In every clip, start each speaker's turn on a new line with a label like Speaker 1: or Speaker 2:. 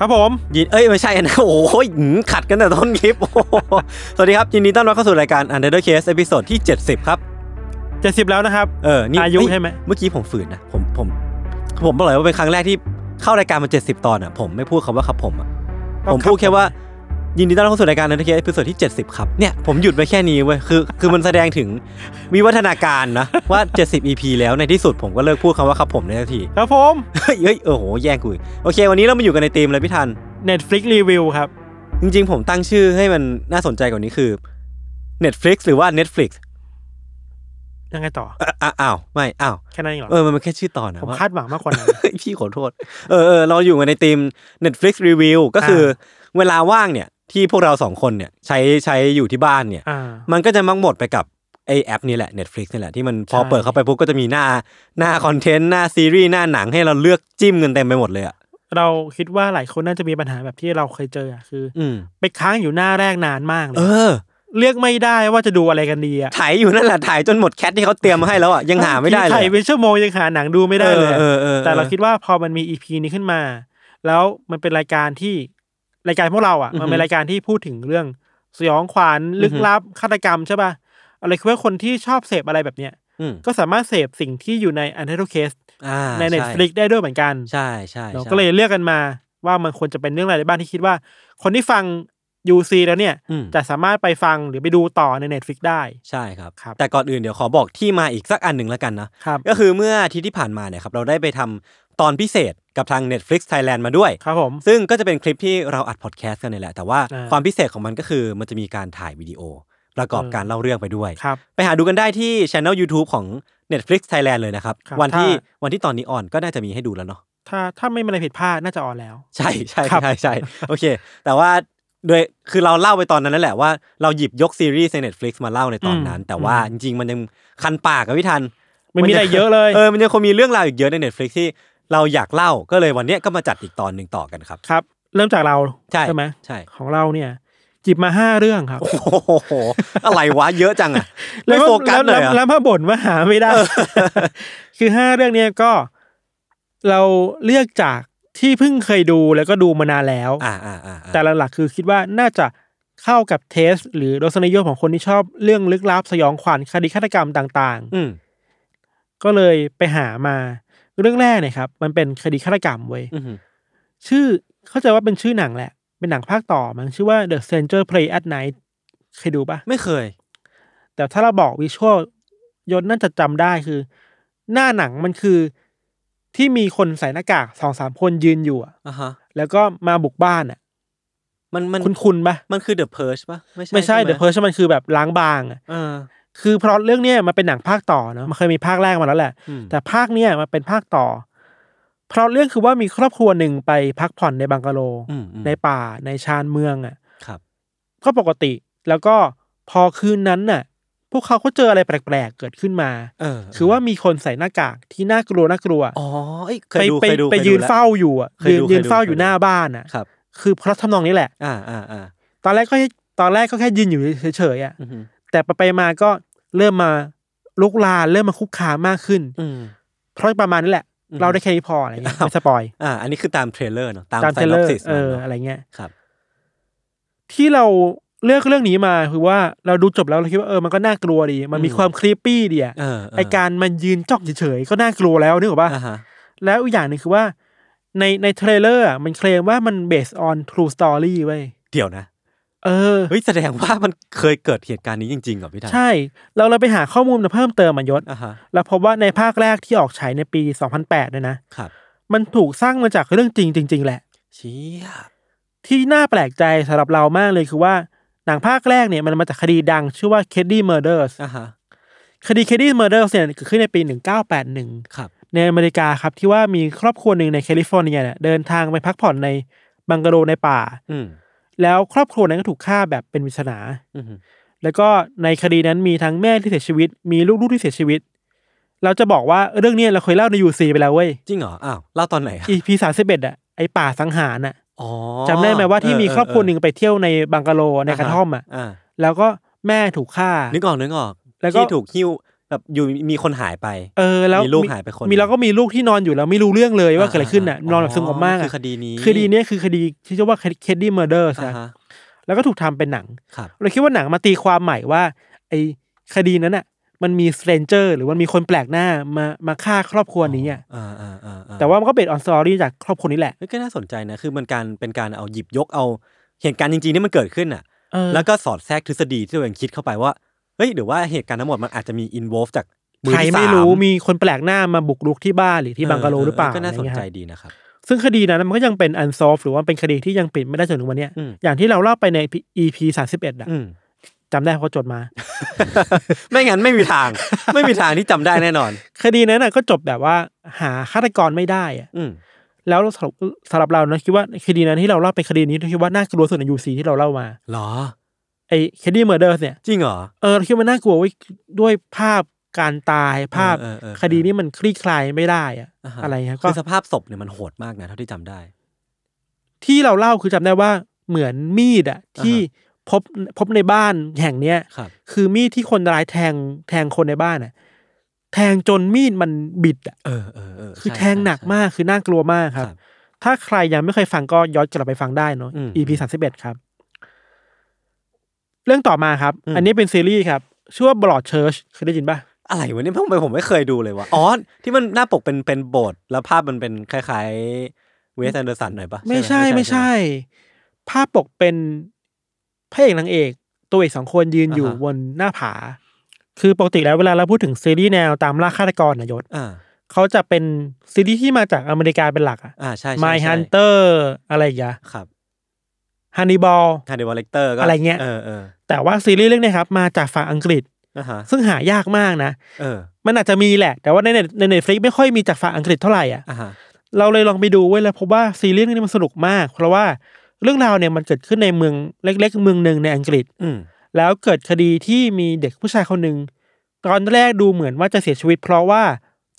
Speaker 1: ครับผม
Speaker 2: ยินเอ้ยไม่ใช่นะ โอ้ยหืมขัดกันแต่ต้นคลิปโอ้โห สวัสดีครับ ยินดีต้อนรับเข้าสู่รายการ Untitled Case ตอนที่ 70 ครับ
Speaker 1: 70 แล้วนะครับ
Speaker 2: เออ นี่
Speaker 1: อายุ
Speaker 2: เฮ้
Speaker 1: ใช่ไหม
Speaker 2: เมื่อกี้ผมฝืนนะ ผมผม ผมบอกเลยว่าเป็นครั้งแรกที่เข้ารายการมา 70 ตอนอ่ะ ผมไม่พูดคำว่าครับผมอ่ะ ผมพูดแค่ว่ายินดีต้อนรับเข้าสู่รายการนันทเคสพิโซดที่ 70 ครับ เนี่ย ผมหยุดไปแค่นี้เว้ยคือคือมันแสดงถึง วิวัฒนาการนะ ว่า 70 EP แล้วในที่สุดผมก็เลิกพูดคำว่าครับผมในทันที
Speaker 1: ครับผม
Speaker 2: เฮ้ยเฮ้ยโอ้โห แย่งกูอีกโอเค วันนี้เรามาอยู่กันในธีมเลยพี่ทัน
Speaker 1: Netflix รีวิวครับ
Speaker 2: จริงๆ ผมตั้งชื่อให้มันน่าสนใจกว่านี้คือ Netflix หรือว่า Netflix
Speaker 1: ยังไงต่อ
Speaker 2: อ่ะอ่ะอ้าวไม่อ้าว
Speaker 1: แค่นั้นเองเหรอ
Speaker 2: เออมันมันแค่ชื่อตอนนะ
Speaker 1: ผม
Speaker 2: ว่า
Speaker 1: คาดหวังมากกว่านั้น
Speaker 2: พี่ขอโทษ เออเออเราอยู่กันในทีม Netflix Review ก็คืออเวลาว่างเนี่ยที่พวกเราสองคนเนี่ยใช้ใช้อยู่ที่บ้านเนี่ย
Speaker 1: อ่า
Speaker 2: มันก็จะมักหมดไปกับไอแอปนี้แหละ Netflix นี่แหละที่มันพอ
Speaker 1: ใช่
Speaker 2: เปิดเข้าไปปุ๊บก็จะมีหน้าหน้าคอนเทนต์หน้าซีรีส์หน้าหนังให้เราเลือกจิ้มเงินเต็มไปหมดเลยอ่ะ
Speaker 1: เราคิดว่าหลายคนน่าจะมีปัญหาแบบที่เราเคยเจออะคืออ
Speaker 2: อืม
Speaker 1: ไปค้างอยู่หน้าแรกนานมากเล
Speaker 2: เอย อ
Speaker 1: เลือกไม่ได้ว่าจะดูอะไรกันดีอะ
Speaker 2: ถ่ายอยู่นั่นแหละถ่ายจนหมดแคทที่เขาเตรียมมาให้แล้วอ่ะยังหาไม่ได้เลย
Speaker 1: ถ่ายเป็นชั่วโมงยังหาหนังดูไม่ได้เลย
Speaker 2: ออออออ
Speaker 1: แต่เราคิดว่าพอมันมีอีพีนี้ขึ้นมา แล้วมันเป็นรายการที่รายการพวกเราอ่ะ มันเป็นรายการที่พูดถึงเรื่องสยองขวัญลึกลับฆาตกรรมใช่ป่ะอะไรคือว่าคนที่ชอบเสพอะไรแบบเนี้ย
Speaker 2: อืม
Speaker 1: ก็สามารถเสพสิ่งที่อยู่ใน u n t i t l e Case
Speaker 2: อ่า
Speaker 1: ใน
Speaker 2: ช่
Speaker 1: Netflix ได้ด้วยเหมือนกัน
Speaker 2: ใช่ใช่
Speaker 1: เรา
Speaker 2: ใช่
Speaker 1: ก็เลยเลือกกันมาว่ามันควรจะเป็นเรื่องอะไรได้บ้างที่คิดว่า คนที่ฟัง UC แล้วเนี่ย
Speaker 2: อืม
Speaker 1: จะสามารถไปฟังหรือไปดูต่อใน Netflix ได้
Speaker 2: ใช่ครับ
Speaker 1: ครับ
Speaker 2: แต่ก่อนอื่นเดี๋ยวขอบอกที่มาอีกสักอันหนึ่งแล้วกันนะ
Speaker 1: ครับ
Speaker 2: ก็คือเมื่ออาทิตย์ที่ผ่านมาเนี่ยครับเราได้ไปทำตอนพิเศษกับทาง Netflix Thailand มาด้วย
Speaker 1: ครับผม
Speaker 2: ซึ่งก็จะเป็นคลิปที่เราอัดพอดแคสต์กันเนี่ยแหละ แต่ว่า
Speaker 1: อ่า
Speaker 2: ความพิเศษของมันก็คือมันจะมีการถ่ายวิดีโอ ประกอบ
Speaker 1: เออ
Speaker 2: การเล่าเรื่องไปด้วย
Speaker 1: ครับ
Speaker 2: ไปหาดูกันได้ที่ช anel YouTube ของ Netflix Thailand เลยนะครับ
Speaker 1: ครับ
Speaker 2: วันที่
Speaker 1: ถ้า
Speaker 2: วันที่ตอนนี้ออนก็น่าจะมีให้ดูแล้วเนาะ
Speaker 1: ถ้าถ้าไม่มีอะไรผิดพลาดน่าจะออนแล้ว
Speaker 2: ใช่ใช่
Speaker 1: ครับ
Speaker 2: ใช่ใช่โอเค แต่ว่าโดยคือเราเล่าไปตอนนั้นนั่นแหละว่าเราหยิบยกซีรีส์ใน Netflix มาเล่าในตอนนั้น แต่ว่าจริงๆมันยังคันปากกับพี่ทัน
Speaker 1: ไม่มีอะไรเยอะเลย
Speaker 2: เออ มันยังคงมีเรื่องราวอีกเยอะใน Netflix ที่เราอยากเล่า ก็เลยวันเนี้ยก็มาจัดอีกตอนหนึ่งต่อกันครับ
Speaker 1: ครับ เริ่มจากเรา
Speaker 2: ใช่
Speaker 1: ไหม
Speaker 2: ใช่
Speaker 1: ของเราเนี่ยจิบมาห้าเรื่องครับ
Speaker 2: โอ้โห อะไรวะ เยอะจั งอ่ะ ไม่โฟกัสเลย
Speaker 1: แว
Speaker 2: อ่ะ
Speaker 1: แล้วมาบ่นว่าหาไม่ได้ คือห้าเรื่องเนี่ยก็ เราเลือกจากที่เพิ่งเคยดูแล้วก็ดูมานานแล้ว
Speaker 2: อ่าอ่าอ่าอ่า
Speaker 1: แต่หลักๆคือคิดว่าน่าจะเข้ากับเทส หรือรสนิยมของคนที่ชอบเรื่องลึกลับสยองขวัญคดีฆาตกรรมต่าง
Speaker 2: อืม
Speaker 1: ๆ ก็เลยไปหามาเรื่องแรกเนี่ยครับ มันเป็นคดีฆาตกรรมเว้ย
Speaker 2: อืม
Speaker 1: ชื่อเข้าใจว่าเป็นชื่อหนังแหละ เป็นหนังภาคต่อมันชื่อว่า The Stranger Play at Night เคยดูปะ
Speaker 2: ไม่เคย
Speaker 1: แต่ถ้าเราบอกวิชวลยศน่าจะจำได้คือ หน้าหนังมันคือที่มีคนใส่หน้ากากสองสามคนยืนอยู่อะ
Speaker 2: อ่ะฮะ
Speaker 1: แล้วก็มาบุกบ้านอ่ะ
Speaker 2: มัน มัน
Speaker 1: คุณคุณปะ
Speaker 2: มันคือ The Purge ป่ะ ไม่ใช่
Speaker 1: ไม่ใช่
Speaker 2: ห
Speaker 1: The Purge มันคือแบบล้างบางอ่ะ
Speaker 2: เออ
Speaker 1: คือเพราะเรื่องเนี้ยมันเป็นหนังภาคต่อเนาะมันเคยมีภาคแรกมาแล้วแหละ
Speaker 2: อืม
Speaker 1: แต่ภาคเนี้ยมันเป็นภาคต่อ เพราะเรื่องคือว่ามีครอบครัวหนึ่งไปพักผ่อนในบังกะโล
Speaker 2: อืมอืม
Speaker 1: ในป่าในชานเมืองอ่ะ
Speaker 2: ครับ
Speaker 1: ก็ปกติแล้วก็พอคืนนั้นน่ะ พวกเขาก็เจออะไรแปลกๆ เกิดขึ้นมา
Speaker 2: เออ
Speaker 1: คือว่ามีคนใส่หน้ากากที่น่ากลัวน่ากลัว
Speaker 2: อ๋อเอ้ยเค
Speaker 1: ไป
Speaker 2: ยดู
Speaker 1: ไป
Speaker 2: เคยดู
Speaker 1: ไป
Speaker 2: เคดู
Speaker 1: ยืน
Speaker 2: แล้ว
Speaker 1: เฝ้าอยู่อ่ะ
Speaker 2: เคย
Speaker 1: ยืน
Speaker 2: ดู
Speaker 1: ยืนเฝ้า
Speaker 2: เคยดู
Speaker 1: อยู่หน้าบ้านอ่ะ
Speaker 2: ครับ
Speaker 1: คือเพราะทำนองนี้แหละ
Speaker 2: อ่าอ่าอ่า
Speaker 1: ตอนแรกก็แค่ตอนแรกก็แค่ยืนอยู่เฉยๆอ่ะ
Speaker 2: อืม
Speaker 1: แต่ไปๆมาก็เริ่มมาลุกลานเริ่มมาคุกคามมากขึ้น
Speaker 2: อืม
Speaker 1: เพราะประมาณนี้แหละ
Speaker 2: อืม
Speaker 1: เราได้แค่นี้พออะไรเงี้ย
Speaker 2: ครับ
Speaker 1: ไม่สปอย
Speaker 2: อ่า อันนี้คือตามเทรลเลอร์เนาะ ตาม
Speaker 1: ตาม
Speaker 2: ไซ
Speaker 1: เทรล
Speaker 2: น
Speaker 1: เล
Speaker 2: อป
Speaker 1: อร์
Speaker 2: ซิส
Speaker 1: เออ
Speaker 2: อะ
Speaker 1: อะไรเงี้ย
Speaker 2: ครับ
Speaker 1: ที่เราเลือกเรื่องนี้มาคือว่าเราดูจบแล้วเราคิดว่าเออมันก็น่ากลัวดี มันมี
Speaker 2: อืม
Speaker 1: ความครีปปี้ดีอะ
Speaker 2: เออเ
Speaker 1: ไอการมันยืนจ้องเฉยๆก็น่ากลัวแล้วนึกออกป่ะ
Speaker 2: อ่าฮะ
Speaker 1: แล้วอีกอย่างหนึ่งคือว่า ในในเทรลเลอร์อะมันเคลมว่ามัน based on true story เว้ย
Speaker 2: เดี๋ยวนะ
Speaker 1: เอ เออ
Speaker 2: เฮ้ยแสดงว่ามันเคยเกิดเหตุการณ์นี้จริงๆเหรอพี่ทัน
Speaker 1: ใช่ เราเราไปหาข้อมูลมาเพิ่มเติมมายศ
Speaker 2: อ่าฮะ
Speaker 1: แล้วพบว่าในภาคแรกที่ออกฉายในปี 2008เนี่ยนะ
Speaker 2: ครับ
Speaker 1: มันถูกสร้างมาจากเรื่องจริงจริง ๆ แหละ
Speaker 2: เชี่ย
Speaker 1: ที่น่าแปลกใจสำหรับเรามากเลยคือว่าหนังภาคแรกเนี่ยมันมาจากคดีดังชื่อว่า c a d d y Murders
Speaker 2: อ่าฮะ
Speaker 1: คดี c a d d y Murders เนี่ยเกิดขึ้นในปี 1981
Speaker 2: ครับ
Speaker 1: ในอเมริกาครับที่ว่ามีครอบครัวหนึ่งในแคลิฟอร์เนียเนี่ยเดินทางไปพักผ่อนในบังกะโลในป่า
Speaker 2: อืม
Speaker 1: แล้วครอบครัวนั้นก็ถูกฆ่าแบบเป็นวิศนา
Speaker 2: อืม
Speaker 1: แล้วก็ในคดีนั้นมีทั้งแม่ที่เสียชีวิต มีลูกๆที่เสียชีวิต เราจะบอกว่าเรื่องเนี้ยเราเคยเล่าในยูซีไปแล้วเว้ย
Speaker 2: จริงเหรออ้าวเล่าตอนไหนอะ
Speaker 1: EP สามสิบเอ็ดอะไอป่าสังหารอะ
Speaker 2: อ๋อ
Speaker 1: จำได้ไหมว่าที่มีครอบครัวหนึ่ง
Speaker 2: เ
Speaker 1: ไปเที่ยวในบังกะโลในกระท่อมอะ
Speaker 2: อ่า
Speaker 1: แล้วก็แม่ถูกฆ่า
Speaker 2: นึกออกนึกออก
Speaker 1: แล้วก็
Speaker 2: ที่ถูกหิ้วแบบอยู่มีคนหายไป
Speaker 1: เออแล้ว
Speaker 2: มีลูกหายไปคนหนึ่ง
Speaker 1: มีแล้วก็มีลูกที่นอนอยู่แล้วไม่รู้เรื่องเลยว่าเกิดอะไรขึ้นอะนอนแบบสงบมาก
Speaker 2: คือ
Speaker 1: อะ
Speaker 2: คดีนี้
Speaker 1: คดีเนี้ยคือคดีที่ชื่อว่าเคดดี้เมอร์เดอร์
Speaker 2: อ่า
Speaker 1: นะ
Speaker 2: ฮะ
Speaker 1: แล้วก็ถูกทำเป็นหนัง
Speaker 2: ครับ
Speaker 1: เราคิดว่าหนังมาตีความใหม่ว่า ไอ้คดีนั้นอ่ะ มันมีสเตรนเจอร์ หรือมันมีคนแปลกหน้ามามาฆ่าครอบครัวนี้อ่ะ
Speaker 2: อ่าอ่าอ่าอ่
Speaker 1: แต่ว่ามันก็เป็นออนสตอรี่จากครอบครัวนี้แหละ
Speaker 2: เฮ้ยก็น่าสนใจนะคือมันการเป็นการเอาหยิบยกเอาเหตุการณ์จริงๆที่มันเกิดขึ้นอ่ะ
Speaker 1: เออ
Speaker 2: แล้วก็สอดแทรกทฤษฎีที่ตัวเองคิดเข้าไปว่า เฮ้ยหรือว่าเหตุการณ์ทั้งหมดมันอาจจะมีอินวอลฟจากมือ
Speaker 1: ใคร
Speaker 2: ที่
Speaker 1: ไม่
Speaker 2: สาม
Speaker 1: รู้มีคนแปลกหน้ามาบุกรุกที่บ้านหรือที่บังกะโลหรือเปล่า
Speaker 2: ก็น่าสนใจ
Speaker 1: อะไรเงี้ยฮะ
Speaker 2: ดีนะครับ
Speaker 1: ซึ่งคดีนั้นมันก็ยังเป็นอันซอฟหรือว่าเป็นคดีที่ยังปิดไม่ได้จนถึงวันเนี้ย
Speaker 2: อืม
Speaker 1: อย่างที่เราเล่าไปใน EP สามสิบเอ็ดอะ
Speaker 2: อืม
Speaker 1: จำได้เพราะจดมา
Speaker 2: ไม่งั้นไม่มีทาง ไม่มีทางที่จำได้แน่นอน
Speaker 1: คดีนั้นน่ะก็จบแบบว่าหาฆาตกรไม่ได้อะ
Speaker 2: อืม
Speaker 1: แล้วสำหรับสำหรับเรานะคิดว่าคดีนั้นที่เราเล่าเป็นคดีนี้ที่คิดว่าน่ากลัวสุดในยูซีที่เราเล่ามา
Speaker 2: หรอ
Speaker 1: ไอ้คดีเมอร์เดอร์เนี่ย
Speaker 2: จริงเหรอ
Speaker 1: เออเราคิดว่าน่ากลัวไว้ยด้วยภาพการตายภาพ
Speaker 2: เออเออเออ
Speaker 1: คดีนี้มันคลี่คลายไม่ได้อะ
Speaker 2: าฮ
Speaker 1: อะไรครับก็
Speaker 2: คือสภาพศพเนี่ยมันโหดมากนะเท่าที่จำได้
Speaker 1: ที่เราเล่าคือจำได้ว่าเหมือนมีดอะที่พบพบในบ้านแห่งเนี้ย
Speaker 2: ครับ
Speaker 1: คือมีดที่คนร้ายแทงแทงคนในบ้านอะแทงจนมีดมันบิดอะ
Speaker 2: เออเออเออ
Speaker 1: คือ
Speaker 2: ใช่
Speaker 1: แทงหนัก
Speaker 2: ใช่
Speaker 1: มากคือน่ากลัวมากครับ
Speaker 2: ครับ
Speaker 1: ถ้าใครยังไม่เคยฟังก็ย้อนกลับไปฟังได้เนาะ
Speaker 2: อืม
Speaker 1: EP สามสิบเอ็ดครับ เรื่องต่อมาครับ
Speaker 2: อืม
Speaker 1: อันนี้เป็นซีรีส์ครับ ชื่อว่า Broad Church เคยได้ยินป่ะ
Speaker 2: อะไรวะเนี่ยเพิ่งไปผมไม่เคยดูเลยวะอ๋อที่มันหน้าปกเป็นเป็นโบสถ์แล้วภาพมันเป็นคล้ายๆเวสแอนเดอร์สันหน่อยปะ
Speaker 1: ไม่
Speaker 2: ห
Speaker 1: ใช่ไม่ใช่ ภาพปกเป็นพระเอกนางเอก ตัวเอกสองคนยืนอยู่บนหน้าผา คือปกติแล้วเวลาเราพูดถึงซีรีส์แนวตามล่าฆาตกรนะยศ
Speaker 2: อ่า
Speaker 1: เขาจะเป็นซีรีส์ที่มาจากอเมริกาเป็นหลักอะ
Speaker 2: อ่าใช่ใช่
Speaker 1: My
Speaker 2: ใช่
Speaker 1: Hunter อะไรอย่างเงี้ย
Speaker 2: ครับ
Speaker 1: Hannibal
Speaker 2: ฮันเดอร์วอลเลกเตอร์ก็
Speaker 1: อะไรเงี้ย
Speaker 2: เออเออ
Speaker 1: แต่ว่าซีรีส์เรื่องเนี้ยครับ มาจากฝั่งอังกฤษ
Speaker 2: อ่าฮะ
Speaker 1: ซึ่งหายากมากนะ
Speaker 2: เออ
Speaker 1: มันอาจจะมีแหละ แต่ว่าใน Net- ในเน็ตฟลิกไม่ค่อยมีจากฝั่งอังกฤษเท่าไหร่อ่ะ
Speaker 2: อ่าฮะ
Speaker 1: เราเลยลองไปดูเว้ยแล้วพบว่าซีรีส์เรื่องนี้มันสนุกมาก เพราะว่าเรื่องราวเนี่ยมันเกิดขึ้นในเมืองเล็ก ๆ เมืองหนึ่งในอังกฤษ
Speaker 2: อืม
Speaker 1: แล้วเกิดคดีที่มีเด็กผู้ชายคนหนึ่งตอนแรกดูเหมือนว่าจะเสียชีวิต เพราะว่า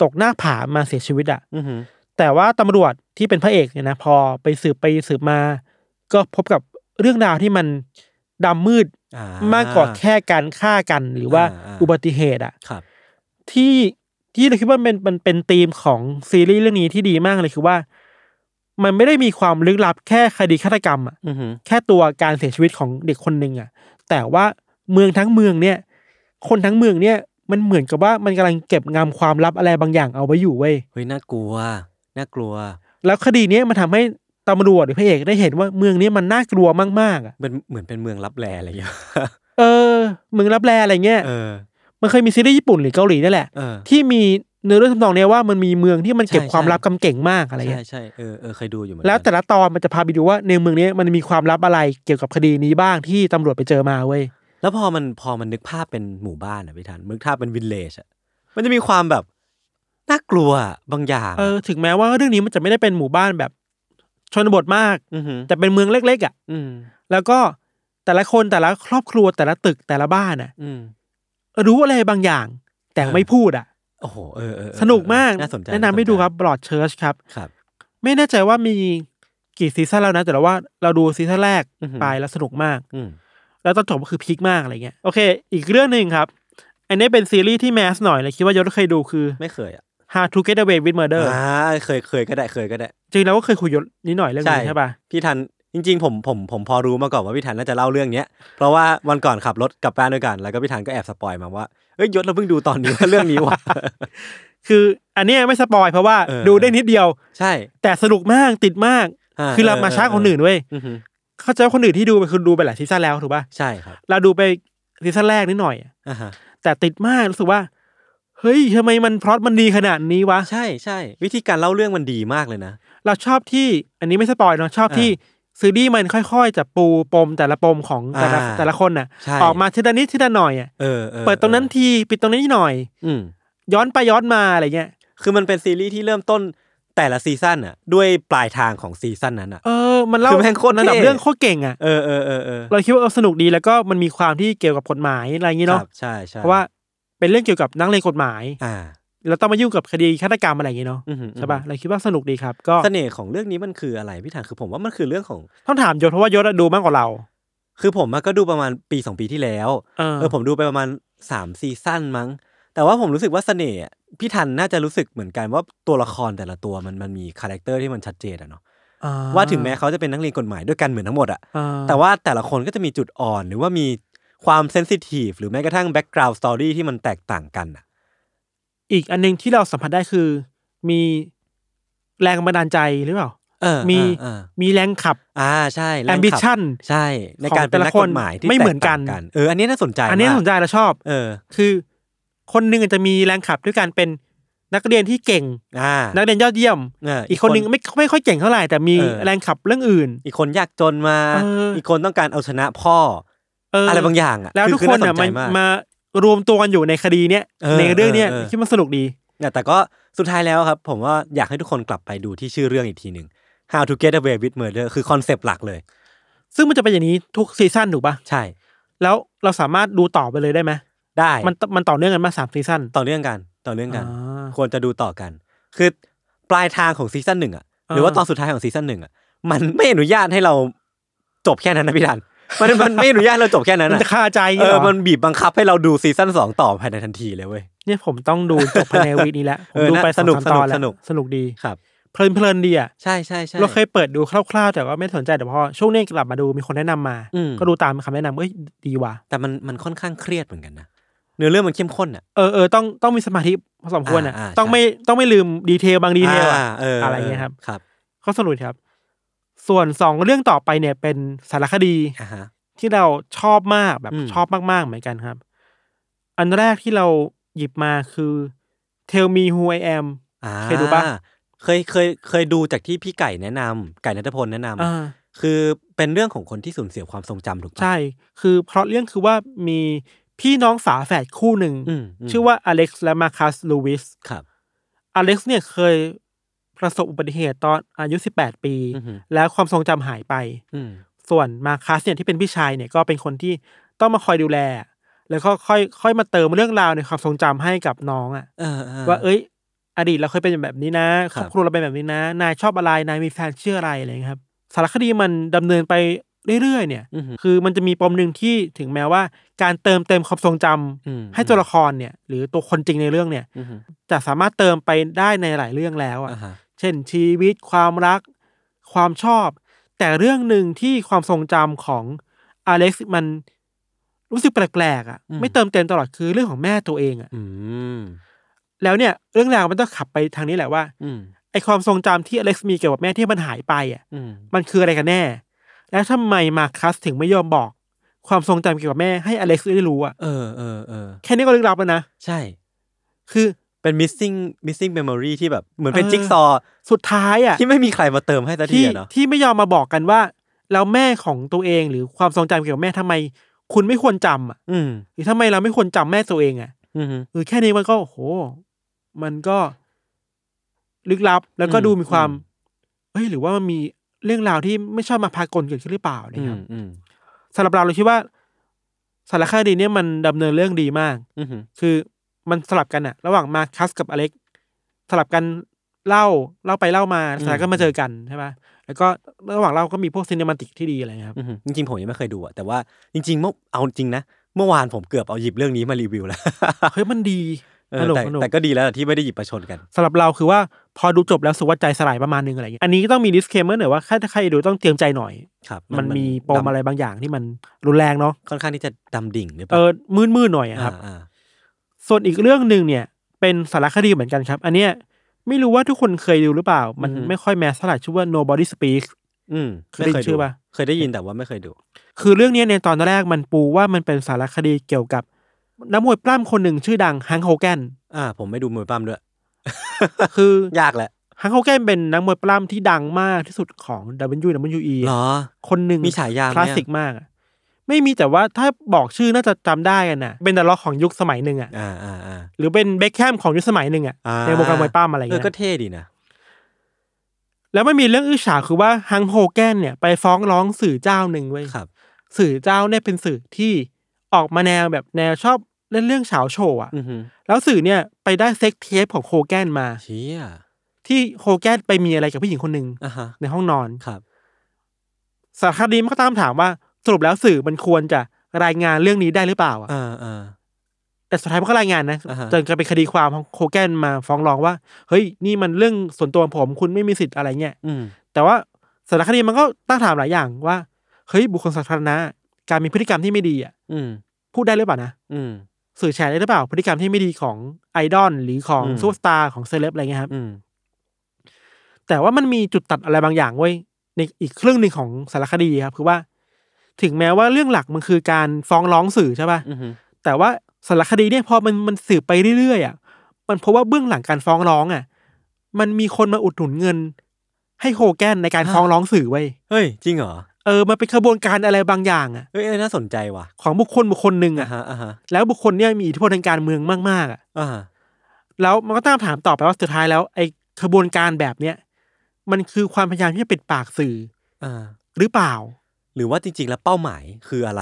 Speaker 1: ตกหน้าผามาเสียชีวิตอ่ะ
Speaker 2: อือหือ
Speaker 1: แต่ว่าตำรวจที่เป็นพระเอกเนี่ยนะพอไปสืบไปสืบมา ก็พบกับเรื่องราวที่มันดำมืด
Speaker 2: อ่
Speaker 1: มากกว่าแค่การฆ่ากัน หรือว่าอุบัติเหตุอ่ะ
Speaker 2: ครับ
Speaker 1: ที่ที่เราคิดว่ามันเป็นเป็นธีมของซีรีส์เรื่องนี้ที่ดีมากเลยคือว่า มันไม่ได้มีความลึกลับแค่คดีฆาตกรรมอะ
Speaker 2: อือหือ
Speaker 1: แค่ตัวการเสียชีวิตของเด็กคนหนึ่งอะแต่ว่าเมืองทั้งเมืองเนี่ย คนทั้งเมืองเนี่ยมันเหมือนกับว่ามันกำลังเก็บงำความลับอะไรบางอย่างเอาไว้อยู่เว้ย
Speaker 2: เฮ้ยน่ากลัว น่ากลัว
Speaker 1: แล้วคดีเนี้ยมันทำให้ตำรวจหรือพระเอกได้เห็นว่าเมืองเนี้ยมันน่ากลัวมากๆอะ
Speaker 2: เป็นเหมือนเป็นเมืองรับแลอะไรอย่างเงี้ ย
Speaker 1: เออเมืองรับแลอะไรเงี้ย
Speaker 2: เออ
Speaker 1: มันเคยมีซีรีส์ญี่ปุ่นหรือเกาหลีนั่นแหละ
Speaker 2: เออ
Speaker 1: ที่มีเนื้อเรื่องทำนองเนี้ยว่ามันมีเมืองที่มันเก็บ
Speaker 2: ใช่
Speaker 1: ความ
Speaker 2: ใช่
Speaker 1: ลับกำเก่งมากอะไรเงี้ย
Speaker 2: ใช่ใช่เออเออเคยดูอยู่เหมือน
Speaker 1: แล้วแต่
Speaker 2: กัน
Speaker 1: ละตอนมันจะพาไปดูว่าในเมืองนี้มันมีความลับอะไรเกี่ยวกับคดีนี้บ้างที่ตำรวจไปเจอมาเว้ย
Speaker 2: แล้วพอมันพอมันนึกภาพเป็นหมู่บ้านอ่ะพี่ทันนึกภาพเป็นวิลเลจอ่ะมันจะมีความแบบน่ากลัวบางอย่าง
Speaker 1: เออถึงแม้ว่าเรื่องนี้มันจะไม่ได้เป็นหมู่บ้านแบบชนบทมาก
Speaker 2: อหือ
Speaker 1: แต่เป็นเมืองเล็กๆอ่ะ
Speaker 2: อืม
Speaker 1: แล้วก็แต่ละคนแต่ละครอบครัวแต่ละตึกแต่ละบ้านอ่ะ
Speaker 2: อืม
Speaker 1: รู้อะไรบางอย่าง แต่
Speaker 2: เออ
Speaker 1: ไม่พูดอ่ะ
Speaker 2: โอ้โหเออเออเออ
Speaker 1: สนุกมาก
Speaker 2: น่าสนใจ
Speaker 1: แนะนำให้ดูครับบลอดเชิร์ชครับ
Speaker 2: ครับ
Speaker 1: ไม่แน่ใจว่ามีกี่ซีซั่นแล้วนะ แต่เราว่าเราดูซีซั่นแรก
Speaker 2: อือหือ
Speaker 1: ไปแล้วสนุกมาก
Speaker 2: อืม
Speaker 1: แล้วตอนจบก็คือพีคมากอะไรเงี้ยโอเค อีกเรื่องหนึ่งครับ อันนี้เป็นซีรีส์ที่แมสหน่อยเลยคิดว่ายศเคยดูคือ
Speaker 2: ไม่เคยอ่ะ
Speaker 1: How to Get Away with Murder
Speaker 2: อ่าเคยเคยก็ได้เคยก็ได้
Speaker 1: จริงๆเราก็เคยคุยยศนิดหน่อยเรื่องนี้ใช่ปะ
Speaker 2: พี่ทันจริง ๆ ผมผมผมพอรู้มาก่อนว่าพี่ทันน่าจะเล่าเรื่องเนี้ยเพราะว่าวันก่อนขับรถกลับบ้านด้วยกัน แล้วก็พี่ทันก็แอบสปอยมาว่าเอ้ยยศเราเพิ่งดูตอนนี้ เรื่องนี้ว่ะ
Speaker 1: คืออันเนี้ยไม่สปอยเพราะว่า
Speaker 2: เออ
Speaker 1: ดูได้นิดเดียว
Speaker 2: ใช่
Speaker 1: แต่สนุกมากติดมาก คือเรามาช้าคนอื่นเว้ย
Speaker 2: อือหือ
Speaker 1: เข้าใจว่าคนอื่นที่ดูไปคือดูไปหลายซีซั่นแล้วถูกป่ะ
Speaker 2: ใช่ครับ
Speaker 1: เราดูไปซีซั่นแรกนิดหน่อยอะ
Speaker 2: อ่าฮะ
Speaker 1: แต่ติดมากรู้สึกว่า เฮ้ยทำไมมันพล็อตมันดีขนาดนี้วะ
Speaker 2: ใช่ใช่วิธีการเล่าเรื่องมันดีมากเลยนะ
Speaker 1: เราชอบที่อันนี้ไม่สปอยเนาะชอบที่ซีรีส์มันค่อยๆจะปูปมแต่ละปมของแต่ละ
Speaker 2: อ่า
Speaker 1: แต่ละคนน่ะ
Speaker 2: ใช่
Speaker 1: ออกมาทีละนิดทีละหน่อยอ่ะ
Speaker 2: เออออ
Speaker 1: เปิดตรงนั้นทีปิดตรงนี้หน่อย
Speaker 2: อืม
Speaker 1: ย้อนไปย้อนมาอะไรเงี้ย
Speaker 2: คือมันเป็นซีรีส์ที่เริ่มต้นแต่ละซีซั่นอ่ะ ด้วยปลายทางของซีซั่นนั้นอ่ะ
Speaker 1: เออมันเล่า
Speaker 2: คือแม่งโคตรเท่
Speaker 1: ระดับเรื่องโคตรเก่งอ่ะ
Speaker 2: เออเออเออเออ
Speaker 1: เราคิดว่าเออสนุกดีแล้วก็มันมีความที่เกี่ยวกับกฎหมายอะไรอย่างงี้
Speaker 2: ค
Speaker 1: เนาะ
Speaker 2: รับใช่ใช่
Speaker 1: เพราะว่าเป็นเรื่องเกี่ยวกับนักเรียนกฎหมาย
Speaker 2: อ่า
Speaker 1: แล้วต้องมายุ่งกับคดีฆาตกรรมอะไรอย่างงี้เนาะ
Speaker 2: อือหือ
Speaker 1: ใช่ป่ะเราคิดว่าสนุกดีครับ ก็
Speaker 2: เสน่ห์ของเรื่องนี้มันคืออะไรพี่ถางคือผมว่ามันคือเรื่องของ
Speaker 1: ต้องถามยศเพราะว่ายศอะดูมากกว่าเรา
Speaker 2: คือผมอะก็ดูประมาณปีสองปีที่แล้ว
Speaker 1: เออ
Speaker 2: ผมดูไปประมาณสามซีซั่นมั้ง แต่ว่าผมรู้สึกว่าเสน่ห์อะพี่ทันน่าจะรู้สึกเหมือนกันว่าตัวละครแต่ละตัวมันมันมีคาแรคเตอร์ที่มันชัดเจนอะเนาะ
Speaker 1: อ่
Speaker 2: ว่าถึงแม้เขาจะเป็นนักเรียนกฎหมายด้วยกันเหมือนทั้งหมดอะ
Speaker 1: อ่
Speaker 2: แต่ว่าแต่ละคนก็จะมีจุดอ่อน หรือว่ามีความเซนซิทีฟหรือแม้กระทั่งแบ็กกราวด์สตอรี่ที่มันแตกต่างกันอ่ะ
Speaker 1: อีกอันหนึงที่เราสัมผัสได้คือ มีแรงบันดาลใจหรือเปล่า
Speaker 2: เออ
Speaker 1: มี
Speaker 2: เออ
Speaker 1: มีแรงขับ
Speaker 2: อ่าใช่แรงขับ
Speaker 1: ambition
Speaker 2: ใช่ ในการเป็นนักกฎหมายที่
Speaker 1: ไม่เหมือนกัน
Speaker 2: แตต่างเอออันนี้น่าสนใจ
Speaker 1: อันนี้
Speaker 2: มก
Speaker 1: น่าสนใจเราชอบ
Speaker 2: เออ
Speaker 1: คือ คนหนึ่งอาจจะมีแรงขับด้วยการเป็นนักเรียนที่เก่ง
Speaker 2: อ่า
Speaker 1: นักเรียนยอดเยี่ยม
Speaker 2: เ
Speaker 1: อีกคนหนึ่งไม่ไม่ค่อยเก่งเท่าไหร่แต่มี
Speaker 2: เออ
Speaker 1: แรงขับเรื่องอื่น
Speaker 2: อีกคนยากจนมา
Speaker 1: เอออี
Speaker 2: อีกคนต้องการเอาชนะพ่อ
Speaker 1: เอออ
Speaker 2: อะไรบางอย่างอ่ะ
Speaker 1: แล้วทุกคน
Speaker 2: อ
Speaker 1: อ่ะ
Speaker 2: ส
Speaker 1: มัน
Speaker 2: ใจาก
Speaker 1: มารวมตัวกันอยู่ในคดีเนี้ย
Speaker 2: เออ
Speaker 1: ในเรื่องเนี้ย
Speaker 2: เออเออ
Speaker 1: คิดมันสนุกดี
Speaker 2: เนี่ยแต่ก็สุดท้ายแล้วครับ ผมว่าอยากให้ทุกคนกลับไปดูที่ชื่อเรื่องอีกทีหนึ่ง How to Get Away with Murder คือคอนเซปต์หลักเลย
Speaker 1: ซึ่งมันจะเป็นอย่างนี้ทุกซีซั่นถูกปะ
Speaker 2: ใช่
Speaker 1: แล้วเราสามารถดูต่อไปเลยได้ไหม
Speaker 2: ได้
Speaker 1: มันมันต่อเนื่องกันมาสามซีซั่น
Speaker 2: ต่อเนื่องกันต่อเนื่องกัน
Speaker 1: อ่า
Speaker 2: ควรจะดูต่อกัน คือปลายทางของซีซั่นหนึ่งอ่ะหรือว่า
Speaker 1: อ่า
Speaker 2: ตอนสุดท้ายของซีซั่นหนึ่งอ่ะมันไม่อนุญาตให้เราจบแค่นั้นนะพี่ดัน มันมันไม่อนุญาตให้เราจบแค่นั้น
Speaker 1: มัน
Speaker 2: อ่ะ
Speaker 1: จะคาใจอย่าง
Speaker 2: เอ
Speaker 1: งี้
Speaker 2: อ
Speaker 1: หรอ
Speaker 2: มันบีบบังคับให้เราดูซีซั่นสองต่อภายในทันทีเลยเว้ย
Speaker 1: เนี่ยผมต้องดูจบภายในวีคนี้แหละผม
Speaker 2: เออ
Speaker 1: ดู
Speaker 2: น่ะ
Speaker 1: ไป
Speaker 2: ส
Speaker 1: ส
Speaker 2: นุ
Speaker 1: นุ
Speaker 2: ก
Speaker 1: ก
Speaker 2: ส
Speaker 1: ต
Speaker 2: นุก
Speaker 1: อนแล้ว
Speaker 2: สนุก
Speaker 1: สนุกดี
Speaker 2: ครับ
Speaker 1: เพลินเพลินดีอ่ะ
Speaker 2: ใช่ใช่ใช่
Speaker 1: เราเคยเปิดดูคร่าวๆ แต่ว่าไม่สนใจแต่พอช่วงนี้กลับมาดูมีคนแนะนำมา
Speaker 2: อืม
Speaker 1: ก็ดูตามคำแนะนำเอ้ยดีว่ะ
Speaker 2: แต่มันมันค่อนข้างเครียดเหมือนกันนะเนื้อเรื่องมันเข้มข้นอ่ะ
Speaker 1: เออเออต้องต้องมีสมาธิพอสมควรอ่ะ
Speaker 2: อ่าอ่า
Speaker 1: ต้อง
Speaker 2: ใช่
Speaker 1: ไม่ต้องไม่ลืมดีเทลบางดีเทล
Speaker 2: อ่า
Speaker 1: อ่ะ
Speaker 2: เออ
Speaker 1: อะ
Speaker 2: อะไร
Speaker 1: เงี้ยครับ
Speaker 2: ครับ
Speaker 1: ก็สรุปครับ ส่วนสองเรื่องต่อไปเนี่ยเป็นสารคดี
Speaker 2: อ่าฮะ
Speaker 1: ที่เราชอบมากแบบ
Speaker 2: อืม
Speaker 1: ชอบมากๆเหมือนกันครับ อันแรกที่เราหยิบมาคือ Tell Me Who I Am
Speaker 2: อ่า
Speaker 1: เคยดูปะ
Speaker 2: เคยเคยเคยดูจากที่พี่ไก่แนะนำไก่นัทพลแนะนำ
Speaker 1: อ่า
Speaker 2: คือเป็นเรื่องของคนที่สูญเสียความทรงจำถูกปะ
Speaker 1: ใช่ คือเพราะเรื่องคือว่ามีพี่น้องฝาแฝดคู่หนึ่ง
Speaker 2: อืมม
Speaker 1: ชื่อว่าอเล็กซ์และมาคัสลูวิส
Speaker 2: ครับ
Speaker 1: อเล็กซ์เนี่ยเคยประสบอุบัติเหตุตอนอายุ 18 ปี
Speaker 2: อือหือ
Speaker 1: แล้วความทรงจำหายไป
Speaker 2: อืม
Speaker 1: ส่วนมาคัสเนี่ยที่เป็นพี่ชายเนี่ยก็เป็นคนที่ต้องมาคอยดูแล แล้วก็ค่อยค่อยมาเติมเรื่องราวในความทรงจำให้กับน้องอะ
Speaker 2: เออออ
Speaker 1: ว่าเอ้ย อดีตเราเคยเป็นแบบนี้นะ
Speaker 2: ค
Speaker 1: ครับ รอบครัวเราเป็นแบบนี้นะ นายชอบอะไรนายมีแฟนชื่ออะไรอะไรอย่างเงี้ยครับสารคดีมันดำเนินไปเรื่อยๆเนี่ย
Speaker 2: อือหือ
Speaker 1: คือมันจะมีปมหนึ่งที่ถึงแม้ว่า การเติมเต็มความทรงจำ
Speaker 2: อืม
Speaker 1: ให้ตัวละครเนี่ย หรือตัวคนจริงในเรื่องเนี่ย
Speaker 2: อือหือ
Speaker 1: จะสามารถเติมไปได้ในหลายเรื่องแล้ว
Speaker 2: อ่า
Speaker 1: อ่ะ
Speaker 2: ฮะ
Speaker 1: เช่นชีวิตความรัก ความชอบ แต่เรื่องหนึ่งที่ความทรงจำของอเล็กซ์มันรู้สึกแปลกๆอ่ะไม่เติมเต็มตลอดคือเรื่องของแม่ตัวเองอ่ะ
Speaker 2: อืม
Speaker 1: แล้วเนี่ยเรื่องราวมันต้องขับไปทางนี้แหละว่า
Speaker 2: อืม
Speaker 1: ไอความทรงจำที่อเล็กซ์มีเกี่ยวกับแม่ที่มันหายไปอ่ะ
Speaker 2: อืม
Speaker 1: มันคืออะไรกันแน่ แล้วทำไมมาคัสถึงไม่ยอมบอก ความทรงจำเกี่ยวกับแม่ให้อเล็กซ์ได้รู้อะ
Speaker 2: เออเออเออ
Speaker 1: แค่นี้ก็ลึกลับแล้วนะ
Speaker 2: ใช่
Speaker 1: คือ
Speaker 2: เป็น missing missing memory ที่แบบเหมือนเป็น
Speaker 1: เออ
Speaker 2: จิ๊กซอว์
Speaker 1: สุดท้ายอะ
Speaker 2: ที่ไม่มีใครมาเติมให้สักที
Speaker 1: ที่
Speaker 2: อะเนาะ
Speaker 1: ที่ไม่ยอมมาบอกกันว่า แล้วแม่ของตัวเองหรือความทรงจำเกี่ยวกับแม่ทำไม คุณไม่ควรจำอะ
Speaker 2: อืม
Speaker 1: หรือทำไมเราไม่ควรจำแม่ตัวเองอะ
Speaker 2: อืม
Speaker 1: คือแค่นี้มันก็โอ้โห มันก็ ลึกลับแล้วก็
Speaker 2: อืม
Speaker 1: ดูมีความ
Speaker 2: อืม
Speaker 1: เฮ้ยหรือว่ามันมีเรื่องราวที่ไม่ชอบมาพากลเกิดขึ้นหรือเปล่านะ
Speaker 2: อื
Speaker 1: ครั
Speaker 2: ม
Speaker 1: บ
Speaker 2: อืม
Speaker 1: สำหรับเราเราคิดว่าสารคดีเนี่ยมันดำเนินเรื่องดีมาก
Speaker 2: อืมอืม
Speaker 1: คือมันสลับกันอะระหว่างมาคัสกับอเล็กสลับกันเล่าเล่าไปเล่ามาสุดท้ายก็มาเจอกันใช่ปะแล้วก็ระหว่างเล่าก็มีพวกซิน e มาติกที่ดีอะไรเงี้ยครับ
Speaker 2: อืมจริงๆผมยังไม่เคยดูอะแต่ว่าจริงๆเมื่อเอาจริงนะเมื่อวานผมเกือบเอาหยิบเรื่องนี้มารีวิวแล้ว
Speaker 1: เฮ้ยมันดี
Speaker 2: เออ
Speaker 1: สนุก
Speaker 2: แต่
Speaker 1: สนุก
Speaker 2: แต่ก็ดีแล้วล่ะที่ไม่ได้หยิบประชนกัน
Speaker 1: สำหรับเราคือว่าพอดูจบแล้วสุขว่าใจสลายประมาณนึงอะไรเงี้ยอันนี้ต้องมีดิสเคมเมอร์หน่อยว่าถ้าใครดูต้องเตรียมใจหน่อย
Speaker 2: ครับ
Speaker 1: มันมีปม
Speaker 2: ดำ
Speaker 1: อะไรบางอย่างที่มันรุนแรงเนาะ
Speaker 2: ค่อนข้างที่จะดำดิ่งหรือเป
Speaker 1: เอ
Speaker 2: ล่า
Speaker 1: อมืดมืดๆหน่อยอะครับ
Speaker 2: อ่า
Speaker 1: ส่วนอีกเรื่องหนึ่งเนี่ย เป็นสารคดีเหมือนกันครับ อันเนี้ยไม่รู้ว่าทุกคนเคยดูหรือเปล่า มันไม่ค่อยแมสเท่าไหร่ชื่อว่า Nobody Speaks
Speaker 2: ๆ อืม
Speaker 1: เคยได้ยิน
Speaker 2: ม่
Speaker 1: ชื่อปะ
Speaker 2: เคยได้ยินแต่ว่าไม่เคยดู
Speaker 1: คือเรื่องเนี้ยในตอนแรกมันปูว่ามันเป็นสารคดีเกี่ยวกับนักมวยปล้ำคนหนึ่งชื่อดังฮังโฮแกน
Speaker 2: อ่า ผมไม่ดูมวยปล้ำด้วย
Speaker 1: คือ
Speaker 2: อยากแหละ
Speaker 1: ฮังโฮแกนเป็นนักมวยปล้ำที่ดังมากที่สุดของ WWE
Speaker 2: เหรอ
Speaker 1: คนหนึ่ง
Speaker 2: มีฉายาไหมอะ
Speaker 1: คลาสสิกมากอะไม่มีแต่ว่าถ้าบอกชื่อน่าจะจำได้กันน่ะ เป็นดาราของยุคสมัยหนึ่งอ่ะ
Speaker 2: อ่าอ่าอ่า
Speaker 1: หรือเป็นเบคแฮมของยุคสมัยหนึ่งอ่ะ
Speaker 2: อ่า
Speaker 1: ในวงการมวยปล้ำอะไรอย่าง
Speaker 2: เออ
Speaker 1: เงี้ย
Speaker 2: ก็เท่ดีนะ
Speaker 1: แล้วมันมีเรื่องอื้อฉาวคือว่าฮังโฮแกนเนี่ยไปฟ้องร้องสื่อเจ้าหนึ่งไว้ย
Speaker 2: ครับ
Speaker 1: สื่อเจ้าเนี่ยเป็นสื่อที่ออกมาแนวแบบแนวชอบเล่นเรื่องเฉาวโชว์อะ
Speaker 2: อือหือ
Speaker 1: แล้วสื่อเนี่ยไปได้เซ็กเทปของโคแกนมา
Speaker 2: เชี่ย
Speaker 1: ที่โคแกนไปมีอะไรกับผู้หญิงคนหนึ่ง
Speaker 2: อ่ะฮะ
Speaker 1: ในห้องนอน
Speaker 2: ครับ
Speaker 1: สารคดีมันก็ตามถามว่าสรุปแล้วสื่อมันควรจะรายงานเรื่องนี้ได้หรือเปล่าอะ
Speaker 2: อ่าอ่า
Speaker 1: แต่สุดท้ายมันก็รายงานนะ
Speaker 2: อ่าฮะ
Speaker 1: จนกลายเป็นคดีความของโคแกนมาฟ้องร้องว่าเฮ้ยนี่มันเรื่องส่วนตัวของผมคุณไม่มีสิทธิ์อะไรเงี้ย
Speaker 2: อืม
Speaker 1: แต่ว่าสารคดีมันก็ตั้งถามหลายอย่างว่าเฮ้ยบุคคลสาธารณะการมีพฤติกรรมที่ไม่ดีอะ
Speaker 2: อืม
Speaker 1: พูดได้หรือเปล่านะ
Speaker 2: อืม
Speaker 1: สื่อแชร์ได้หรือเปล่าพฤติกรรมที่ไม่ดีของไอดอลหรือของ
Speaker 2: อืม
Speaker 1: ซูเปอร์สตาร์ของเซเลบอะไรเงี้ยครับ
Speaker 2: อืม
Speaker 1: แต่ว่ามันมีจุดตัดอะไรบางอย่างไว้ยในอีกเครื่องหนึ่งของสารคดีครับ คือว่า ถึงแม้ว่าเรื่องหลักมันคือการฟ้องร้องสื่อใช่ป่ะ
Speaker 2: อือหือ
Speaker 1: แต่ว่าสารคดีเนี่ยพอมันมันสืบไปเรื่อยๆอ่ะมันเพราะว่าเบื้องหลังการฟ้องร้องอ่ะ มันมีคนมาอุดหนุนเงิน ให้โฮแกนในการฟ้องร้องสื่อไว้ย
Speaker 2: เฮ้ย จริงเหรอ
Speaker 1: เออมันเป็นกระบวนการอะไรบางอย่างอ่ะ
Speaker 2: เอ้ยน่าสนใจว่ะ
Speaker 1: ของบุคคลบุคคลหนึ่ง
Speaker 2: อ่า
Speaker 1: อ่ะ
Speaker 2: ฮะอ่าฮะ
Speaker 1: แล้วบุคคลเนี่ยมีอิทธิพลทางการเมืองมากๆอ่ะ
Speaker 2: อ่าฮะ
Speaker 1: แล้วมันก็ตามถามต่อไปว่าสุดท้ายแล้วไอ้ขบวนการแบบเนี้ยมันคือความพยายามที่จะปิดปากสื่อ
Speaker 2: อ่า
Speaker 1: หรือเปล่า
Speaker 2: หรือว่าจริง ๆ แล้วเป้าหมายคืออะไร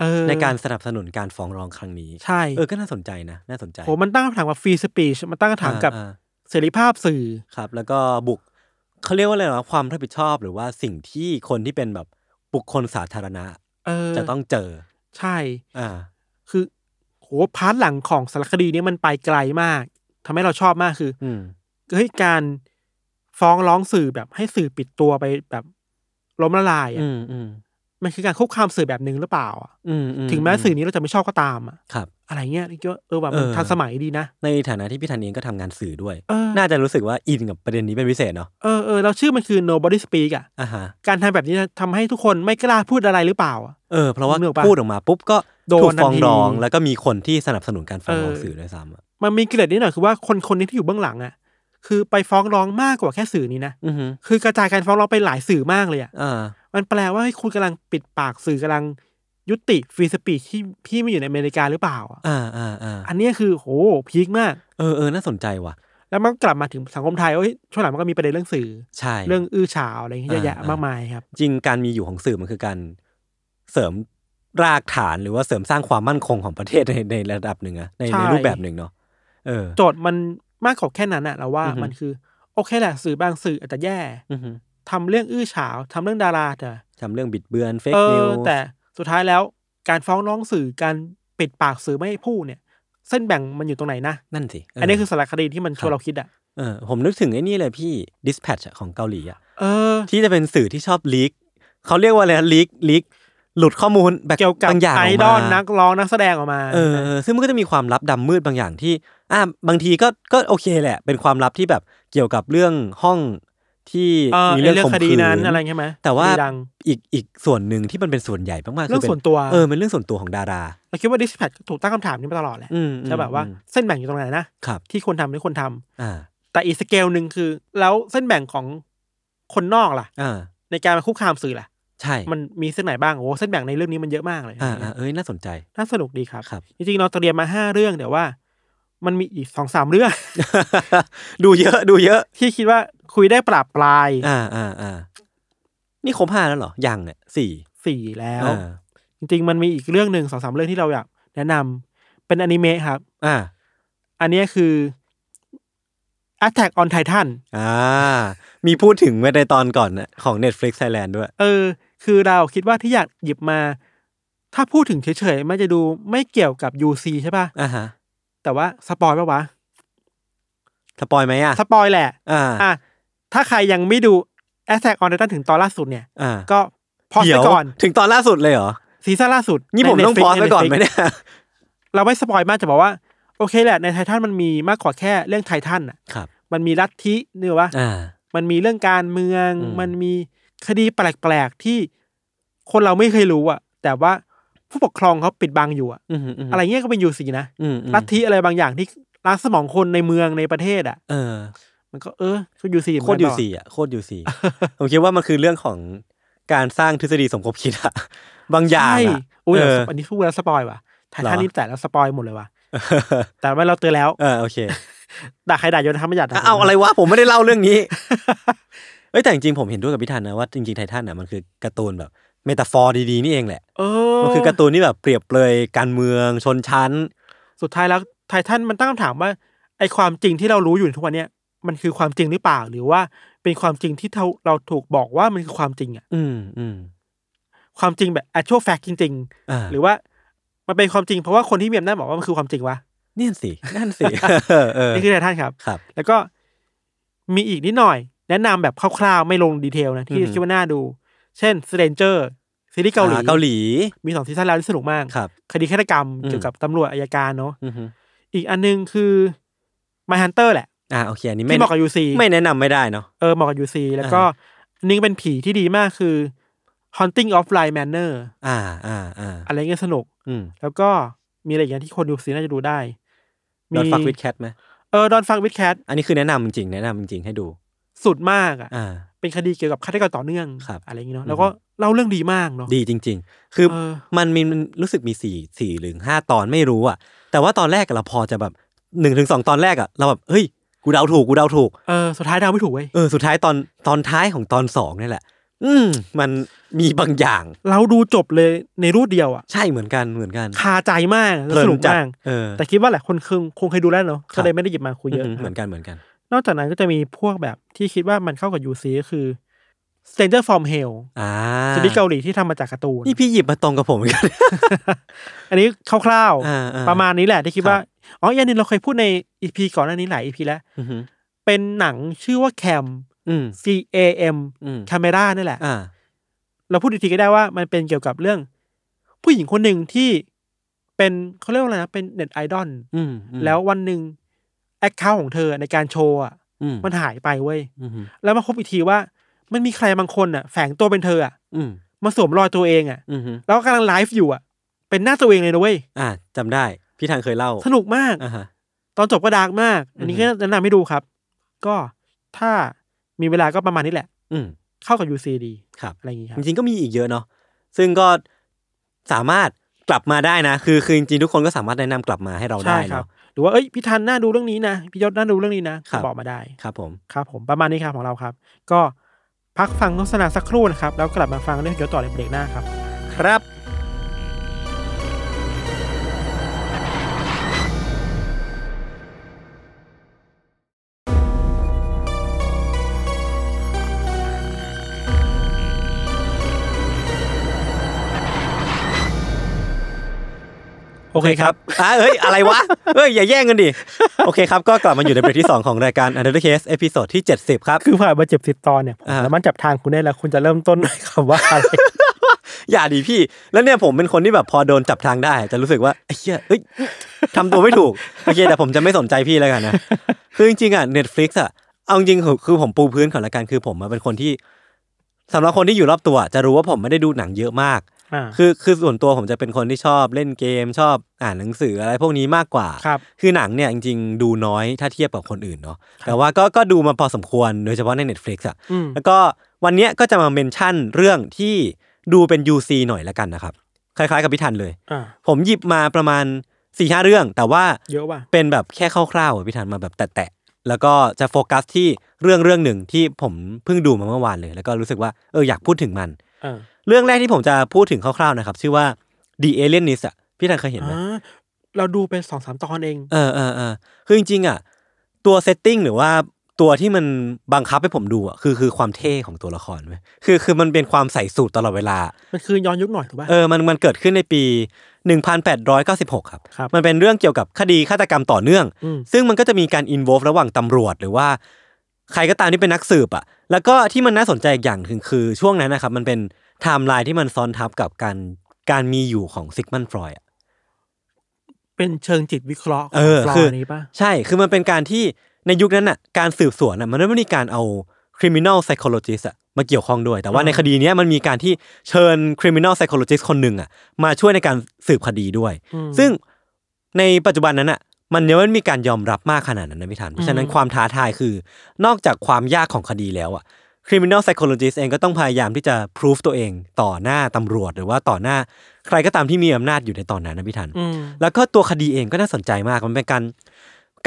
Speaker 1: เออ
Speaker 2: ในการสนับสนุนการฟ้องร้องครั้งนี้
Speaker 1: ใช่
Speaker 2: เออ ก็น่าสนใจนะ น่าสนใจ
Speaker 1: โหมันตั้งคำถามกับฟรีสปีชมันตั้งคำถามกับ
Speaker 2: อ่อ่
Speaker 1: เสรีภาพสื่อ
Speaker 2: ครับ แล้วก็บุกเขาเรียกว่าอะไรนะความรับผิดชอบหรือว่าสิ่งที่คนที่เป็นแบบบุคคลสาธารณะ
Speaker 1: เออ
Speaker 2: จะต้องเจอ
Speaker 1: ใช่
Speaker 2: อ่า
Speaker 1: คือโหพาร์ทหลังของสารคดีเนี้มันไปไกลมากทำให้เราชอบมากคือ
Speaker 2: อืม
Speaker 1: เฮ้ยการฟ้องร้องสื่อแบบให้สื่อปิดตัวไปแบบล้มละลาย
Speaker 2: อื
Speaker 1: อะ
Speaker 2: มอืม
Speaker 1: มันคือการคุกคามสื่อแบบหนึ่งหรือเปล่าอะ
Speaker 2: อืม
Speaker 1: ถึงแม้สื่อนี้เราจะไม่ชอบก็ตามอะ
Speaker 2: ครับ
Speaker 1: อะไรเงี้ยนี่ก็เออว่ามัน
Speaker 2: เออ
Speaker 1: ทันสมัยดีนะ
Speaker 2: ในฐานะที่พี่ธันเองก็ทำงานสื่อด้วย
Speaker 1: เออ
Speaker 2: น่าจะรู้สึกว่าอินกับประเด็นนี้เป็นพิเศษเนาะ
Speaker 1: เออเออเราชื่อมันคือ nobody speak อ่ะ
Speaker 2: อ่าฮะ
Speaker 1: การทำแบบนี้ทำให้ทุกคนไม่กล้าพูดอะไรหรือเปล่าอะ
Speaker 2: เออ เพราะว่า
Speaker 1: นึกออกปะ
Speaker 2: พูดออกมาปุ๊บก็
Speaker 1: โดน
Speaker 2: ถูกฟ้อง
Speaker 1: ทันที
Speaker 2: ร้อง แล้วก็มีคนที่สนับสนุนการฟ้องร้อง
Speaker 1: เออ
Speaker 2: สื่อด้วยซ้ำอะ
Speaker 1: มันมีเกล็ดนิดหน่อยคือว่าคนคนนี้ที่อยู่เบื้องหลังอ่ะ คือไปฟ้องร้องมากกว่าแค่สื่อนี้นะ
Speaker 2: อือฮึ
Speaker 1: คือกระจายการฟ้องร้องไปหลายสื่อมากเลยอ่ะ
Speaker 2: อ่า
Speaker 1: มันแปลว่าให้คุณกำลังปิดปากสื่อกำลังยุติฟรีสปีชที่พี่ไม่อยู่ในอเมริกาหรือเปล่าอะ
Speaker 2: อ่าอ่าอ่า
Speaker 1: อันเนี้ยคือโหพีคมาก
Speaker 2: เออเออน่าสนใจว่ะ
Speaker 1: แล้วมันก็กลับมาถึงสังคมไทยว่าเฮ้ยช่วงหลังมันก็มีประเด็นเรื่องสื่อ
Speaker 2: ใช่
Speaker 1: เรื่องอื้อฉาวอะไรอย่างเงี้ยเยอะแยะ
Speaker 2: อ่าม
Speaker 1: มากมายครับ
Speaker 2: จริงการมีอยู่ของสื่อมันคือการเสริมรากฐานหรือว่าเสริมสร้างความมั่นคงของประเทศในในระดับหนึ่งอะใน
Speaker 1: ใช่
Speaker 2: ในรูปแบบหนึ่งเนาะเออ
Speaker 1: โจทย์มันมากกว่าแค่นั้นอะเราว่า
Speaker 2: อือฮึ
Speaker 1: มันคือโอเคแหละสื่อบางสื่ออาจจะแย่
Speaker 2: อือฮึ
Speaker 1: ทำเรื่องอื้อฉาวทำเรื่องดาราแต่
Speaker 2: ทำเรื่องบิดเบือนเฟก
Speaker 1: เอ
Speaker 2: นิ
Speaker 1: อ
Speaker 2: ว
Speaker 1: แต่สุดท้ายแล้วการฟ้องร้องสื่อการปิดปากสื่อไม่ให้พูดเนี่ย เส้นแบ่งมันอยู่ตรงไหนนะ
Speaker 2: นั่นสิเ
Speaker 1: อันนี้คือสารคดีที่มันชวนเราคิดอ่ะ
Speaker 2: เออผมนึกถึงไอ้นี่เลยพี่ dispatch อะของเกาหลีอะ
Speaker 1: เออ
Speaker 2: ที่จะเป็นสื่อที่ชอบลีกเขาเรียกว่าอะไรนะลีกลีกหลุดข้อมูลแบบ
Speaker 1: เกี่ยวกับบ
Speaker 2: างอย่าง
Speaker 1: ไอ
Speaker 2: ออก
Speaker 1: ดอล
Speaker 2: มา
Speaker 1: นักร้องนักแสดงออกมา
Speaker 2: เออซึ่งมันก็จะมีความลับดำมืดบางอย่างที่อ่าบางทีก็ก็โอเคแหละ เป็นความลับที่แบบเกี่ยวกับเรื่องห้องที่
Speaker 1: เออ
Speaker 2: มี
Speaker 1: ไอ้
Speaker 2: เรื่อง
Speaker 1: เรื่อง
Speaker 2: ข่ม
Speaker 1: คดี
Speaker 2: ขื
Speaker 1: นั้น
Speaker 2: น
Speaker 1: อะไรใช่ไหม
Speaker 2: แต่ว่า
Speaker 1: คดีดัง
Speaker 2: อีกอีกส่วนหนึ่งที่มันเป็นส่วนใหญ่มากๆคื
Speaker 1: เรื่อง
Speaker 2: ป็
Speaker 1: ส่วนตัว
Speaker 2: เออเป็นเรื่องส่วนตัวของดารา
Speaker 1: เราคิดว่าดิสแพทถูกตั้งคำถามนี้มาตลอดแหละ
Speaker 2: อืม
Speaker 1: ใช่แบบว่า
Speaker 2: อืม
Speaker 1: เส้นแบ่งอยู่ตรงไหนนะครับ ที่คนทำหรือคนทำ
Speaker 2: อ่า
Speaker 1: แต่อีกสเกลหนึ่งคือ แล้วเส้นแบ่งของคนนอกล่ะ
Speaker 2: อ่า
Speaker 1: ในการมาคุกคามสื่อล่ะ
Speaker 2: ใช่
Speaker 1: มันมีเส้นไหนบ้างโอ้โหเส้นแบ่งในเรื่องนี้มันเยอะมากเลย
Speaker 2: อ่าอ่าเอ้ยน่าสนใจ
Speaker 1: น่าสนุกดีครับ
Speaker 2: ครับ
Speaker 1: จริงๆ เราเตรียมมาห้าเรื่องแต่ว่า มันมีอีกสองสามเรื่อง
Speaker 2: ดูเยอะดูเยอะ
Speaker 1: ที่คิดว่าคุยได้ปราบปลาย
Speaker 2: อ่าอ่าอ่านี่ครบห้าแล้วเหรอยังเนี่ยสี่
Speaker 1: สี่แล้ว
Speaker 2: อ่า
Speaker 1: จริงๆ มันมีอีกเรื่องหนึ่งสองสามเรื่องที่เราอยากแนะนำเป็นอนิเมะครับ
Speaker 2: อ่า
Speaker 1: อันเนี้ยคือ Attack on Titan
Speaker 2: อ่า มีพูดถึงไว้ในตอนก่อนนะของ Netflix Thailand ด้วย
Speaker 1: เออ คือเราคิดว่าที่อยากหยิบมา ถ้าพูดถึงเฉยๆ มันจะดูไม่เกี่ยวกับ UC ใช่ป่ะ
Speaker 2: อ่าฮะ
Speaker 1: แต่ว่าสปอยปะวะ
Speaker 2: สปอยไหมอ่ะ
Speaker 1: สปอยแหละ
Speaker 2: อ่า
Speaker 1: อ่ะถ้าใครยังไม่ดู Attack on Titan ถึงตอนล่าสุดเนี่ย
Speaker 2: อ่า
Speaker 1: ก็พอส
Speaker 2: เดี๋
Speaker 1: ไป
Speaker 2: ยว
Speaker 1: ก่อน
Speaker 2: ถึงตอนล่าสุดเลยเหรอ
Speaker 1: ซีซั่นล่าสุด
Speaker 2: นี่
Speaker 1: ใ
Speaker 2: ผมต้อง
Speaker 1: Netflix
Speaker 2: พอสไปก่อนไหม
Speaker 1: ใ Netflix
Speaker 2: เนี่ย
Speaker 1: เราไม่สปอยมากจะบอกว่า โอเคแหละในไททันมันมีมากกว่าแค่เรื่องไททันอ่ะ
Speaker 2: ครับ
Speaker 1: มันมีลัทธิเนื้อว่า
Speaker 2: อ่า
Speaker 1: มันมีเรื่องการเมือง
Speaker 2: อืม
Speaker 1: มันมี คดีแปลกๆที่คนเราไม่เคยรู้อ่ะ แต่ว่าผู้ปกครองเขาปิดบังอยู่อ่ะ
Speaker 2: มม
Speaker 1: อะไรเงี้ยก็เป็นยูซีนะ
Speaker 2: อืมอืม
Speaker 1: ลัทธิอะไรบางอย่างที่ล้างสมองคนในเมืองในประเทศอ่ะ
Speaker 2: เออ
Speaker 1: มันก็เออก็ยูซี
Speaker 2: โคตรยูซีอ่ะโคตรยู ซี ผมคิดว่ามันคือเรื่องของการสร้างทฤษฎีสมคบคิดอะ บางอย่าง
Speaker 1: ใช่
Speaker 2: อะ
Speaker 1: โอ้ย
Speaker 2: เออ
Speaker 1: อันนี้พูดแล้วสปอยว่ะไท
Speaker 2: เหร
Speaker 1: ทัน
Speaker 2: อ
Speaker 1: นี่แต่แล้วสปอยหมดเลยว่ะแต่ว่าเราเตือนแล้ว
Speaker 2: เออโอเค
Speaker 1: ด่าใครด่าโยนทำไม่หยาด
Speaker 2: อ่ะเอาอะไรวะผมไม่ได้เล่าเรื่องนี้ เอ้ยแต่จริงๆผมเห็นด้วยกับพี่ทันนะว่าจริงๆไททันอ่ะมันคือการ์ตูนแบบเมตาฟอร์ดีๆนี่เองแหละ
Speaker 1: เออ
Speaker 2: มันคือการ์ตูนที่แบบเปรียบเปรยการเมืองชนชั้น
Speaker 1: สุดท้ายแล้วไททันมันตั้งคำถามว่าไอความจริงที่เรารู้อยู่ทุกวันเนี้ยมันคือความจริงหรือเปล่าหรือว่าเป็นความจริงที่เราเราถูกบอกว่ามันคือความจริงอ่ะ
Speaker 2: อืมอืม
Speaker 1: ความจริงแบบ actual fact จริง
Speaker 2: อ่า
Speaker 1: ๆ หรือว่ามันเป็นความจริงเพราะว่าคนที่มีอำนาจบอกว่ามันคือความจริงวะ
Speaker 2: เนี่ยสินั่ นสิ เออเออ
Speaker 1: นี่คือไททันครับ
Speaker 2: ครับ
Speaker 1: แล้วก็มีอีกนิดหน่อย แนะนำแบบคร่าวๆ ไม่ลงดีเทลนะ ที่
Speaker 2: อือหือ
Speaker 1: คิดว่าน่าดู เช่น Stranger ซีรีส์เกาหลี
Speaker 2: อ่เกาหลี
Speaker 1: มีสองซีซั่นแล้วที่สนุกมาก
Speaker 2: ครับ
Speaker 1: คดีฆาตกรรม
Speaker 2: อืม
Speaker 1: เกี่ยวกับตำรวจอายการเนาะ
Speaker 2: อือฮึ
Speaker 1: อีกอันนึงคือ My Hunter แหละ
Speaker 2: อ่าโอเคอันนี้ไม่
Speaker 1: ที่เหมาะกับ UC
Speaker 2: ไม่แนะนำไม่ได้เนาะ
Speaker 1: เออเหมาะกับ UC แล้วก็อันนึงเป็นผีที่ดีมากคือ Haunting of l i n e Manor
Speaker 2: อ่าอ่าอ่า
Speaker 1: อะไรเงี้ยสนุก
Speaker 2: อืม
Speaker 1: แล้วก็มีอะไรอย่างเงี้ยที่คน UC น่าจะดูได้
Speaker 2: ดอนฟักวิดแคทไหม
Speaker 1: เออดอนฟังวิดแคท
Speaker 2: อันนี้คือแนะนำจริงๆ แนะนำจริงๆ ให้ดู
Speaker 1: สุดมากอ่ะ
Speaker 2: อ่า
Speaker 1: เป็นคดีเกี่ยวกับฆาตกรต่อเนื่อง
Speaker 2: ครับ
Speaker 1: อะไรอย่างงี้เนาะ
Speaker 2: อืม
Speaker 1: แล้วก็เล่าเรื่องดีมากเนาะ
Speaker 2: ดีจริง ๆ คือ
Speaker 1: เออ
Speaker 2: มันมีมันรู้สึกมีสี่สี่หรือห้าตอนไม่รู้อ่ะ แต่ว่าตอนแรกอะเราพอจะแบบหนึ่งถึงสองตอนแรกอ่ะ เราแบบ เฮ้ย กูเดาถูก กูเดาถูก
Speaker 1: เออสุดท้ายเดาไม่ถูกเว้ย
Speaker 2: เออ สุดท้ายตอนตอนท้ายของตอนสองนี่แหละ อืม มันมีบางอย่าง
Speaker 1: เราดูจบเลยในรูปเดียวอ่ะ
Speaker 2: ใช่เหมือนกันเหมือนกัน
Speaker 1: คาใจมาก
Speaker 2: เพลิ
Speaker 1: ส
Speaker 2: น
Speaker 1: นุก
Speaker 2: จัด
Speaker 1: มาก
Speaker 2: เออ
Speaker 1: แต่คิดว่าหลายคนคงคงเคยดูแล้วเนาะ
Speaker 2: ครับ
Speaker 1: ก็เลยไม่ได้หยิบมาคุยเยอะ
Speaker 2: อืมเหมือนกันเหมือนกัน
Speaker 1: นอกจากนั้นก็จะมีพวกแบบที่คิดว่ามันเข้ากับยูซีก็คือ Stranger from Hell
Speaker 2: อ่า
Speaker 1: ซีรีส์เกาหลีที่ทำมาจากการ์ตูน
Speaker 2: นี่พี่หยิบมาตรงกับผมเหมือนกัน
Speaker 1: อันนี้คร่าว
Speaker 2: อ่าอ่า
Speaker 1: ๆ ประมาณนี้แหละที่คิดว่าอ๋ออีกอันนึงเราเคยพูดในอีพีก่อนหน้านี้หลายอีพีแล้ว
Speaker 2: อือหือ
Speaker 1: เป็นหนังชื่อว่าแคม
Speaker 2: อืม
Speaker 1: C A M
Speaker 2: อืม
Speaker 1: c a m e r a นี่แหละ
Speaker 2: อ่า
Speaker 1: เราพูดอีกทีก็ได้ว่ามันเป็นเกี่ยวกับเรื่อง ผู้หญิงคนหนึ่งที่เป็นเขาเรียกว่าอะไรนะเป็นเน็ตไอดอล
Speaker 2: อืมอืม
Speaker 1: แล้ววันหนึ่งแอคเคาท์ของเธอในการโชว์อะ
Speaker 2: อืม
Speaker 1: มันหายไปเว้ย
Speaker 2: อืม
Speaker 1: แล้วมาพบอีกทีว่า มันมีใครบางคนอ่ะ แฝงตัวเป็นเธออ่ะ
Speaker 2: อืม
Speaker 1: มาสวมรอยตัวเองอ่ะ
Speaker 2: อืม
Speaker 1: แล้วก็กำลังไลฟ์อยู่อ่ะ เป็นหน้าตัวเองเลยนะเว้ย
Speaker 2: อ่าจำได้ พี่ทางเคยเล่า
Speaker 1: สนุกมาก
Speaker 2: อ่าฮะ
Speaker 1: ตอนจบก็ดาร์กมาก อันนี้
Speaker 2: อื
Speaker 1: ก็
Speaker 2: อฮึ
Speaker 1: แนะนำให้ดูครับ ก็ถ้ามีเวลาก็ประมาณนี้แหละ
Speaker 2: อืม
Speaker 1: เข้ากับ UC ดี
Speaker 2: ครับ
Speaker 1: อะไรอย่างงี้ครั
Speaker 2: จ
Speaker 1: บ
Speaker 2: ริงๆก็มีอีกเยอะเนาะซึ่งก็สามารถกลับมาได้นะ คือคือจริงๆทุกคนก็สามารถแนะนำกลับมาให้เรา
Speaker 1: ใช่
Speaker 2: ได้
Speaker 1: ครับ
Speaker 2: เนาะ
Speaker 1: หรือว่าเอ้ยพี่ทันน่าดูเรื่องนี้นะพี่ยศน่าดูเรื่องนี้นะครับ บอกมาได้
Speaker 2: ครับผม
Speaker 1: ครับผมประมาณนี้ครับของเราครับ ก็พักฟังโฆษณาสักครู่นะครับ แล้วกลับมาฟังเรื่องเดี๋ยวต่อในเบรกหน้าครับ
Speaker 2: ครับ
Speaker 1: โอเคครับ
Speaker 2: อ่าเอ้ย อะไร วะ เอ้ย อย่าแย่งกันดิ โอเคครับ ก็กลับมาอยู่ในเบรกที่ 2 ของรายการ u n d e r Case เอพิโซดที่ 70 ครับ
Speaker 1: คือผ่านมาเจ็บสิบตอนเนี่ยผม
Speaker 2: อ่า
Speaker 1: สามารถจับทางคุณได้แล้ว คุณจะเริ่มต้นด้วยคำว่า อะไร
Speaker 2: อย่าดีพี่ แล้วเนี่ยผมเป็นคนที่แบบพอโดนจับทางได้ จะรู้สึกว่าไอ้เหี้ยเอ้ยทำตัวไม่ถูก โอเค แต่ผมจะไม่สนใจพี่แล้วกันนะ คือจริงๆอ่ะ Netflix อ่ะ เอาจริงๆคือคือผมปูพื้นของละกันคือผมอะเป็นคนที่สำหรับคนที่อยู่รอบตัว จะรู้ว่าผมไม่ได้ดูหนังเยอะมาก
Speaker 1: อ่า
Speaker 2: คือคือส่วนตัวผมจะเป็นคนที่ชอบเล่นเกม ชอบอ่านหนังสืออะไรพวกนี้มากกว่า
Speaker 1: ครับ
Speaker 2: คือหนังเนี่ยจริงๆ ดูน้อยถ้าเทียบกับคนอื่นเนาะ แต่ว่าก็ก็ดูมาพอสมควรโดยเฉพาะใน Netflix อ่ะ
Speaker 1: อืม
Speaker 2: แล้วก็วันเนี้ยก็จะมาเมนชั่นเรื่องที่ดูเป็น UC หน่อยละกันนะครับ คล้ายๆกับพิธันเลย
Speaker 1: อ่า
Speaker 2: ผมหยิบมาประมาณ4ีหเรื่อง แต่ว่า
Speaker 1: เยอะว่ะ
Speaker 2: เป็นแบบแค่คร่าวๆอะพิธันมาแบบแตะๆแล้วก็จะโฟกัสที่เรื่องเรื่องหนึ่งที่ผมเพิ่งดูมาเมื่อวานเลย แล้วก็รู้สึกว่าเอออยากพูดถึงมัน
Speaker 1: เออ
Speaker 2: เรื่องแรกที่ผมจะพูดถึงคร่าวๆนะครับ ชื่อว่า The Alienist อ่ะพี่ธันเคยเห็นไหม
Speaker 1: อ่าเราดูไปสองสามตอนเอง
Speaker 2: เออเออเออคือจริงๆอ่ะตัวเซตติ้งหรือว่าตัวที่มันบังคับให้ผมดูอ่ะคือคือความเท่ของตัวละครเว้ยคือคือมันเป็นความใส่สูตรตลอดเวลา
Speaker 1: มันคือย้อนยุคหน่อยถูกป่ะ
Speaker 2: เออมันมันเกิดขึ้นในปี 1896 ครับ
Speaker 1: ครับ
Speaker 2: มันเป็นเรื่องเกี่ยวกับคดีฆาตกรรมต่อเนื่อง
Speaker 1: อืม
Speaker 2: ซึ่งมันก็จะมีการอิน o l v ฟระหว่างตำรวจ หรือว่า ใครก็ตามที่เป็นนักสืบอ่ะ แล้วก็ที่มันน่าสนใจอีกอย่างคือคือช่วงนั้นนะครับมันเป็นไทม์ไลน์ที่มันซ้อนทับกับการการมีอยู่ของซิกมันฟรอยด์
Speaker 1: เป็นเชิงจิตวิเคราะห์ข
Speaker 2: เอ
Speaker 1: อง
Speaker 2: อ
Speaker 1: ฟลอ
Speaker 2: คือ
Speaker 1: ร์นี้ป่ะ
Speaker 2: ใช่ คือมันเป็นการที่ในยุคนั้นอ่ะ การสืบสวนอ่ะ มันไม่ได้มีการเอา criminal psychologist อ่ะ มาเกี่ยวข้องด้วย แต่ว่า
Speaker 1: อ่า
Speaker 2: ในคดีเนี้ยมันมีการที่เชิญ criminal psychologist คนหนึ่งอ่ะมาช่วยในการสืบคดีด้วย
Speaker 1: อืม
Speaker 2: ซึ่งในปัจจุบันนั้นอ่ะมันยังไม่มีการยอมรับมากขนาดนั้นนะพี่ทันเพราะฉะนั้น
Speaker 1: อืม
Speaker 2: ความท้าทายคือ นอกจากความยากของคดีแล้วอ่ะ criminal psychologist เองก็ต้องพยายามที่จะ proof ตัวเองต่อหน้าตำรวจ หรือว่าต่อหน้าใครก็ตามที่มีอำนาจอยู่ในตอนนั้นนะพี่ทัน
Speaker 1: อืม
Speaker 2: แล้วก็ตัวคดีเองก็น่าสนใจมาก มันเป็นการ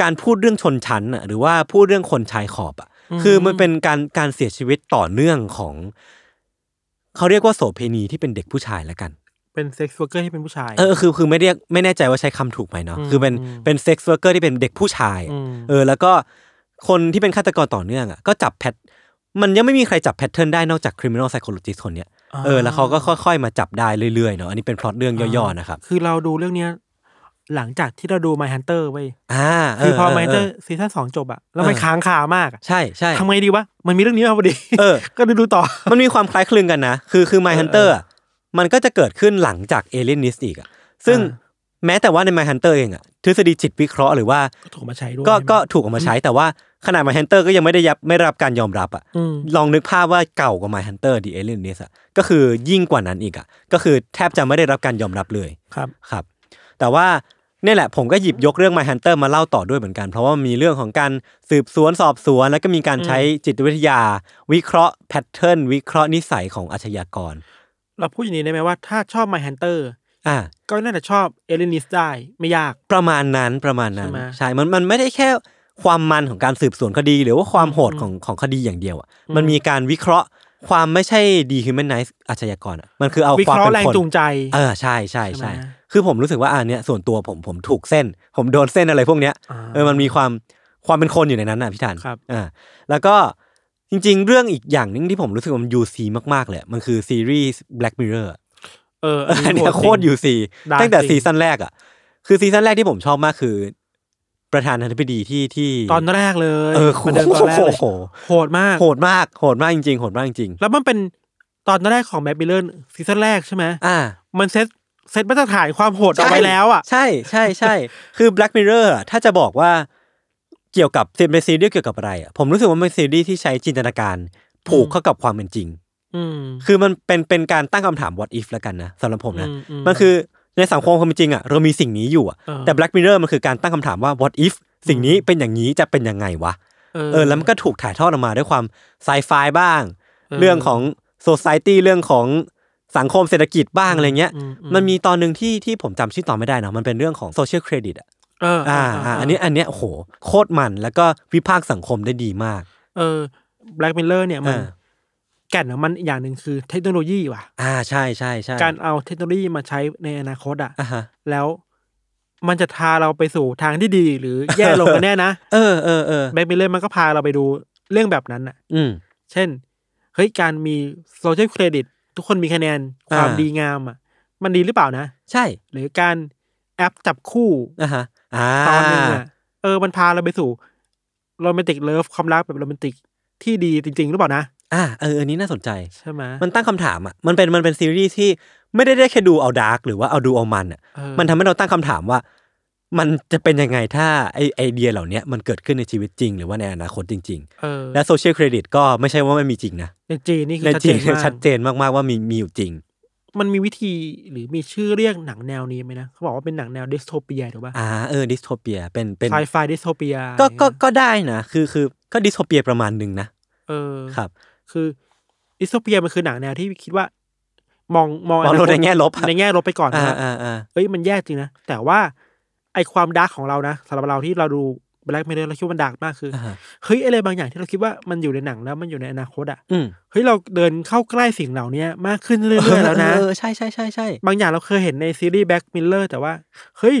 Speaker 2: การพูดเรื่องชนชั้นน่ะหรือว่าพูดเรื่องคนชายขอบอ่ะ
Speaker 1: อืม
Speaker 2: คือมันเป็นการการเสียชีวิตต่อเนื่องของ เขาเรียกว่าโสเพณีที่เป็นเด็กผู้ชายแล้วกัน
Speaker 1: เป็นเซ็กซ์วอร์เกอร์ที่เป็นผู้ชาย
Speaker 2: เออคือคือไม่เรียกไม่แน่ใจว่าใช้คำถูกไหมเนาะ
Speaker 1: อืม
Speaker 2: คือเป็น
Speaker 1: อืม
Speaker 2: เป็นเซ็กซ์เวิร์กเกอร์ที่เป็นเด็กผู้ชายอะ
Speaker 1: ม
Speaker 2: เออ แล้วก็คนที่เป็นฆาตกรต่อเนื่องอ่ะก็จับแพท มันยังไม่มีใครจับแพทเทิร์นได้นอกจาก criminal psychologist คนเนี้ย เออ แล้วเขาก็ค่อยๆ มาจับได้เรื่อยๆเนาะ อันนี้เป็นพล็อตเรื่องย่อๆนะครับ
Speaker 1: คือเราดูเรื่องเนี้ยหลังจากที่เราดู My Hunter เว้ย
Speaker 2: อ่าเ
Speaker 1: คือพอ
Speaker 2: เ
Speaker 1: My Hunter ซีซั่นสองจบอะแล้วมัน
Speaker 2: เออ
Speaker 1: ค้างคามากอะ
Speaker 2: ใช่ใช่
Speaker 1: ทำไงดีวะ มันมีเรื่องนี้มา พอดี
Speaker 2: เออ
Speaker 1: ก็ดูดูต่อ
Speaker 2: มันมีความคล้ายคลึงกันนะ คือคือ My Hunter อะมันก็จะเกิดขึ้นหลังจาก Alien Nist อีกอะซึ่ง
Speaker 1: อ่
Speaker 2: แม้แต่ว่าใน My Hunter เองอะทฤษฎีจิตวิเคราะห์หรือว่า
Speaker 1: ถูกมาใช้ด้วย
Speaker 2: ก็
Speaker 1: ใช่ไหม
Speaker 2: ก็ถูกเออกมาใช้แต่ว่าขนาด My Hunter ก็ยังไม่ได้ยับไม่ได้รับการยอมรับอะ
Speaker 1: อืม
Speaker 2: ลองนึกภาพว่าเก่ากว่า My Hunter The Alien Nist อะก็คือยิ่งกว่านั้นอีกอะก็คือแทบจะไม่ได้รับการยอมรับเลย
Speaker 1: ครับ
Speaker 2: ครับแต่ว่าเนี่ยแหละผมก็หยิบยกเรื่อง My Hunter มาเล่าต่อด้วยเหมือนกัน เพราะว่ามีเรื่องของการสืบสวนสอบสวน แล้วก็มีการใช้จิตวิทยา วิเคราะห์แพทเทิร์นวิเคราะห์นิสัยของอาชญากร
Speaker 1: เราพูดอย่างนี้ได้ไหมว่าถ้าชอบ My Hunter
Speaker 2: อ่า
Speaker 1: ก็น่าจะชอบเอลินิสได้ไม่ยาก
Speaker 2: ประมาณนั้นประมาณนั้น
Speaker 1: ใช่ไหม
Speaker 2: ใช่มันมันไม่ได้แค่ความมันของการสืบสวนคดี หรือว่าความโหด
Speaker 1: อืม
Speaker 2: ของของคดีอย่างเดียวอ่ะ
Speaker 1: อืม
Speaker 2: มันมีการวิเคราะห์ความไม่ใช่ดีฮิวแมนไนซ์อาชญากรอ่ะมันคือเอา
Speaker 1: วิ
Speaker 2: ควา
Speaker 1: เค
Speaker 2: ม
Speaker 1: ราะ
Speaker 2: เป็
Speaker 1: ห์แร
Speaker 2: น
Speaker 1: ง
Speaker 2: คน
Speaker 1: จูงใจ
Speaker 2: เออใช่ใช่
Speaker 1: ใช่
Speaker 2: ใช่
Speaker 1: ไหม
Speaker 2: คือผมรู้สึกว่าอันเนี้ยส่วนตัวผมผมถูกเส้น ผมโดนเส้นอะไรพวกเนี้ย
Speaker 1: า
Speaker 2: เออ มันมีความความเป็นคนอยู่ในนั้นน่ะพี่ทัน
Speaker 1: ครับ
Speaker 2: อ่า แล้วก็จริง ๆ เรื่องอีกอย่างหนึงที่ผมรู้สึกว่ามันยูซีมากๆเลย มันคือซีรีส์ Black Mirror อะ
Speaker 1: เออ
Speaker 2: อันเนี้ยโคตร
Speaker 1: จ
Speaker 2: ยู
Speaker 1: ง
Speaker 2: ซี
Speaker 1: ดาร์ก
Speaker 2: ตั้งแต่
Speaker 1: จริง
Speaker 2: ซีซั่นแรกอ่ะ คือซีซั่นแรกที่ผมชอบมากคือ ประธานาธิบดีที่ที่
Speaker 1: ตอนแรกเลย
Speaker 2: เออโห
Speaker 1: ประเดิมตอนแรกเล
Speaker 2: โอ้
Speaker 1: ย
Speaker 2: โห
Speaker 1: โหดมาก
Speaker 2: โหดมากโหดมากจริงๆโหดมากจริง
Speaker 1: แล้วมันเป็นตอนแรกของแบทมิลเลอร์ซีซั่นแรกใช่ไหม
Speaker 2: ๆอ่า
Speaker 1: มันเซตเซตมาตรฐานความโหดเอา
Speaker 2: ใช่
Speaker 1: ไว้แล้วอ่ะ
Speaker 2: ใช่ใช่ใช่ คือ Black Mirror อะถ้าจะบอกว่าเกี่ยวกับเป็นซีรีส์เกี่ยวกับอะไรอ่ะผมรู้สึกว่ามันเป็นซีรีส์ที่ใช้จินตนาการ ผูก
Speaker 1: อืม
Speaker 2: เข้ากับความเป็นจริง
Speaker 1: อืม
Speaker 2: คือมันเป็นเป็นการตั้งคำถาม what if แล้วกันนะสำหรับผมนะ
Speaker 1: อืมอืม
Speaker 2: มันคือในสังคมความเป็นจริงอ่ะเรามีสิ่งนี้อยู่อ่ะ
Speaker 1: เออ
Speaker 2: แต่ Black Mirror มันคือการตั้งคำถามว่า what if สิ่งนี้เป็นอย่างนี้จะเป็นยังไงวะเออแล้วมันก็ถูกถ่ายทอดออกมาด้วยความไซไฟบ้าง เรื่องของโซซ i ตี้เรื่องของสังคมเศรษฐกิจบ้างอะไรเงี้ย
Speaker 1: อืมอืม
Speaker 2: มันมีตอนหนึ่งที่ที่ผมจำชื่อตอนไม่ได้นะมันเป็นเรื่องของโซเชียลเครดิตอ่ะ
Speaker 1: เออ
Speaker 2: อ่า
Speaker 1: อ่า
Speaker 2: อ่าอันนี้อันเนี้ยโหโคตรมันแล้วก็วิพากษ์สังคมได้ดีมาก
Speaker 1: เออแบล็กมิลเลอร์เนี่ยมัน
Speaker 2: อ่า
Speaker 1: แก่นของมันอีกอย่างหนึ่งคือเทคโนโลยีว่ะ
Speaker 2: อ่าใช่ใช่ใช่
Speaker 1: การเอาเทคโนโลยีมาใช้ในอนาคตอ่ะ
Speaker 2: อ่าฮะ
Speaker 1: แล้วมันจะพาเราไปสู่ทางที่ดีหรือแย่ลงกันแน่นะ
Speaker 2: เออเออเออ
Speaker 1: แบล็กมิลเลอร์มันก็พาเราไปดูเรื่องแบบนั้นอ่ะ
Speaker 2: อืม
Speaker 1: เช่น เฮ้ย การมีโซเชียลเครดิต ทุกคนมีคะแนนความ
Speaker 2: อ่า
Speaker 1: ดีงามอ่ะ มันดีหรือเปล่านะ
Speaker 2: ใช่
Speaker 1: หรือการแอปจับคู่
Speaker 2: อ่าฮะอ่า
Speaker 1: ตอนหนึงอ่ะ เออ มันพาเราไปสู่โรแมนติกเลิฟความรักแบบโรแมนติกที่ดีจริง ๆ หรือเปล่านะ
Speaker 2: อ่าเอออันนี้น่าสนใจ
Speaker 1: ใช่ไหม
Speaker 2: มันตั้งคำถามอ่ะมันเป็นมันเป็นซีรีส์ที่ไม่ได้ได้แค่ดูเอาดาร์กหรือว่าเอาดูเอามันอ่ะ
Speaker 1: เออ
Speaker 2: มันทำให้เราตั้งคำถามว่า มันจะเป็นยังไงถ้าไอไอเดียเหล่าเนี้ยมันเกิดขึ้นในชีวิตจริง หรือว่าในอนาคตจริง
Speaker 1: เออ
Speaker 2: ๆ และโซเชียลเครดิตก็ไม่ใช่ว่าไม่มีจริงนะ
Speaker 1: ในจีนนี่คือ
Speaker 2: ใน
Speaker 1: ชั
Speaker 2: จ
Speaker 1: ดเจ
Speaker 2: ริง
Speaker 1: นมาก
Speaker 2: ชัดเจนมากๆว่ามีมีอยู่จริง
Speaker 1: มันมีวิธีหรือมีชื่อเรียกหนังแนวนี้ไหมนะ เขาบอกว่าเป็นหนังแนวดิสโทเปียถูกป่ะ
Speaker 2: อ่าเออดิสโทเปียเป็นเป็น
Speaker 1: ไซไฟดิสโทเปีย
Speaker 2: ก็ก็ก็ได้นะคือคือก็ดิสโทเปียประมาณหนึ่งนะ
Speaker 1: เออ
Speaker 2: ครับ
Speaker 1: คือดิสโทเปียมันคือหนังแนวที่คิดว่า มองมอง
Speaker 2: มองโลกในแง่ลบอะ
Speaker 1: ในแง่ลบไปก่อน
Speaker 2: อ่า
Speaker 1: นะ
Speaker 2: อ่าอ่า
Speaker 1: เอ้ยมันแย่จริงนะ แต่ว่าไอความดาร์กของเรานะสำหรับเราที่เราดูแบล็กเมเดอร์เราคิดว่ามันดาร์กมากคืออ
Speaker 2: อ่าฮะ
Speaker 1: เฮ้ยอะไรบางอย่างที่เราคิดว่ามันอยู่ในหนังแล้วมันอยู่ในอนาคตอ่ะ
Speaker 2: อืม
Speaker 1: เฮ้ยเราเดินเข้าใกล้สิ่งเหล่านี้มากขึ้นเรื่อยๆแล้วนะ
Speaker 2: เออใช่ใช่ใช่ใช่
Speaker 1: บางอย่างเราเคยเห็นในซีรีส์แบล็กมิลเลอร์แต่ว่า เฮ้ย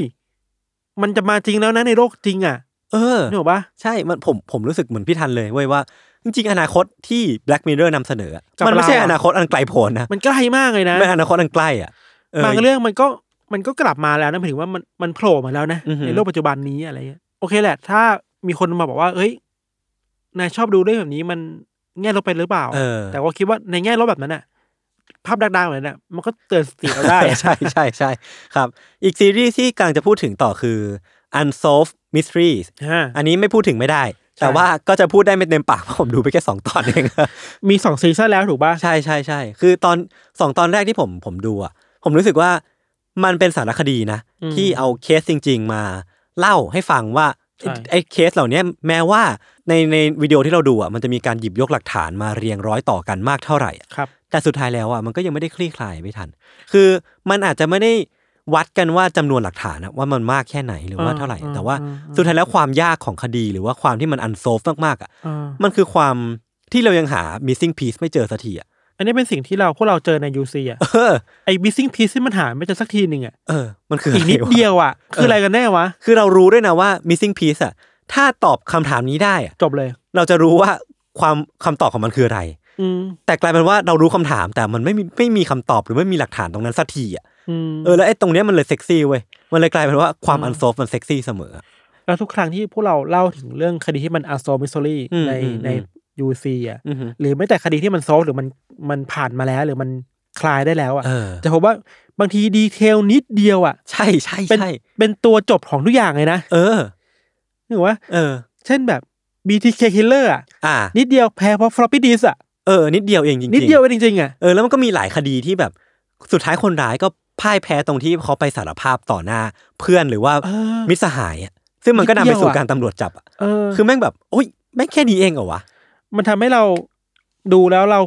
Speaker 1: มันจะมาจริงแล้วนะในโลกจริงอ่ะ
Speaker 2: เออ
Speaker 1: นึกออกปะ
Speaker 2: ใช่ มันผมผมรู้สึกเหมือนพี่ทันเลยเว้ยว่า จริง ๆ อนาคตที่ Black Mirror นำเสนออะมันไม่ใช่อนาคตอันไกลโพ้นนะ
Speaker 1: มันใกล้มากเลยนะ
Speaker 2: ไม่อนาคตอันใกล้อ่ะเออ
Speaker 1: บางเรื่องมันก็มันก็กลับมาแล้วนะหมายถึงว่ามันมันโผล่มาแล้วนะ
Speaker 2: อือหือ
Speaker 1: ในโลกปัจจุบันนี้อะไรเงี้ยโอเคแหละ ถ้ามีคนมาบอกว่า เฮ้ยนายชอบดูเรื่องแบบนี้มันแง่ลบไปหรือเปล่า
Speaker 2: เออ
Speaker 1: แต่ว่าคิดว่าในแง่ลบแบบนั้นอ่ะ ภาพดังๆแบบนั้นอ่ะมันก็เตือนสติเราได้
Speaker 2: ใช่ใช่ใช่ครับ อีกซีรีส์ที่กำลังจะพูดถึงต่อคือ Unsolved Mysteries
Speaker 1: ฮะ
Speaker 2: อันนี้ไม่พูดถึงไม่ได้ แต่ว่าก็จะพูดได้ไม่เต็มปากเพราะผมดูไปแค่สองตอนเอง
Speaker 1: มีสองซีซั่นแล้วถูกป่ะ
Speaker 2: ใช่ใช่ใช่คือตอนสองตอนแรกที่ผมผมดูอ่ะ ผมรู้สึกว่ามันเป็นสารคดีนะ
Speaker 1: อืม
Speaker 2: ที่เอาเคสจริง ๆ มาเล่าให้ฟังว่า
Speaker 1: ใช่
Speaker 2: ไอ้ไอ้เคสเหล่าเนี้ยแม้ว่าในในวิดีโอที่เราดูอ่ะมันจะมีการหยิบยกหลักฐานมาเรียงร้อยต่อกันมากเท่าไหร่อะ
Speaker 1: ครับ
Speaker 2: แต่สุดท้ายแล้วอ่ะมันก็ยังไม่ได้คลี่คลายไม่ทัน คือมันอาจจะไม่ได้วัดกันว่าจำนวนหลักฐานอะว่ามันมากแค่ไหนหรือว่าเท่าไหร่ แต่ว่าสุดท้ายแล้วความยากของคดีหรือว่าความที่มันอันโซฟมากๆอ่ะ
Speaker 1: อ่า
Speaker 2: มันคือความที่เรายังหา missing piece ไม่เจอสักทีอ่ะ
Speaker 1: อันนี้เป็นสิ่งที่เราพวกเราเจอในยูซีอ่ะ
Speaker 2: เออ
Speaker 1: ไอ้ missing piece ที่มันหาไม่เจอสักทีหนึ่งอ่ะ
Speaker 2: เออ มันคือ
Speaker 1: อี
Speaker 2: อี
Speaker 1: กนิดเดียวอ่ะ คืออะไรกันแน่วะ
Speaker 2: คือเรารู้ด้วยนะว่า missing piece อะถ้าตอบคำถามนี้ได้อะ
Speaker 1: จบเลย
Speaker 2: เราจะรู้ว่าความคำตอบของมันคืออะไร
Speaker 1: อืม
Speaker 2: แต่กลายเป็นว่าเรารู้คำถามแต่มันไม่มีไม่มีคำตอบหรือไม่มีหลักฐานตรงนั้นสักทีอะ
Speaker 1: อืม
Speaker 2: เออแล้วไอ้ตรงเนี้ยมันเลยเซ็กซี่เว้ย มันเลยกลายเป็นว่าความอันโซฟมันเซ็กซี่เสมอ
Speaker 1: แล้วทุกครั้งที่พวกเราเล่าถึงเรื่องคดีที่มันอัลโซมิสโซรี่
Speaker 2: อืม
Speaker 1: ใน
Speaker 2: อืม
Speaker 1: ในยูซีอ่ะ
Speaker 2: อือหือ
Speaker 1: หรือไม่แต่คดีที่มันโซฟหรือมันมันผ่านมาแล้ว หรือมันคลายได้แล้วอ่ะ
Speaker 2: เออ
Speaker 1: จะพบว่าบางทีดีเทลนิดเดียวอ่ะ
Speaker 2: ใช่ใช่
Speaker 1: เป็น
Speaker 2: ใช่
Speaker 1: เป็นตัวจบของทุกอย่างเลยนะ
Speaker 2: เออ
Speaker 1: นึกว่า
Speaker 2: เออ
Speaker 1: เช่นแบบ BTK Killer อ่ะ
Speaker 2: อ่า
Speaker 1: นิดเดียวแพ้เพราะ floppy disk อ่ะ
Speaker 2: เออนิดเดียวเองจริงๆ
Speaker 1: นิดเดียวเองจริงๆอ่ะ
Speaker 2: เออแล้วมันก็มีหลายคดีที่แบบสุดท้ายคนร้ายก็พ่ายแพ้ตรงที่เขาไปสารภาพต่อหน้าเพื่อนหรือว่า
Speaker 1: เออ
Speaker 2: มิตรสหายอะซึ่งมันก็นำไป
Speaker 1: นิดเดียว
Speaker 2: สู่
Speaker 1: อะ
Speaker 2: การตำรวจจับอะ
Speaker 1: เออ
Speaker 2: คือแม่งแบบ โอ้ยแม่งแค่นี้เองเหรอวะ
Speaker 1: มันทำให้เราดูแล้วเรา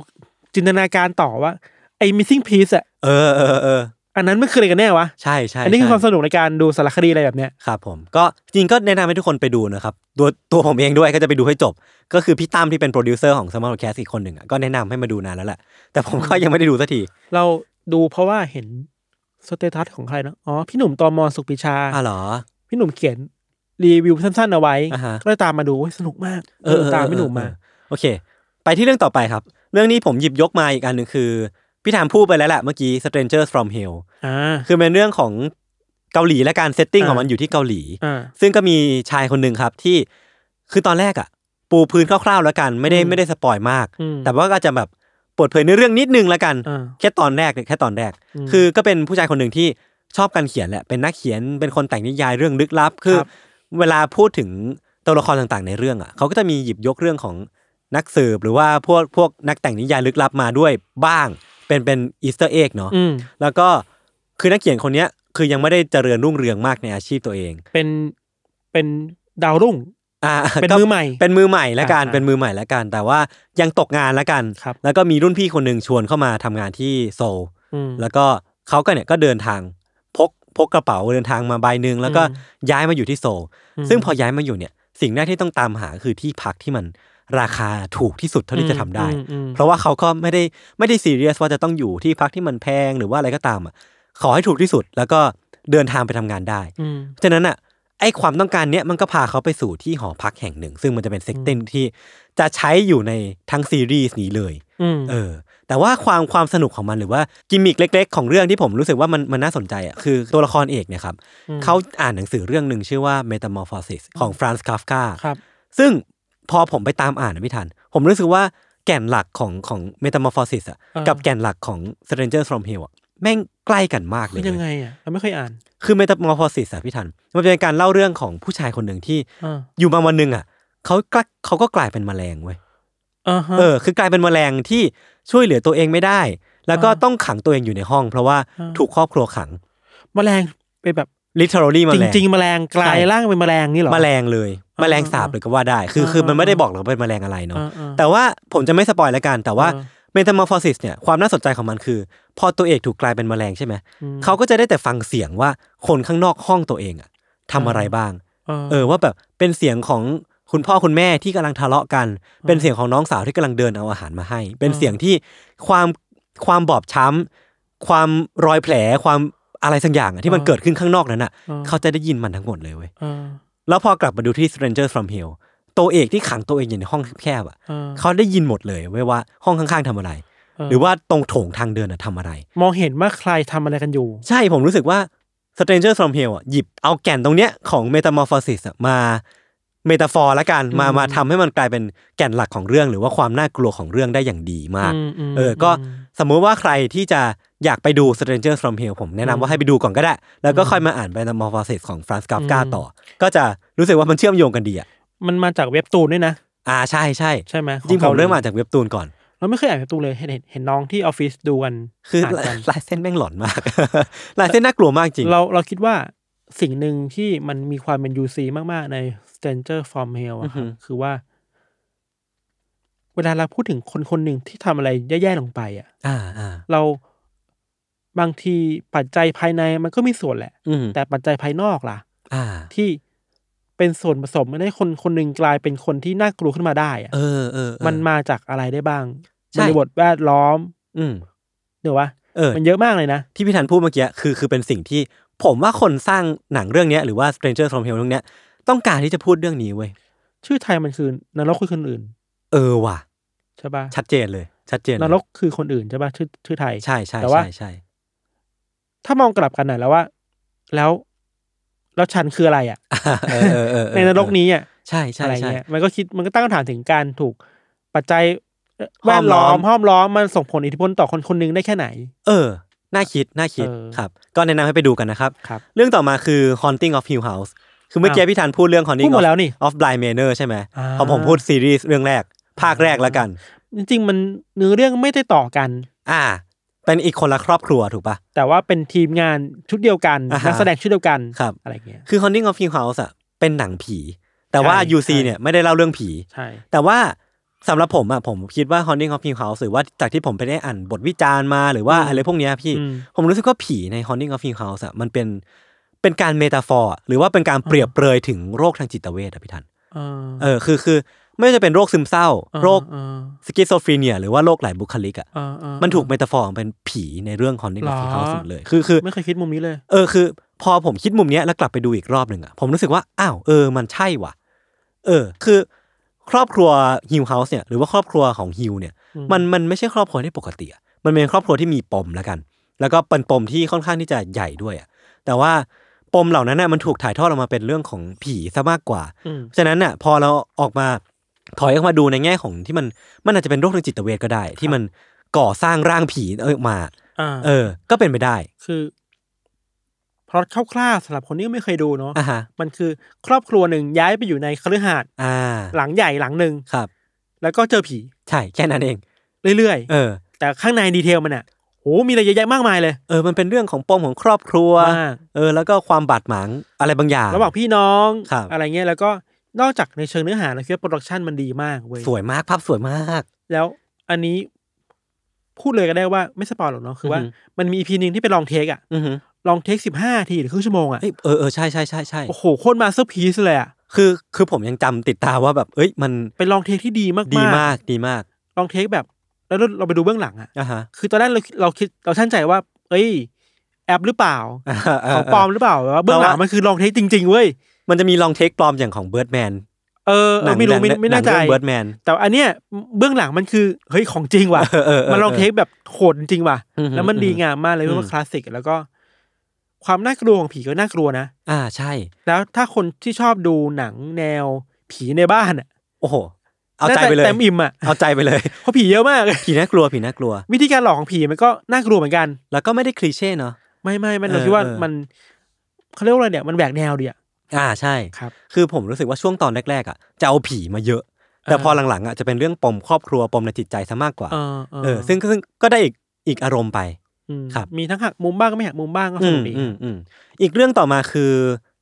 Speaker 1: จินตนาการต่อว่า ไอ้ missing piece อ่ะ
Speaker 2: เออเออเออ
Speaker 1: อันนั้นมันคืออะไรกันแน่วะ
Speaker 2: ใช่ใช่
Speaker 1: อันนี้คือ
Speaker 2: ใช่
Speaker 1: ความสนุกในการดูสารคดีอะไรแบบเนี้ย
Speaker 2: ครับผม ก็จริงก็แนะนำให้ทุกคนไปดูนะครับ ตัวตัวผมเองด้วยก็จะไปดูให้จบ ก็คือพี่ตั้มที่เป็นโปรดิวเซอร์ของสมาร์ทแคสอีกคนหนึ่งอะก็แนะนำให้มาดูนานแล้วแหละ แต่ผมก็ยังไม่ได้ดูสักที
Speaker 1: เราดูเพราะว่าเห็นสเตตัสของใครเนาะ อ๋อ พี่หนุ่มตอมอสุขปิชา
Speaker 2: อ่ะเหรอ
Speaker 1: พี่หนุ่มเขียนรีวิวสั้นๆเอาไว้
Speaker 2: อ่าฮะ
Speaker 1: ก็เลยตามมาดูโอ้ยสนุกมากเออตามพี่หนุ่มมา
Speaker 2: เออโอเค ไปที่เรื่องต่อไปครับ เรื่องนี้ผมหยิบยกมาอีกอันหนึ่งคือ พี่ถามพูดไปแล้วแหละเมื่อกี้ Strangers from Hell
Speaker 1: อ่า
Speaker 2: คือเป็นเรื่องของเกาหลีและการเซตติ้งของ
Speaker 1: อ่ามั
Speaker 2: มันอยู่ที่เกาหลี
Speaker 1: อ่า
Speaker 2: ซึ่งก็มีชายคนหนึ่งครับที่คือตอนแรกอะปูพื้นคร่าวๆแล้วกันไม่ได้
Speaker 1: อืม
Speaker 2: ไม่ได้สปอยมาก
Speaker 1: อืม
Speaker 2: แต่ว่าก็จะแบบเปิดเผยในอเรื่องนิดนึงแล้วกัน
Speaker 1: อ่า
Speaker 2: แค่ตอนแรกเนี่ยแค่ตอนแรก
Speaker 1: อืม
Speaker 2: คือก็เป็นผู้ชายคนหนึ่งที่ชอบการเขียนแหละเป็นนักเขียนเป็นคนแต่งนิยายเรื่องลึกลับ คือ
Speaker 1: ครับ
Speaker 2: เวลาพูดถึงตัวละครต่างๆ ในเรื่องอะเขาก็จะมีหยิบยกเรื่องของนักสืบหรือว่าพวกพวกนักแต่งนิยายลึกลับมาด้วยบ้าง เป็นเป็นอีสเตอร์เอ็กเนาะ
Speaker 1: อืม
Speaker 2: แล้วก็คือนักเขียนคนเนี้ยคือยังไม่ได้เจริญรุ่งเรืองมากในอาชีพตัวเอง
Speaker 1: เป็น เป็นดาวรุ่ง
Speaker 2: อ่า
Speaker 1: เป็น
Speaker 2: ก็
Speaker 1: มือใหม่
Speaker 2: เป็นมือใหม่ละกัน
Speaker 1: อ่า
Speaker 2: เป็นมือใหม่ละกัน แต่ว่ายังตกงานละกัน
Speaker 1: ครับ
Speaker 2: แล้วก็มีรุ่นพี่คนหนึ่งชวนเข้ามาทำงานที่โซล
Speaker 1: อืม
Speaker 2: แล้วก็เขาก็เนี่ยก็เดินทางพกพกกระเป๋าเดินทางมาใบหนึ่งแล้วก็ย้ายมาอยู่ที่โซล
Speaker 1: อืม
Speaker 2: ซึ่งพอย้ายมาอยู่เนี่ยสิ่งแรกที่ต้องตามหาคือที่พักที่มันราคาถูกที่สุดเท่าที่จะทำได้
Speaker 1: อืมอืมอืม
Speaker 2: เพราะว่าเขาก็ไม่ได้ไม่ได้ซีเรียสว่าจะต้องอยู่ที่พักที่มันแพงหรือว่าอะไรก็ตามอ่ะขอให้ถูกที่สุดแล้วก็เดินทางไปทำงานได้
Speaker 1: อืม
Speaker 2: ฉะนั้นอ่ะไอความต้องการเนี้ยมันก็พาเขาไปสู่ที่หอพักแห่งหนึ่ง ซึ่งมันจะเป็นเซ็กเตนที่จะใช้อยู่ในทั้งซีรีส์นี้เลย
Speaker 1: อืม
Speaker 2: เออ แต่ว่าความความสนุกของมันหรือว่ากิมมิกเล็ก ๆ ของเรื่องที่ผมรู้สึกว่ามันมันน่าสนใจอ่ะคือตัวละครเอกเนี่ยครับ
Speaker 1: อืม
Speaker 2: เขาอ่านหนังสือเรื่องหนึ่งชื่อว่า Metamorphosis ของฟรานซ์คาฟกา
Speaker 1: ครับ
Speaker 2: ซึ่งพอผมไปตามอ่านนะพี่ทัน ผมรู้สึกว่าแก่นหลักของของ Metamorphosis อ่ะ
Speaker 1: อ่ากั
Speaker 2: กับแก่นหลักของ Strangers from Hell อ่ะแม่งใกล้กันมากเล
Speaker 1: คื
Speaker 2: ย
Speaker 1: อ
Speaker 2: เว้ย
Speaker 1: ยังไงอ่ะเราไม่เคยอ่าน
Speaker 2: คือเมตา m อ r p h พ s ิสอะพี่ทัน มันเป็นการเล่าเรื่องของผู้ชายคนหนึ่งที่
Speaker 1: อ่า
Speaker 2: อยู่มาวันหนึ่งอะเขากลเขาก็กลายเป็นแมลงเว้ย
Speaker 1: อ่าฮะ
Speaker 2: เออคือกลายเป็นแมลงที่ช่วยเหลือตัวเองไม่ได้ แล้วก็
Speaker 1: อ่า
Speaker 2: ต้องขังตัวเองอยู่ในห้อง เพราะว่า
Speaker 1: อ่า
Speaker 2: ถูกครอบครัวขัง
Speaker 1: แมลงเป็นแบบ
Speaker 2: literally แม
Speaker 1: จริ
Speaker 2: ล
Speaker 1: ง
Speaker 2: ง
Speaker 1: จริงๆแมลงกลาย
Speaker 2: ใช่
Speaker 1: ร่างเป็นแมลงนี่เหรอ
Speaker 2: แมลงเลยแมลงสาบ
Speaker 1: อ่า
Speaker 2: เลยก็ว่าได้ คือ
Speaker 1: อ่า
Speaker 2: คือมันไม่ได้
Speaker 1: อ่า
Speaker 2: บอกหรอกว่าเป็นแมลงอะไรเนาะ
Speaker 1: อ่าอ่า
Speaker 2: แต่ว่าผมจะไม่สปอยละกัน แต่ว่า
Speaker 1: อ่า
Speaker 2: เมตา m อ r p h พ s ิสเนี่ยความน่าสนใจของมันคือ พอตัวเอกถูกกลายเป็นแมลงใช่ไหม
Speaker 1: อืม
Speaker 2: เขาก็จะได้แต่ฟังเสียงว่าคนข้างนอกห้องตัวเองอะทำอะไรบ้าง เออว่าแบบเป็นเสียงของคุณพ่อคุณแม่ที่กำลังทะเลาะกัน เป็นเสียงของน้องสาวที่กำลังเดินเอาอาหารมาให้ เป็นเสียงที่ความความบอบช้ำความรอยแผลความอะไรสักอย่างอะที่มัน
Speaker 1: อ่า
Speaker 2: เกิดขึ้นข้างนอกนั้นอ่ะ
Speaker 1: อ่า
Speaker 2: เขาจะได้ยินมันทั้งหมดเลยเว้ย
Speaker 1: อ่า
Speaker 2: แล้วพอกลับมาดูที่ Stranger from Hell ตัวเอกที่ขังตัวเองอยู่ในห้องแคบๆอ่ะ
Speaker 1: อ่า
Speaker 2: เขาได้ยินหมดเลยเว้ยว่าห้องข้างๆทำอะไร หรือว่าตรงโถงทางเดินอะทำอะไร
Speaker 1: มองเห็นว่าใครทำอะไรกันอยู่
Speaker 2: ใช่ผมรู้สึกว่า Stranger from Hell อ่ะหยิบเอาแก่นตรงเนี้ยของ Metamorphosis อ่ะมาเมตาฟอร์ละกันมา
Speaker 1: อืม
Speaker 2: มาทำให้มันกลายเป็นแก่นหลักของเรื่อง หรือว่าความน่ากลัวของเรื่องได้อย่างดีมาก
Speaker 1: มม
Speaker 2: เออก็
Speaker 1: ม
Speaker 2: สมมุติว่าใครที่จะอยากไปดู Stranger from Hell ผมแนะนำว่าให้ไปดูก่อนก็ได้ แล้วก็ค่อยมาอ่าน Metamorphosis ของ Franz Kafka
Speaker 1: อืม
Speaker 2: ต่อ ก็จะรู้สึกว่ามันเชื่อมโยงกันดีอ่ะ
Speaker 1: มันมาจากเว็บตูนด้วยนะ
Speaker 2: อ่าใช่ใช่
Speaker 1: ใช่ไหมขอ
Speaker 2: จริงผ
Speaker 1: ก
Speaker 2: ม
Speaker 1: หลี
Speaker 2: เริ่มอ่านจากเว็บตูนก่อน
Speaker 1: เราไม่เคยอ่านเว็บตูนเลยเห็นเห็นเห็นน้องที่ออฟฟิศดูกัน
Speaker 2: คือ
Speaker 1: านกัน
Speaker 2: ลายเส้นแม่งหลอนมาก ลายเส้นน่าก ลัวมากจริง
Speaker 1: เราเราคิดว่าสิ่งหนึ่งที่มันมีความเป็น UC มาก ๆ ใน Stranger from Hell
Speaker 2: อื
Speaker 1: อะ
Speaker 2: อหือ
Speaker 1: คือว่า เวลาเราพูดถึงคนคนหนึ่งที่ทำอะไรแย่ ๆ ลงไปอ่ะ
Speaker 2: อ่าอ่า
Speaker 1: เราบางทีปัจจัยภายในมันก็มีส่วนแหละ
Speaker 2: อืม
Speaker 1: แต่ปัจจัยภายนอกล่ะ
Speaker 2: อ่า
Speaker 1: ที่เป็นส่วนผสมให้คนคนหนึ่งกลายเป็นคนที่น่ากลัวขึ้นมาได้อะ
Speaker 2: เออเออเออ
Speaker 1: มันมาจากอะไรได้บ้าง
Speaker 2: ใช่
Speaker 1: บริบทแวดล้อม
Speaker 2: อืม
Speaker 1: เดี๋ยววะ
Speaker 2: เออ
Speaker 1: มันเยอะมากเลยนะ
Speaker 2: ที่พี่ธันพูดเมื่อกี้คือคือเป็นสิ่งที่ผมว่าคนสร้างหนังเรื่องเนี้ยหรือว่า Stranger from Hell เรื่องเนี้ยต้องการที่จะพูดเรื่องนี้เว้ย
Speaker 1: ชื่อไทยมันคือนรกคือคนอื่น
Speaker 2: เออว่ะ
Speaker 1: ใช่ปะ
Speaker 2: ชัดเจนเลย ชัดเจนเล
Speaker 1: น
Speaker 2: ย
Speaker 1: รกคือคนอื่นใช่ปะชื่อชื่อไทย
Speaker 2: ใช่ใช่
Speaker 1: แต่
Speaker 2: ใช่
Speaker 1: ว่า
Speaker 2: ใช่
Speaker 1: ถ้ามองกลับกันหน่อยแล้วว่า แล้วแล้วฉันคืออะไรอ่ะ
Speaker 2: เออเออเออเออ
Speaker 1: ในนรกนี้อ่ะ
Speaker 2: ใช่ใช่
Speaker 1: อะไร
Speaker 2: ใช่
Speaker 1: เงี้ยมันก็คิดมันก็ตั้งคำถามถึงการถูกปัจจัย
Speaker 2: ห้
Speaker 1: แว
Speaker 2: อม
Speaker 1: ดล้อ
Speaker 2: ล้อ
Speaker 1: ม
Speaker 2: ม
Speaker 1: ห้อมล้อมมันส่งผลอิทธิพลต่อคนคนหนึงได้แค่ไหน
Speaker 2: เออ น่าคิด น่าคิด
Speaker 1: เออ
Speaker 2: ครับ ก็แนะนำให้ไปดูกันนะครับ
Speaker 1: ครับ
Speaker 2: เรื่องต่อมาคือ Haunting of Hill House คือเมื่อกี้
Speaker 1: อ้าว
Speaker 2: พี่ธันพูดเรื่อง
Speaker 1: พู
Speaker 2: Haunting
Speaker 1: ดหม
Speaker 2: of
Speaker 1: ดแล้วนี่
Speaker 2: of Blind Manor ใช่ไหม
Speaker 1: อ่า
Speaker 2: พอผมพูดซีรีส์เรื่องแรก ภาคแรกแล้วกัน
Speaker 1: จริงๆมันเนื้อเรื่องไม่ได้ต่อกัน
Speaker 2: อ่า เป็นอีกคนละครอบครัวถูกปะ
Speaker 1: แต่ว่าเป็นทีมงานชุดเดียวกัน
Speaker 2: อ่าฮะ
Speaker 1: นักแสดงชุดเดียวกัน
Speaker 2: ครับ
Speaker 1: อะไรเงี้ย
Speaker 2: คือ Haunting of Hill House อะเป็นหนังผี แต่ว่า
Speaker 1: ใช่
Speaker 2: UC
Speaker 1: ใช่
Speaker 2: เนี่ยไม่ได้เล่าเรื่องผี
Speaker 1: ใช่
Speaker 2: แต่ว่าสำหรับผมอะผมคิดว่า Haunting of Hill House หรือว่าจากที่ผมไปได้อ่านบทวิจารณ์มาหรือว่าอะไรพวกเนี้ยพี่
Speaker 1: อืม
Speaker 2: ผมรู้สึกว่าผีใน Haunting of Hill House อะมันเป็นเป็นการเมตาฟอร์อะหรือว่าเป็นการเปรียบเปรยถึงโรคทางจิตเวชอะพี่ทัน
Speaker 1: เออ
Speaker 2: เออคือคือไม่ว่าจะเป็นโรคซึมเศร้า
Speaker 1: เออ
Speaker 2: โรค
Speaker 1: เออ
Speaker 2: สกิโซฟรีเนียหรือว่าโรคหลายบุคลิกอ่ะ
Speaker 1: เออเออ
Speaker 2: มันถูกเมตาฟอร์เป็นผีในเรื่องของนิ
Speaker 1: หร
Speaker 2: ค
Speaker 1: อ
Speaker 2: อเขาสุดเลย คือคือ
Speaker 1: ไม่เคยคิดมุมนี้เลย
Speaker 2: เออคือ พอผมคิดมุมเนี้ยแล้วกลับไปดูอีกรอบหนึ่งอ่ะผมรู้สึกว่า อ้าวเออมันใช่ว่ะ เออ คือครอบครัวฮิวเฮาส์เนี่ยหรือว่าครอบครัวของฮิวเนี่ย
Speaker 1: อืม
Speaker 2: มันมันไม่ใช่ครอบครัวที่ปกติอะมันเป็นครอบครัวที่มีปมแล้วกัน แล้วก็เป็นปมที่ค่อนข้างที่จะใหญ่ด้วยอ่ะแต่ว่าปมเหล่านั้นน่ะมันถูกถ่ายทอดออกมาเป็นเรื่องของผีซะมากกว่า
Speaker 1: อืม
Speaker 2: ฉะนั้นน่ะพอเราออกมาถอยออกมาดูในแง่ของที่มันมันอาจจะเป็นโรคทางจิตเวชก็ได้ ที่มันก่อสร้างร่างผีเออมา
Speaker 1: อ่า
Speaker 2: เออ ก็เป็นไปได้
Speaker 1: คือพล็อตคร่าวๆสำหรับคนที่ไม่เคยดูเนาะ
Speaker 2: อ่ะฮะ
Speaker 1: มันคือครอบครัวหนึ่งย้ายไปอยู่ในคฤหาสน์
Speaker 2: อ่า
Speaker 1: หลังใหญ่หลังหนึ่ง
Speaker 2: ครับ
Speaker 1: แล้วก็เจอผี
Speaker 2: ใช่แค่นั้นเอง
Speaker 1: เรื่อย
Speaker 2: เออ
Speaker 1: ๆ แต่ข้างในดีเทลมันอ่ะโหมีอะไรเยอะแยะมากมายเลย
Speaker 2: เออ มันเป็นเรื่องของปมของครอบครัว
Speaker 1: มาก
Speaker 2: เออ แล้วก็ความบาดหมางอะไรบางอย่าง
Speaker 1: ระหว่างพี่น้อง
Speaker 2: ครับ
Speaker 1: อะไรเงี้ยแล้วก็นอกจากในเชิงเนื้อหาเราคิดว่าโปรดักชันมันดีมากเว้ย
Speaker 2: สวยมากภาพสวยมาก
Speaker 1: แล้วอันนี้พูดเลยก็ได้ว่าไม่สปอยหรอกเนาะคือว่า
Speaker 2: อือหือ
Speaker 1: มันมีอีพีหนึ่งที่เป็นลองเทคอะ
Speaker 2: อือหือ
Speaker 1: ลองเทคสิบห้าทีหรือครึ่งชั่วโมงอะ
Speaker 2: เอ้ยเออเออใช่ใช่ใช่ใช่
Speaker 1: โอ้โหโคตรมาสเตอร์พีซเลยอะ
Speaker 2: คือคือผมยังจำติดตาว่าแบบ เอ้ยมัน
Speaker 1: เป็นลองเทคที่ดีมาก
Speaker 2: ดีมากดีมาก
Speaker 1: ลองเทคแบบ แล้วเราเราไปดูเบื้องหลังอะ
Speaker 2: อ่ะฮะ
Speaker 1: คือตอนแรกเราเราคิดเราชั่นใจว่า เอ้ย แอปหรือเปล่า
Speaker 2: อ่าา
Speaker 1: ของปลอมหรือเปล่าแต่ว่าเบื้องหลังมันคือลองเทคจริงๆเว้ย
Speaker 2: มันจะมีลองเทคปลอมอย่างของเบิร์ดแมน
Speaker 1: เออเออไม่รู้ไม่ไม่แน่ใจ
Speaker 2: เบิร์ดแมน
Speaker 1: แต่อันเนี้ยเบื้องหลังมันคือเฮ้ยของจริงว่ะ
Speaker 2: เออเออเออ
Speaker 1: มันลองเทคแบบโหดจริงว่ะ
Speaker 2: อือฮึ
Speaker 1: แล้วมันดีงามมากเลย
Speaker 2: อืม
Speaker 1: เพราะว่าคลาสสิกแล้วก็ ความน่ากลัวของผีก็น่ากลัวนะ
Speaker 2: อ่าใช่
Speaker 1: แล้วถ้าคนที่ชอบดูหนังแนวผีในบ้านอ่ะ
Speaker 2: โอ้โห เอาใจไปเลย
Speaker 1: น่าะเต็มอิ่มอ่ะ
Speaker 2: เอาใจไปเลย
Speaker 1: เพราะผีเยอะมาก
Speaker 2: ผีน่ากลัว ผีน่ากลัว
Speaker 1: วิธีการหลอกของผีมันก็น่ากลัวเหมือนกัน
Speaker 2: แล้วก็ไม่ได้คลีเช่เนาะ
Speaker 1: ไม่ไม่มัน
Speaker 2: เออ
Speaker 1: เราคิดว่า
Speaker 2: เออ
Speaker 1: มันเขาเรียกว่าอะไรเนี่ยมันแหวกแนวดีอ่ะ
Speaker 2: อ่าใช่
Speaker 1: ครับ
Speaker 2: คือผมรู้สึกว่าช่วงตอนแรกๆอ่ะจะเอาผีมาเยอะ แต่พอหลังๆอ่ะจะเป็นเรื่องปมครอบครัวปมในจิตใจซะมากกว่า
Speaker 1: เออเออ
Speaker 2: เออ ซึ่งซึ่งก็ได้อีกอีกอารมณ์ไป
Speaker 1: ม
Speaker 2: ครับ
Speaker 1: มีทั้งหักมุมบ้างก็ไม่หักมุมบ้างก็ส
Speaker 2: อื
Speaker 1: นุ
Speaker 2: ม
Speaker 1: กดี
Speaker 2: อืมอืมอีกเรื่องต่อมาคือ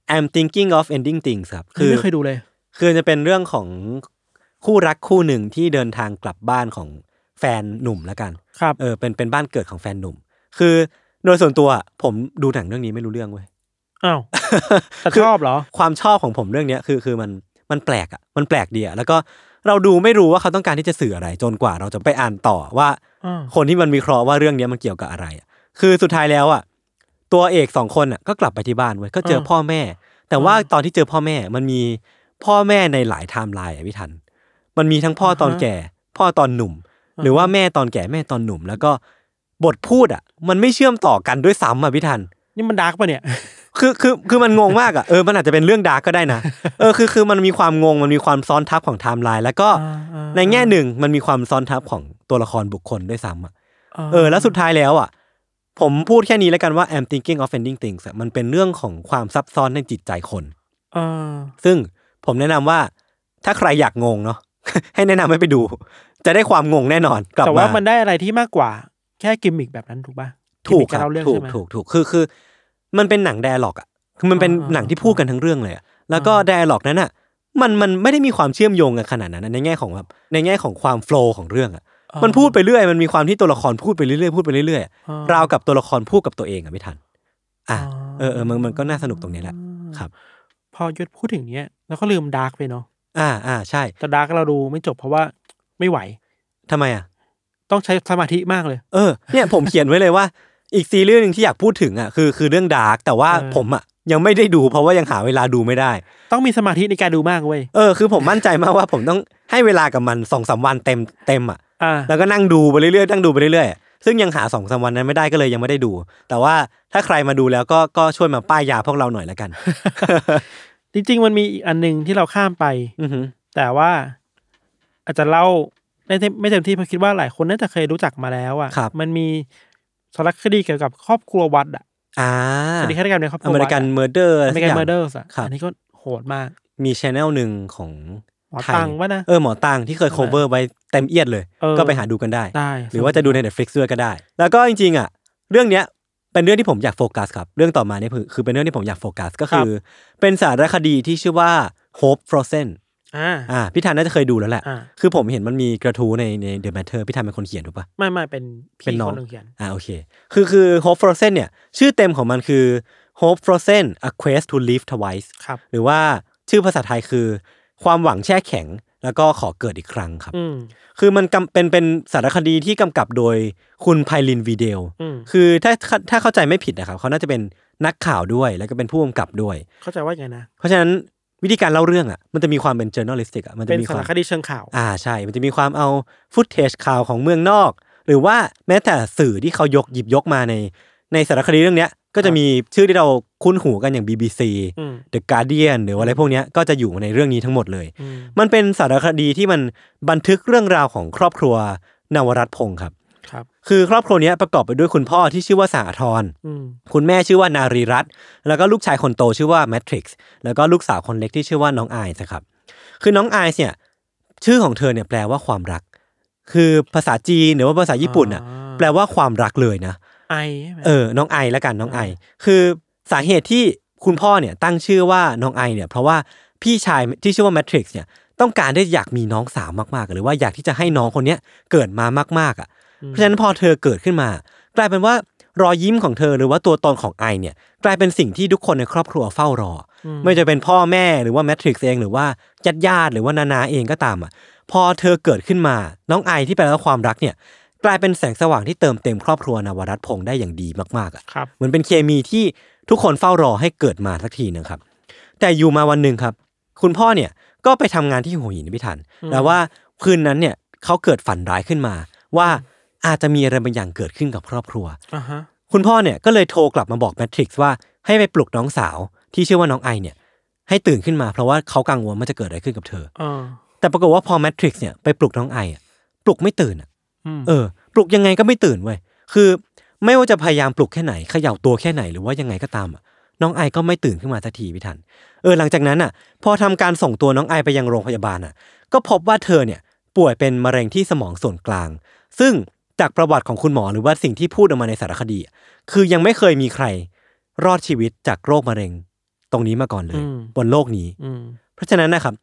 Speaker 2: I'm thinking of ending things ครับ
Speaker 1: คือไม่เคยดูเลย
Speaker 2: คือจะเป็นเรื่องของคู่รักคู่หนึ่งที่เดินทางกลับบ้านของแฟนหนุ่มแล้วกัน
Speaker 1: ครับ
Speaker 2: เออเป็นเป็นบ้านเกิดของแฟนหนุ่ม คือโดยส่วนตัวอะผมดูหนังเรื่องนี้ไม่รู้เรื่องเว้ย
Speaker 1: อ้าวแต่ชอบเหรอ
Speaker 2: ความชอบของผมเรื่องเนี้ยคือคือมันมันแปลกอ่ะมันแปลกดีอ่ะแล้วก็เราดูไม่รู้ว่าเขาต้องการที่จะสื่ออะไร จนกว่าเราจะไปอ่านต่อว่า
Speaker 1: อ่า
Speaker 2: คนที่มันวิเคราะห์ว่าเรื่องเนี้ยมันเกี่ยวกับอะไรอะคือสุดท้ายแล้วอ่ะตัวเอกสองคนอ่ะก็กลับไปที่บ้านเว้ยก็เจอพ่อแม่ แต่ว่าตอนที่เจอพ่อแม่มันมีพ่อแม่ในหลายไทม์ไลน์อ่ะพี่ทัน มันมีทั้งพ่อตอนแก่ พ่อตอนหนุ่ม หรือว่าแม่ตอนแก่แม่ตอนหนุ่ม แล้วก็บทพูดอ่ะ มันไม่เชื่อมต่อกันด้วยซ้ำอ่ะพี่ทัน
Speaker 1: นี่มันดาร์กปะเนี่ย
Speaker 2: คือคือคือมันงงมากอ่ะเออมันอาจจะเป็นเรื่องดาร์กก็ได้นะ เออคือคือมันมีความงงมันมีความซ้อนทับของไทม์ไลน์แล้วก็
Speaker 1: อ่าอ่า
Speaker 2: ในแง่หนึ่งมันมีความซ้อนทับของตัวละครบุคคลด้วยซ้ำอ่ะ
Speaker 1: า
Speaker 2: เออแล้วสุดท้ายแล้วอ่ะผมพูดแค่นี้แล้วกันว่า I'm thinking of ending things อะมันเป็นเรื่องของความซับซ้อนในจิตใจคน
Speaker 1: อ่า
Speaker 2: ซึ่งผมแนะนำว่า ถ้าใครอยากงงเนาะ ให้แนะนำให้ไปดู จะได้ความงงแน่นอนกลับ
Speaker 1: แต่
Speaker 2: มา
Speaker 1: ว่ามันได้อะไรที่มากกว่า แค่กิมมิกแบบนั้นถูกป่ะ
Speaker 2: ถูก
Speaker 1: มมิกา
Speaker 2: คับ
Speaker 1: รรเล่าเรื่อง
Speaker 2: ถูก
Speaker 1: ใช่ไหม
Speaker 2: ถูกถูกคือคือ มันเป็นหนังไดอะล็อกอ่ะคือมันเป็น
Speaker 1: อ่าอ่า
Speaker 2: หนังที่พูดกันทั้งเรื่องเลยอะแล้วก็
Speaker 1: อ่า
Speaker 2: ไดอะล็อกนั้นอ่ะ มันมันไม่ได้มีความเชื่อมโยงกันขนาดนั้นอะในแง่ของแบบในแง่ของความโฟล์ของเรื่องอ่ะมันพูดไปเรื่อยมันมีความที่ตัวละครพูดไปเรื่อยๆพูดไปเรื่อยๆอะ
Speaker 1: อ่
Speaker 2: ราวกับตัวละครพูดกับตัวเองอ่ะไม่ทัน อ่ะ
Speaker 1: อ๋อ
Speaker 2: เออเออมันมันก็น่าสนุกตรงนี้แหละ ครับ
Speaker 1: พอยศพูดถึงเนี้ยแล้วก็ลืมดาร์กไปเนาะ
Speaker 2: อ่าอ่าใช่
Speaker 1: แต่ดาร์กเราดูไม่จบเพราะว่าไม่ไหว
Speaker 2: ทำไมอ่ะ
Speaker 1: ต้องใช้สมาธิมากเลย
Speaker 2: เออเนี่ยผมเขียนไว้เลยว่า อีกซีรีส์หนึ่งที่อยากพูดถึงอ่ะคือคือเรื่องดาร์กแต่ว่า
Speaker 1: เออ
Speaker 2: ผมอ่ะยังไม่ได้ดูเพราะว่ายังหาเวลาดูไม่ได้
Speaker 1: ต้องมีสมาธิในการดูมากเว้ย
Speaker 2: เออคือผมมั่นใจมากว่าผมต้องให้เวลากับมันสองสาวันเต็มเต็มอ่ะ
Speaker 1: อ่า
Speaker 2: แล้วก็นั่งดูไปเรื่อยๆนั่งดูไปเรื่อยๆซึ่งยังหาสองสาวันนั้นไม่ได้ก็เลยยังไม่ได้ดู แต่ว่าถ้าใครมาดูแล้วก็ก็ช่วยมาป้ายยาพวกเราหน่อยละ กัน
Speaker 1: จริง ๆ มันมีอีกอันหนึ่งที่เราข้ามไป
Speaker 2: อือหือ
Speaker 1: แต่ว่าอาจจะเล่าไม่เต็มไม่เต็มที่เพราะคิดว่าหลายคนน่าจะเคยรู้จักมาแล้วอ่ะมันมีสารคดีเกี่ยวกับครอบครัววัดอ่ะ
Speaker 2: อ่า
Speaker 1: คดีฆาตกรรมในครอบครั
Speaker 2: อ
Speaker 1: ว
Speaker 2: เมริ
Speaker 1: วัด
Speaker 2: กันเมอร์เดอร์
Speaker 1: อเมริกันเมอร์เดอร์สอ่ะ
Speaker 2: ครับ
Speaker 1: อันนี้ก็โหดมาก
Speaker 2: มีชแนลหนึ่งของ
Speaker 1: หมอ
Speaker 2: ไทย
Speaker 1: ตังวะนะ
Speaker 2: เออหมอตังที่เคย cover ไว้เต็มเอียดเลย
Speaker 1: เออ
Speaker 2: ก็ไปหาดูกันได้
Speaker 1: ได้
Speaker 2: หรือว่าจะดูใน Netflix ด้วยก็ได้ แล้วก็จริงๆอ่ะ เรื่องเนี้ยเป็นเรื่องที่ผมอยากโฟกัสครับ เรื่องต่อมาเนี่ยคือคือเป็นเรื่องที่ผมอยากโฟกัสก็คือ เป็นสารคดีที่ชื่อว่า Hope Frozen
Speaker 1: อ่า
Speaker 2: อ่าพี่ธันน่าจะเคยดูแล้วแหละ
Speaker 1: อ่า
Speaker 2: คือผมเห็นมันมีกระทู้ในใน The Matter พี่ธันเป็นคนเขียนถูกปะ
Speaker 1: ไม่ไม่เป็นพี่
Speaker 2: เป็นน้
Speaker 1: ค
Speaker 2: อง
Speaker 1: นหนึ่งเขียน
Speaker 2: อ่าโอเค คือคือ Hope Frozen เนี่ยชื่อเต็มของมันคือ Hope Frozen A Quest to Live Twice
Speaker 1: ครับ
Speaker 2: หรือว่าชื่อภาษาไทยคือ ความหวังแช่แข็ง แล้วก็ขอเกิดอีกครั้งครับ
Speaker 1: อืม
Speaker 2: คือมันกำเป็นเป็นสารคดีที่กำกับโดยคุณไพลินวีเดล
Speaker 1: อืม
Speaker 2: คือถ้าถ้าเข้าใจไม่ผิดนะครับเขาน่าจะเป็นนักข่าวด้วย แล้วก็เป็นผู้กำกับด้วย
Speaker 1: เข้าใจว่าไงนะ
Speaker 2: เพราะฉะนั้นวิธีการเล่าเรื่องอ่ะมันจะมีความเป็น journalistic อ่ะมันจะ
Speaker 1: เป็น
Speaker 2: มี
Speaker 1: สาว
Speaker 2: คาร ม
Speaker 1: คดีเชิงข่าว
Speaker 2: อ่าใช่ มันจะมีความเอาฟุตเทจข่าวของเมืองนอก หรือว่าแม้แต่สื่อที่เขายกหยิบยกมาใน ในสารคดีเรื่องเนี้ยก็จะมีชื่อที่เราคุ้นหูกันอย่าง BBC
Speaker 1: อืม
Speaker 2: The Guardian หรืออะไรพวกเนี้ยก็จะอยู่ในเรื่องนี้ทั้งหมดเลย
Speaker 1: อืม
Speaker 2: มันเป็นสารคดีที่มันบันทึกเรื่องราวของครอบครัวนวรัตน์พงศ์ครับ
Speaker 1: ครับ
Speaker 2: คือครอบครัวเนี้ยประกอบไปด้วยคุณพ่อที่ชื่อว่าสาธร
Speaker 1: อืม
Speaker 2: คุณแม่ชื่อว่านารีรัตน์แล้วก็ลูกชายคนโตชื่อว่าแมทริกซ์แล้วก็ลูกสาวคนเล็กที่ชื่อว่าน้องไอซ์ครับ คือน้องไอซ์เนี่ย ชื่อของเธอเนี่ยแปลว่าความรัก คือภาษาจีนหรือว่าภาษาญี่ปุ่นน่ะ
Speaker 1: อ่า
Speaker 2: แปลว่าความรักเลยนะ
Speaker 1: ไอใช่ไหม
Speaker 2: เออ น้องไอละกันน้องไอ คือสาเหตุที่คุณพ่อเนี่ยตั้งชื่อว่าน้องไอเนี่ย เพราะว่าพี่ชายที่ชื่อว่าแมทริกซ์เนี่ยต้องการได้อยากมีน้องสาวมากๆ หรือว่าอยากที่จะให้น้องคนเนี้ยเกิดมามากๆอ่ะ เพราะฉะนั้นพอเธอเกิดขึ้นมา กลายเป็นว่ารอยยิ้มของเธอหรือว่าตัวตนของไอเนี่ย กลายเป็นสิ่งที่ทุกคนในครอบครัวเฝ้ารออไม่ว่าจะเป็นพ่อแม่หรือว่าแมทริกซ์เองหรือว่าญาติญาติๆหรือว่านานาเองก็ตามอ่ะ พอเธอเกิดขึ้นมา น้องไอที่แปลว่าความรักเนี่ย กลายเป็นแสงสว่างที่เติมเต็มครอบครัวนวรัตน์พงศ์ได้อย่างดีมากๆอ่ะ
Speaker 1: ครับ
Speaker 2: เหมือนเป็นเคมีที่ทุกคนเฝ้ารอให้เกิดมาสักทีหนึงครับ แต่อยู่มาวันหนึ่งครับ คุณพ่อเนี่ยก็ไปทำงานที่หัวหินพิทันแล้วว่าคืนนั้นเนี่ยเขาเกิดฝันร้ายขึ้นมา ว่าอาจจะมีอะไรบางอย่างเกิดขึ้นกับครอบครัว
Speaker 1: อ่าฮะ
Speaker 2: คุณพ่อเนี่ยก็เลยโทรกลับมาบอกแมทริกซ์ว่าให้ไปปลุกน้องสาวที่ชื่อว่าน้องไอเนี่ย ให้ตื่นขึ้นมาเพราะว่าเขากังวลมันจะเกิดอะไรขึ้นกับเธอ
Speaker 1: เออ
Speaker 2: แต่ปรากฏว่าพอแมทริกซ์เนี่ยไปปลุกน้องไออะปลุกไม่ตื่นอะ
Speaker 1: อืม
Speaker 2: เออปลุกยังไงก็ไม่ตื่นเว้ยคือไม่ว่าจะพยายามปลุกแค่ไหนเขย่าตัวแค่ไหนหรือว่ายังไงก็ตามอ่ะน้องไอก็ไม่ตื่นขึ้นมาสักทีพี่ทันเออหลังจากนั้นอ่ะ พอทำการส่งตัวน้องไอไปยังโรงพยาบาลอ่ะ ก็พบว่าเธอเนี่ยป่วยเป็นมะเร็งที่สมองส่วนกลาง ซึ่งจากประวัติของคุณหมอหรือว่าสิ่งที่พูดออกมาในสารคดีอ่ะคือยังไม่เคยมีใครรอดชีวิตจากโรคมะเร็ง ตรงนี้มาก่อนเลย
Speaker 1: อืม
Speaker 2: บนโลกนี้
Speaker 1: อืม
Speaker 2: เพราะฉะนั้นนะครับ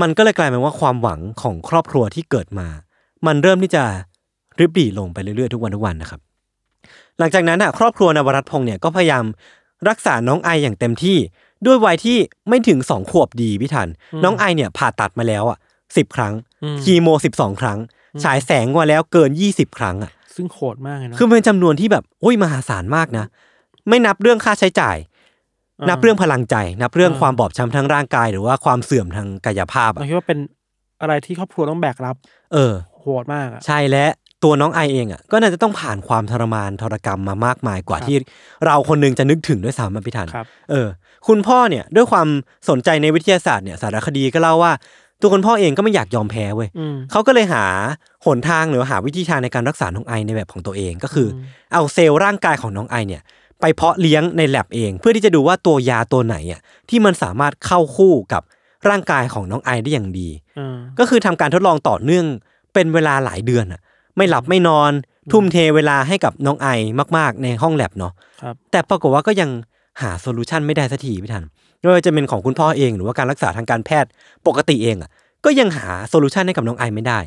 Speaker 2: มันก็เลยกลายเป็นว่าความหวังของครอบครัวที่เกิดมา มันเริ่มที่จะริบหรี่ลงไปเรื่อยๆทุกวันทุกวันนะครับ หลังจากนั้นอ่ะครอบครัวนวรัตน์พงศ์เนี่ยก็พยายามรักษาน้องไออย่างเต็มที่ ด้วยวัยที่ไม่ถึงสองขวบดีพี่ทัน น้องไอเนี่ยผ่าตัดมาแล้วอ่ะสิบครั้ง
Speaker 1: อืม
Speaker 2: คีโมสิบสองครั้ง ฉายแสงมาแล้วเกินยี่สิบครั้งอ่ะ
Speaker 1: ซึ่งโหดมากเลยเนาะ
Speaker 2: คือมันเป็นจำนวนที่แบบโอ้ยมหาศาลมากนะ ไม่นับเรื่องค่าใช้จ่าย
Speaker 1: อ่านั
Speaker 2: นับเรื่องพลังใจ นับเรื่อง
Speaker 1: อ่า
Speaker 2: ความบอบช้ำทางร่างกาย หรือว่าความเสื่อมทางกายภาพ
Speaker 1: เรา
Speaker 2: อะ
Speaker 1: คิดว่าเป็นอะไรที่ครอบครัวต้องแบกรับ
Speaker 2: เออ
Speaker 1: โหดมากอ่ะ
Speaker 2: ใช่และตัวน้องไอเองอ่ะก็น่าจะต้องผ่านความทรมานทรกรรมมามากมายกว่า
Speaker 1: ครับ
Speaker 2: ที่เราคนหนึงจะนึกถึงด้วยซ้ำมาพิธัน
Speaker 1: ครับ
Speaker 2: เออคุณพ่อเนี่ยด้วยความสนใจในวิทยาศาสตร์เนี่ยสารคดีก็เล่าว่า ตัวคุณพ่อเองก็ไม่อยากยอมแพ้เว้ย
Speaker 1: อืม
Speaker 2: เขาก็เลยหาหนทางหรือหาวิธีทางในการรักษาน้องไอในแบบของตัวเองก็คืออเอาเซลล์ร่างกายของน้องไอเนี่ย ไปเพาะเลี้ยงในแลบเอง เพื่อที่จะดูว่าตัวยาตัวไหนอ่ะที่มันสามารถเข้าคู่กับ ร่างกายของน้องไอได้อย่างดี
Speaker 1: อ่า
Speaker 2: ก็คือทำการทดลองต่อเนื่องเป็นเวลาหลายเดือนอะไม่หลับไม่นอน ทุ่มเทเวลาให้กับน้องไอมาก ๆ ในห้องแลบเนาะ
Speaker 1: ครับ
Speaker 2: แต่ปรากฏว่าก็ยังหาโซลูชันไม่ได้สักทีพี่ทันไม่ว่าจะเป็นของคุณพ่อเองหรือว่าการรักษาทางการแพทย์ปกติเองอ่ะก็ยังหาโซลูชันให้กับน้องไอไม่ได้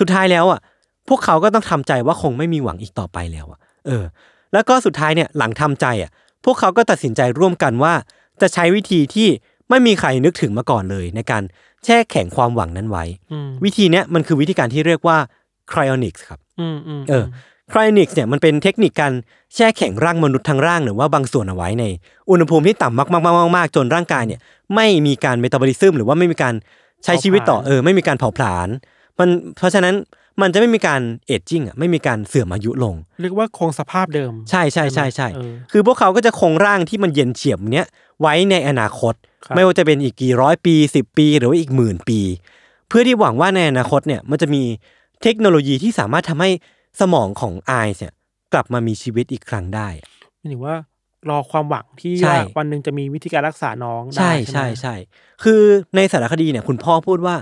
Speaker 2: สุดท้ายแล้วอ่ะพวกเขาก็ต้องทำใจว่าคงไม่มีหวังอีกต่อไปแล้วอ่ะเออ แล้วก็สุดท้ายเนี่ยหลังทำใจอ่ะพวกเขาก็ตัดสินใจร่วมกันว่า จะใช้วิธีที่ไม่มีใครนึกถึงมาก่อนเลย ในการแช่แข็งความหวังนั้นไว้
Speaker 1: อืม
Speaker 2: วิธีเนี้ยมันคือวิธีการที่เรียกว่า cryonics ครับ
Speaker 1: อืมอืม
Speaker 2: เออ ครนิกเนี่ยมันเป็นเทคนิคการแช่แข็งร่างมนุษย์ทั้งร่างหรือว่าบางส่วนเอาไว้ใน อุณหภูมิที่ต่ำมากๆๆๆๆจนร่างกายเนี่ยไม่มีการเมตาบอลิซึมหรือว่าไม่มีการใช้ชีวิตต่อเออไม่มีการเผาผลาญมันเพราะฉะนั้นมันจะไม่มีการเอจจิ้งอ่ะไม่มีการเสื่อมอายุลง
Speaker 1: เรียกว่าคงสภาพเดิม
Speaker 2: ใช่ใช่ใช่ใช่
Speaker 1: เออ
Speaker 2: คือพวกเขาก็จะคงร่างที่มันเย็นเฉียบเนี้ยไว้ในอนาคต
Speaker 1: ครับ
Speaker 2: ไม่ว่าจะเป็นอีกกี่ร้อยปีสิบปีหรือว่าอีกหมื่นปี เพื่อที่หวังว่าในอนาคตเนี่ยมันจะมีเทคโนโลยีที่สามารถทำให้สมองของไอซ์เนี่ยกลับมามีชีวิตอีกครั้งได้
Speaker 1: หมายถึงว่ารอความหวังที่
Speaker 2: ใช่
Speaker 1: ว่าวันหนึ่งจะมีวิธีการรักษาน้องได้
Speaker 2: ใช่
Speaker 1: ไหม
Speaker 2: ใช่ใช่ คือในสารคดีเนี่ยคุณพ่อพูดว่า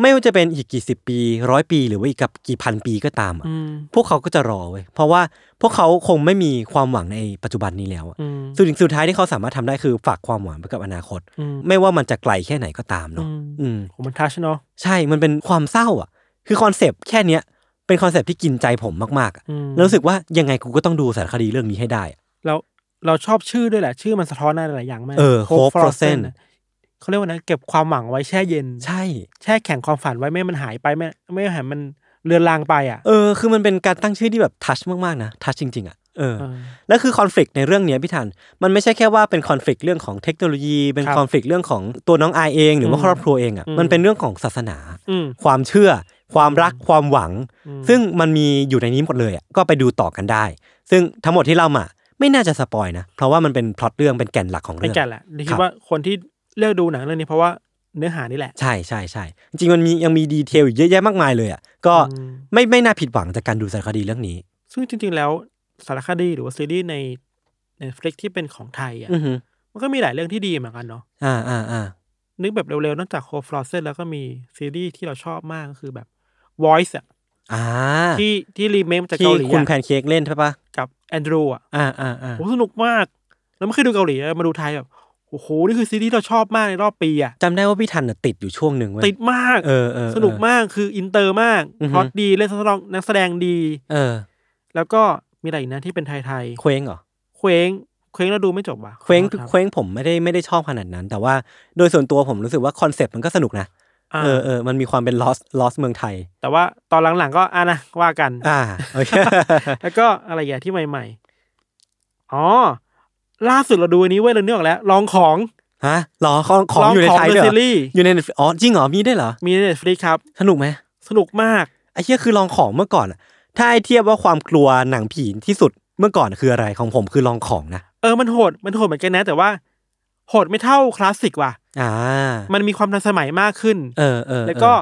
Speaker 2: ไม่ว่าจะเป็นอีกกี่สิบปีร้อยปีหรือว่าอีกกับกี่พันปีก็ตามอะ
Speaker 1: อืม
Speaker 2: พวกเขาก็จะรอเว้ยเพราะว่าพวกเขาคงไม่มีความหวังในปัจจุบันนี้แล้วอะ
Speaker 1: อืม
Speaker 2: สุดสุดท้ายที่เขาสามารถทำได้คือฝากความหวังไปกับอนาคต
Speaker 1: อืม
Speaker 2: ไม่ว่ามันจะไกลแค่ไหนก็ตาม
Speaker 1: อื
Speaker 2: เนาะ
Speaker 1: ม
Speaker 2: อืม
Speaker 1: ผมมันทัชเนาะ
Speaker 2: ใช่มันเป็นความเศร้าอ่ะ คือคอนเซปต์แค่เนี้ยเป็นคอนเซปต์ที่กินใจผมมากๆอะ
Speaker 1: อืม
Speaker 2: แล้วรู้สึกว่ายังไงกูก็ต้องดูสารคดีเรื่องนี้ให้ได้อะ
Speaker 1: เราเราชอบชื่อด้วยแหละ ชื่อมันสะท้อนอะไรหลายอย่างมาก
Speaker 2: เออ Hope Frozen
Speaker 1: น่ะเขาเรียกว่านะเก็บความหวังไว้แช่เย็น
Speaker 2: ใช่
Speaker 1: แช่แข็งความฝันไว้ไม่ให้มันหายไปไม่ไม่ให้มันเลือนลางไปอ่ะ
Speaker 2: เออ คือมันเป็นการตั้งชื่อที่แบบทัชมากๆนะทัชจริง ๆ อ่ะเออ
Speaker 1: เออ
Speaker 2: แล้วคือคอน FLICT ในเรื่องเนี้ยพี่ทัน มันไม่ใช่แค่ว่าเป็นคอน FLICT เรื่องของเทคโนโลยี เป็น
Speaker 1: ครับ
Speaker 2: คอน FLICT เรื่องของตัวน้องอายเอง หรือว่า
Speaker 1: อืม
Speaker 2: ครอบครัวเองอ่ะ
Speaker 1: อืม
Speaker 2: มันเป็นเรื่องของศาสนา
Speaker 1: อืม
Speaker 2: ความเชื่อ ความรัก ความหวัง
Speaker 1: อืม
Speaker 2: ซึ่งมันมีอยู่ในนี้หมดเลยอะก็ไปดูต่อกันได้ ซึ่งทั้งหมดที่เรามาไม่น่าจะสปอยนะ เพราะว่ามันเป็นพล็อตเรื่องเป็นแก่นหลักของ
Speaker 1: ไม่
Speaker 2: เรื่อง
Speaker 1: แก่นแหละนี่
Speaker 2: ครั
Speaker 1: คิด
Speaker 2: บ
Speaker 1: ว่าคนที่เลือกดูหนังเรื่องนี้เพราะว่าเนื้อหานี่แหละ
Speaker 2: ใช่ใช่ใช่จริงๆมันมียังมีดีเทลอีกเยอะแยะมากมายเลยอ่ะ ก็
Speaker 1: อืม
Speaker 2: ไม่ไม่น่าผิดหวังจากการดูสารคดีเรื่องนี้
Speaker 1: ซึ่งจริง ๆ แล้วสารคดีหรือว่าซีรีส์ในในฟลิกที่เป็นของไทยอ่ะ
Speaker 2: อือฮึ
Speaker 1: มันก็มีหลายเรื่องที่ดีเหมือนกันเนาะ
Speaker 2: อ่าอ่าอ่า
Speaker 1: นึกแบบเร็วๆนอกจากโคฟลอเซนแล้วก็มีซีรีส์ที่เราชอบมากก็คือแบบ Voice อ่ะ
Speaker 2: อ่า
Speaker 1: ที่ที่รีเมคมาจาก
Speaker 2: ที่
Speaker 1: เกาหลี
Speaker 2: คุณ
Speaker 1: อะ
Speaker 2: แพนเค้กเล่นใช่ปะ
Speaker 1: กับแอนดรูอ่ะ
Speaker 2: อ่าอ่าอ่า
Speaker 1: โหสนุกมาก แล้วไม่เคยดูเกาหลีแล้วมาดูไทยแบบโอ้โหนี่คือซีรีส์ที่เราชอบมากในรอบปีอ่ะ
Speaker 2: จำได้ว่าพี่ทันน่ะติดอยู่ช่วงหนึ่งเว้ย
Speaker 1: ติดมาก
Speaker 2: เออเออเออ
Speaker 1: สนุกมากคืออินเตอร์มาก
Speaker 2: อือฮึ
Speaker 1: พล็อตดีเล่นนักร้องนักแสดงดี
Speaker 2: เออ
Speaker 1: แล้วก็มีอะไรอีกนะที่เป็นไทย
Speaker 2: เคว้งเหรอ
Speaker 1: ๆเคว้งเคว้งเราดูไม่จบว่ะ
Speaker 2: เคว้ง
Speaker 1: ขอโทษรับ
Speaker 2: เคว้งผมไม่ได้ไม่ได้ชอบขนาดนั้น แต่ว่าโดยส่วนตัวผมรู้สึกว่าคอนเซปต์มันก็สนุกนะ
Speaker 1: า
Speaker 2: เออเออมันมีความเป็นลอสลอสเมืองไทย
Speaker 1: แต่ว่าตอนหลังๆก็อ่ะนะว่ากัน
Speaker 2: อ่าโอเค
Speaker 1: แล้วก็อะไรอย่างที่ใหม่ๆอ๋อล่าสุดเราดูอันนี้เว้ยเราเนื้อออกแล้วลองของ
Speaker 2: ฮะหรอของของอยู่ในไทย
Speaker 1: ล
Speaker 2: ด้วยเห
Speaker 1: ซี
Speaker 2: รอ
Speaker 1: รีส์
Speaker 2: อยู่ใน Netflix อ๋อจริงเหรอมีด้วยเหรอ
Speaker 1: มีในเน็ตฟรีครับ
Speaker 2: สนุกไหม
Speaker 1: สนุกมาก
Speaker 2: ไอ้เหี้ยคือลองของเมื่อก่อนอะถ้าไอ้เทียบว่าความกลัวหนังผีที่สุดเมื่อก่อนคืออะไรของผมคือลองของนะ
Speaker 1: เออมันโหดมันโหดเหมือนกันนะ แต่ว่าโหดไม่เท่าคลาสสิกว่ะ
Speaker 2: อ่า
Speaker 1: มันมีความทันสมัยมากขึ้น
Speaker 2: เออเออเออ
Speaker 1: แล้วก็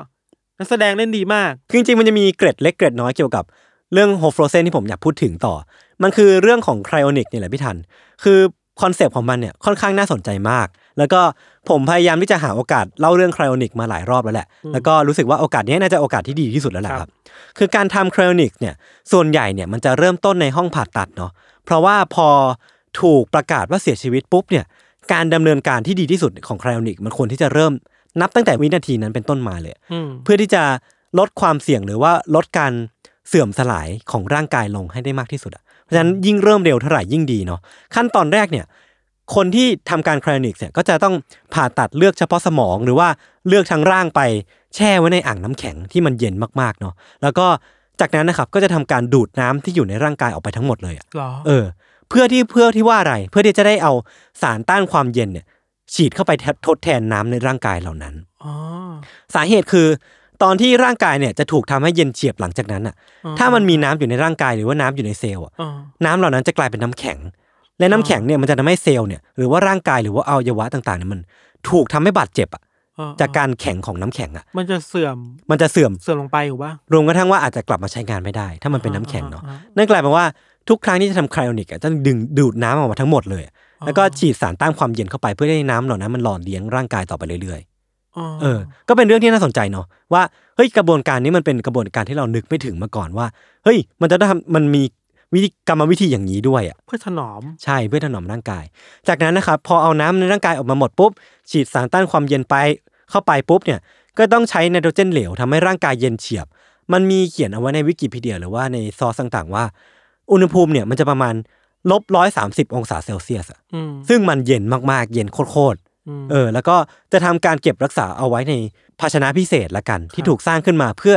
Speaker 1: นักแสดงเล่นดีมาก
Speaker 2: คือจริงๆ มันจะมีเกร็ดเล็กเกร็ดน้อยเกี่ยวกับเรื่องโฮฟโรเซนที่ผมอยากพูดถึงต่อ มันคือเรื่องของไคลอนิกนี่ยแหละพี่ทัน คือคอนเซปต์ของมันเนี่ยค่อนข้างน่าสนใจมาก แล้วก็ผมพยายามที่จะหาโอกาสเล่าเรื่องไคลอนิกมาหลายรอบแล้วแหละ แล้วก็รู้สึกว่าโอกาสนี้น่าจะโอกาสที่ดีที่สุดแล้วแหละ
Speaker 1: ค
Speaker 2: ค
Speaker 1: รั
Speaker 2: รับ บ คือการทำไคลอนิกเนี่ยส่วนใหญ่เนี่ยมันจะเริ่มต้นในห้องผ่าตัดเนาะ เพราะว่าพอถูกประกาศว่าเสียชีวิตปุ๊บเนี่ย การดำเนินการที่ดีที่สุดของไคลอนิกมันควรที่จะเริ่มนับตั้งแต่วินาทีนั้นเป็นต้นมาเลย
Speaker 1: อืม
Speaker 2: เพื่อที่จะลดความเสี่ยงหรือว่าลดการเสื่อมสลายของร่างกายลงให้ได้มากที่สุดอะเพราะฉะนั้นยิ่งเริ่มเร็วเท่าไหร่ยิ่งดีเนาะขั้นตอนแรกเนี่ย คนที่ทำการไคลอนิกส์เนี่ยก็จะต้องผ่าตัดเลือกเฉพาะสมอง หรือว่าเลือกทั้งร่างไปแช่ไว้ในอ่างน้ำแข็งที่มันเย็นมากๆเนาะแล้วก็จากนั้นนะครับก็จะทำการดูดน้ำที่อยู่ในร่างกายออกไปทั้งหมดเลยอะ
Speaker 1: หรอ
Speaker 2: เออเพื่อที่เพื่อที่ว่าอะไรเพื่อที่จะได้เอาสารต้านความเย็นเนี่ย ฉีดเข้าไปแทนทดแทนน้ำในร่างกายเหล่านั้น
Speaker 1: อ๋อ
Speaker 2: สาเหตุคือ ตอนที่ร่างกายเนี่ยจะถูกทำให้เย็นเฉียบหลังจากนั้นอ่ะ
Speaker 1: อ๋อ
Speaker 2: ถ้ามันมีน้ำอยู่ในร่างกายหรือว่าน้ำอยู่ในเซลล์อะ
Speaker 1: อ๋อ
Speaker 2: น้ำเหล่านั้นจะกลายเป็นน้ำแข็ง และน้ำแข็งเนี่ยมันจะทำให้เซลล์เนี่ยหรือว่าร่างกายหรือว่าอวัยวะต่างๆเนี่ยมันถูกทำให้บาดเจ็บอ่ะ
Speaker 1: อ๋อ
Speaker 2: จากการแข็งของน้ำแข็งอ่ะ
Speaker 1: มันจะเสื่อม
Speaker 2: มันจะเสื่อม
Speaker 1: เสื่อมลงไปหรือว่า
Speaker 2: รวมกระทั่งว่าอาจจะกลับมาใช้งานไม่ได้ ถ้ามันเป็นน้ำแข็งเนาะ
Speaker 1: อ่าอ่าอ่านั่
Speaker 2: นั่นกลายเป็นว่าทุกครั้งที่จะทำไคลอนิกอะจะดึงดูดน้ำออกมาทั้งหมดเลย
Speaker 1: อ๋อ
Speaker 2: แล้วก็ฉีดสารต้านความเย็นเข้าไปเพื่อให้น้ำเหล่านั้นมันหล่อเลี้ยงร่างกายต่อไปเรื่อย เออ ก็เป็นเรื่องที่น่าสนใจเนาะว่าเฮ้ยกระบวนการนี้มันเป็นกระบวนการที่เรานึกไม่ถึงมาก่อนว่า เฮ้ย มันจะได้ทำมันมีวิธีกรรมวิธีอย่างนี้ด้วยอ่ะ
Speaker 1: เพื่อถนอม
Speaker 2: ใช่เพื่อถนอมร่างกาย จากนั้นนะครับพอเอาน้ำในร่างกายออกมาหมดปุ๊บ ฉีดสารต้านความเย็นไปเข้าไปปุ๊บเนี่ยก็ต้องใช้ไนโตรเจนเหลวทำให้ร่างกายเย็นเฉียบ มันมีเขียนเอาไว้ในวิกิพีเดียหรือว่าในซอสต่างๆว่า อุณหภูมิเนี่ยมันจะประมาณลบร้อยสาสิบองศาเซลเซียสอะ
Speaker 1: อืม
Speaker 2: ซึ่งมันเย็นมากๆ เย็นโคตร
Speaker 1: ม
Speaker 2: ๆเออ แล้วก็จะทำการเก็บรักษาเอาไว้ในภาชนะพิเศษละกัน ที่
Speaker 1: ครับ
Speaker 2: ถูกสร้างขึ้นมาเพื่อ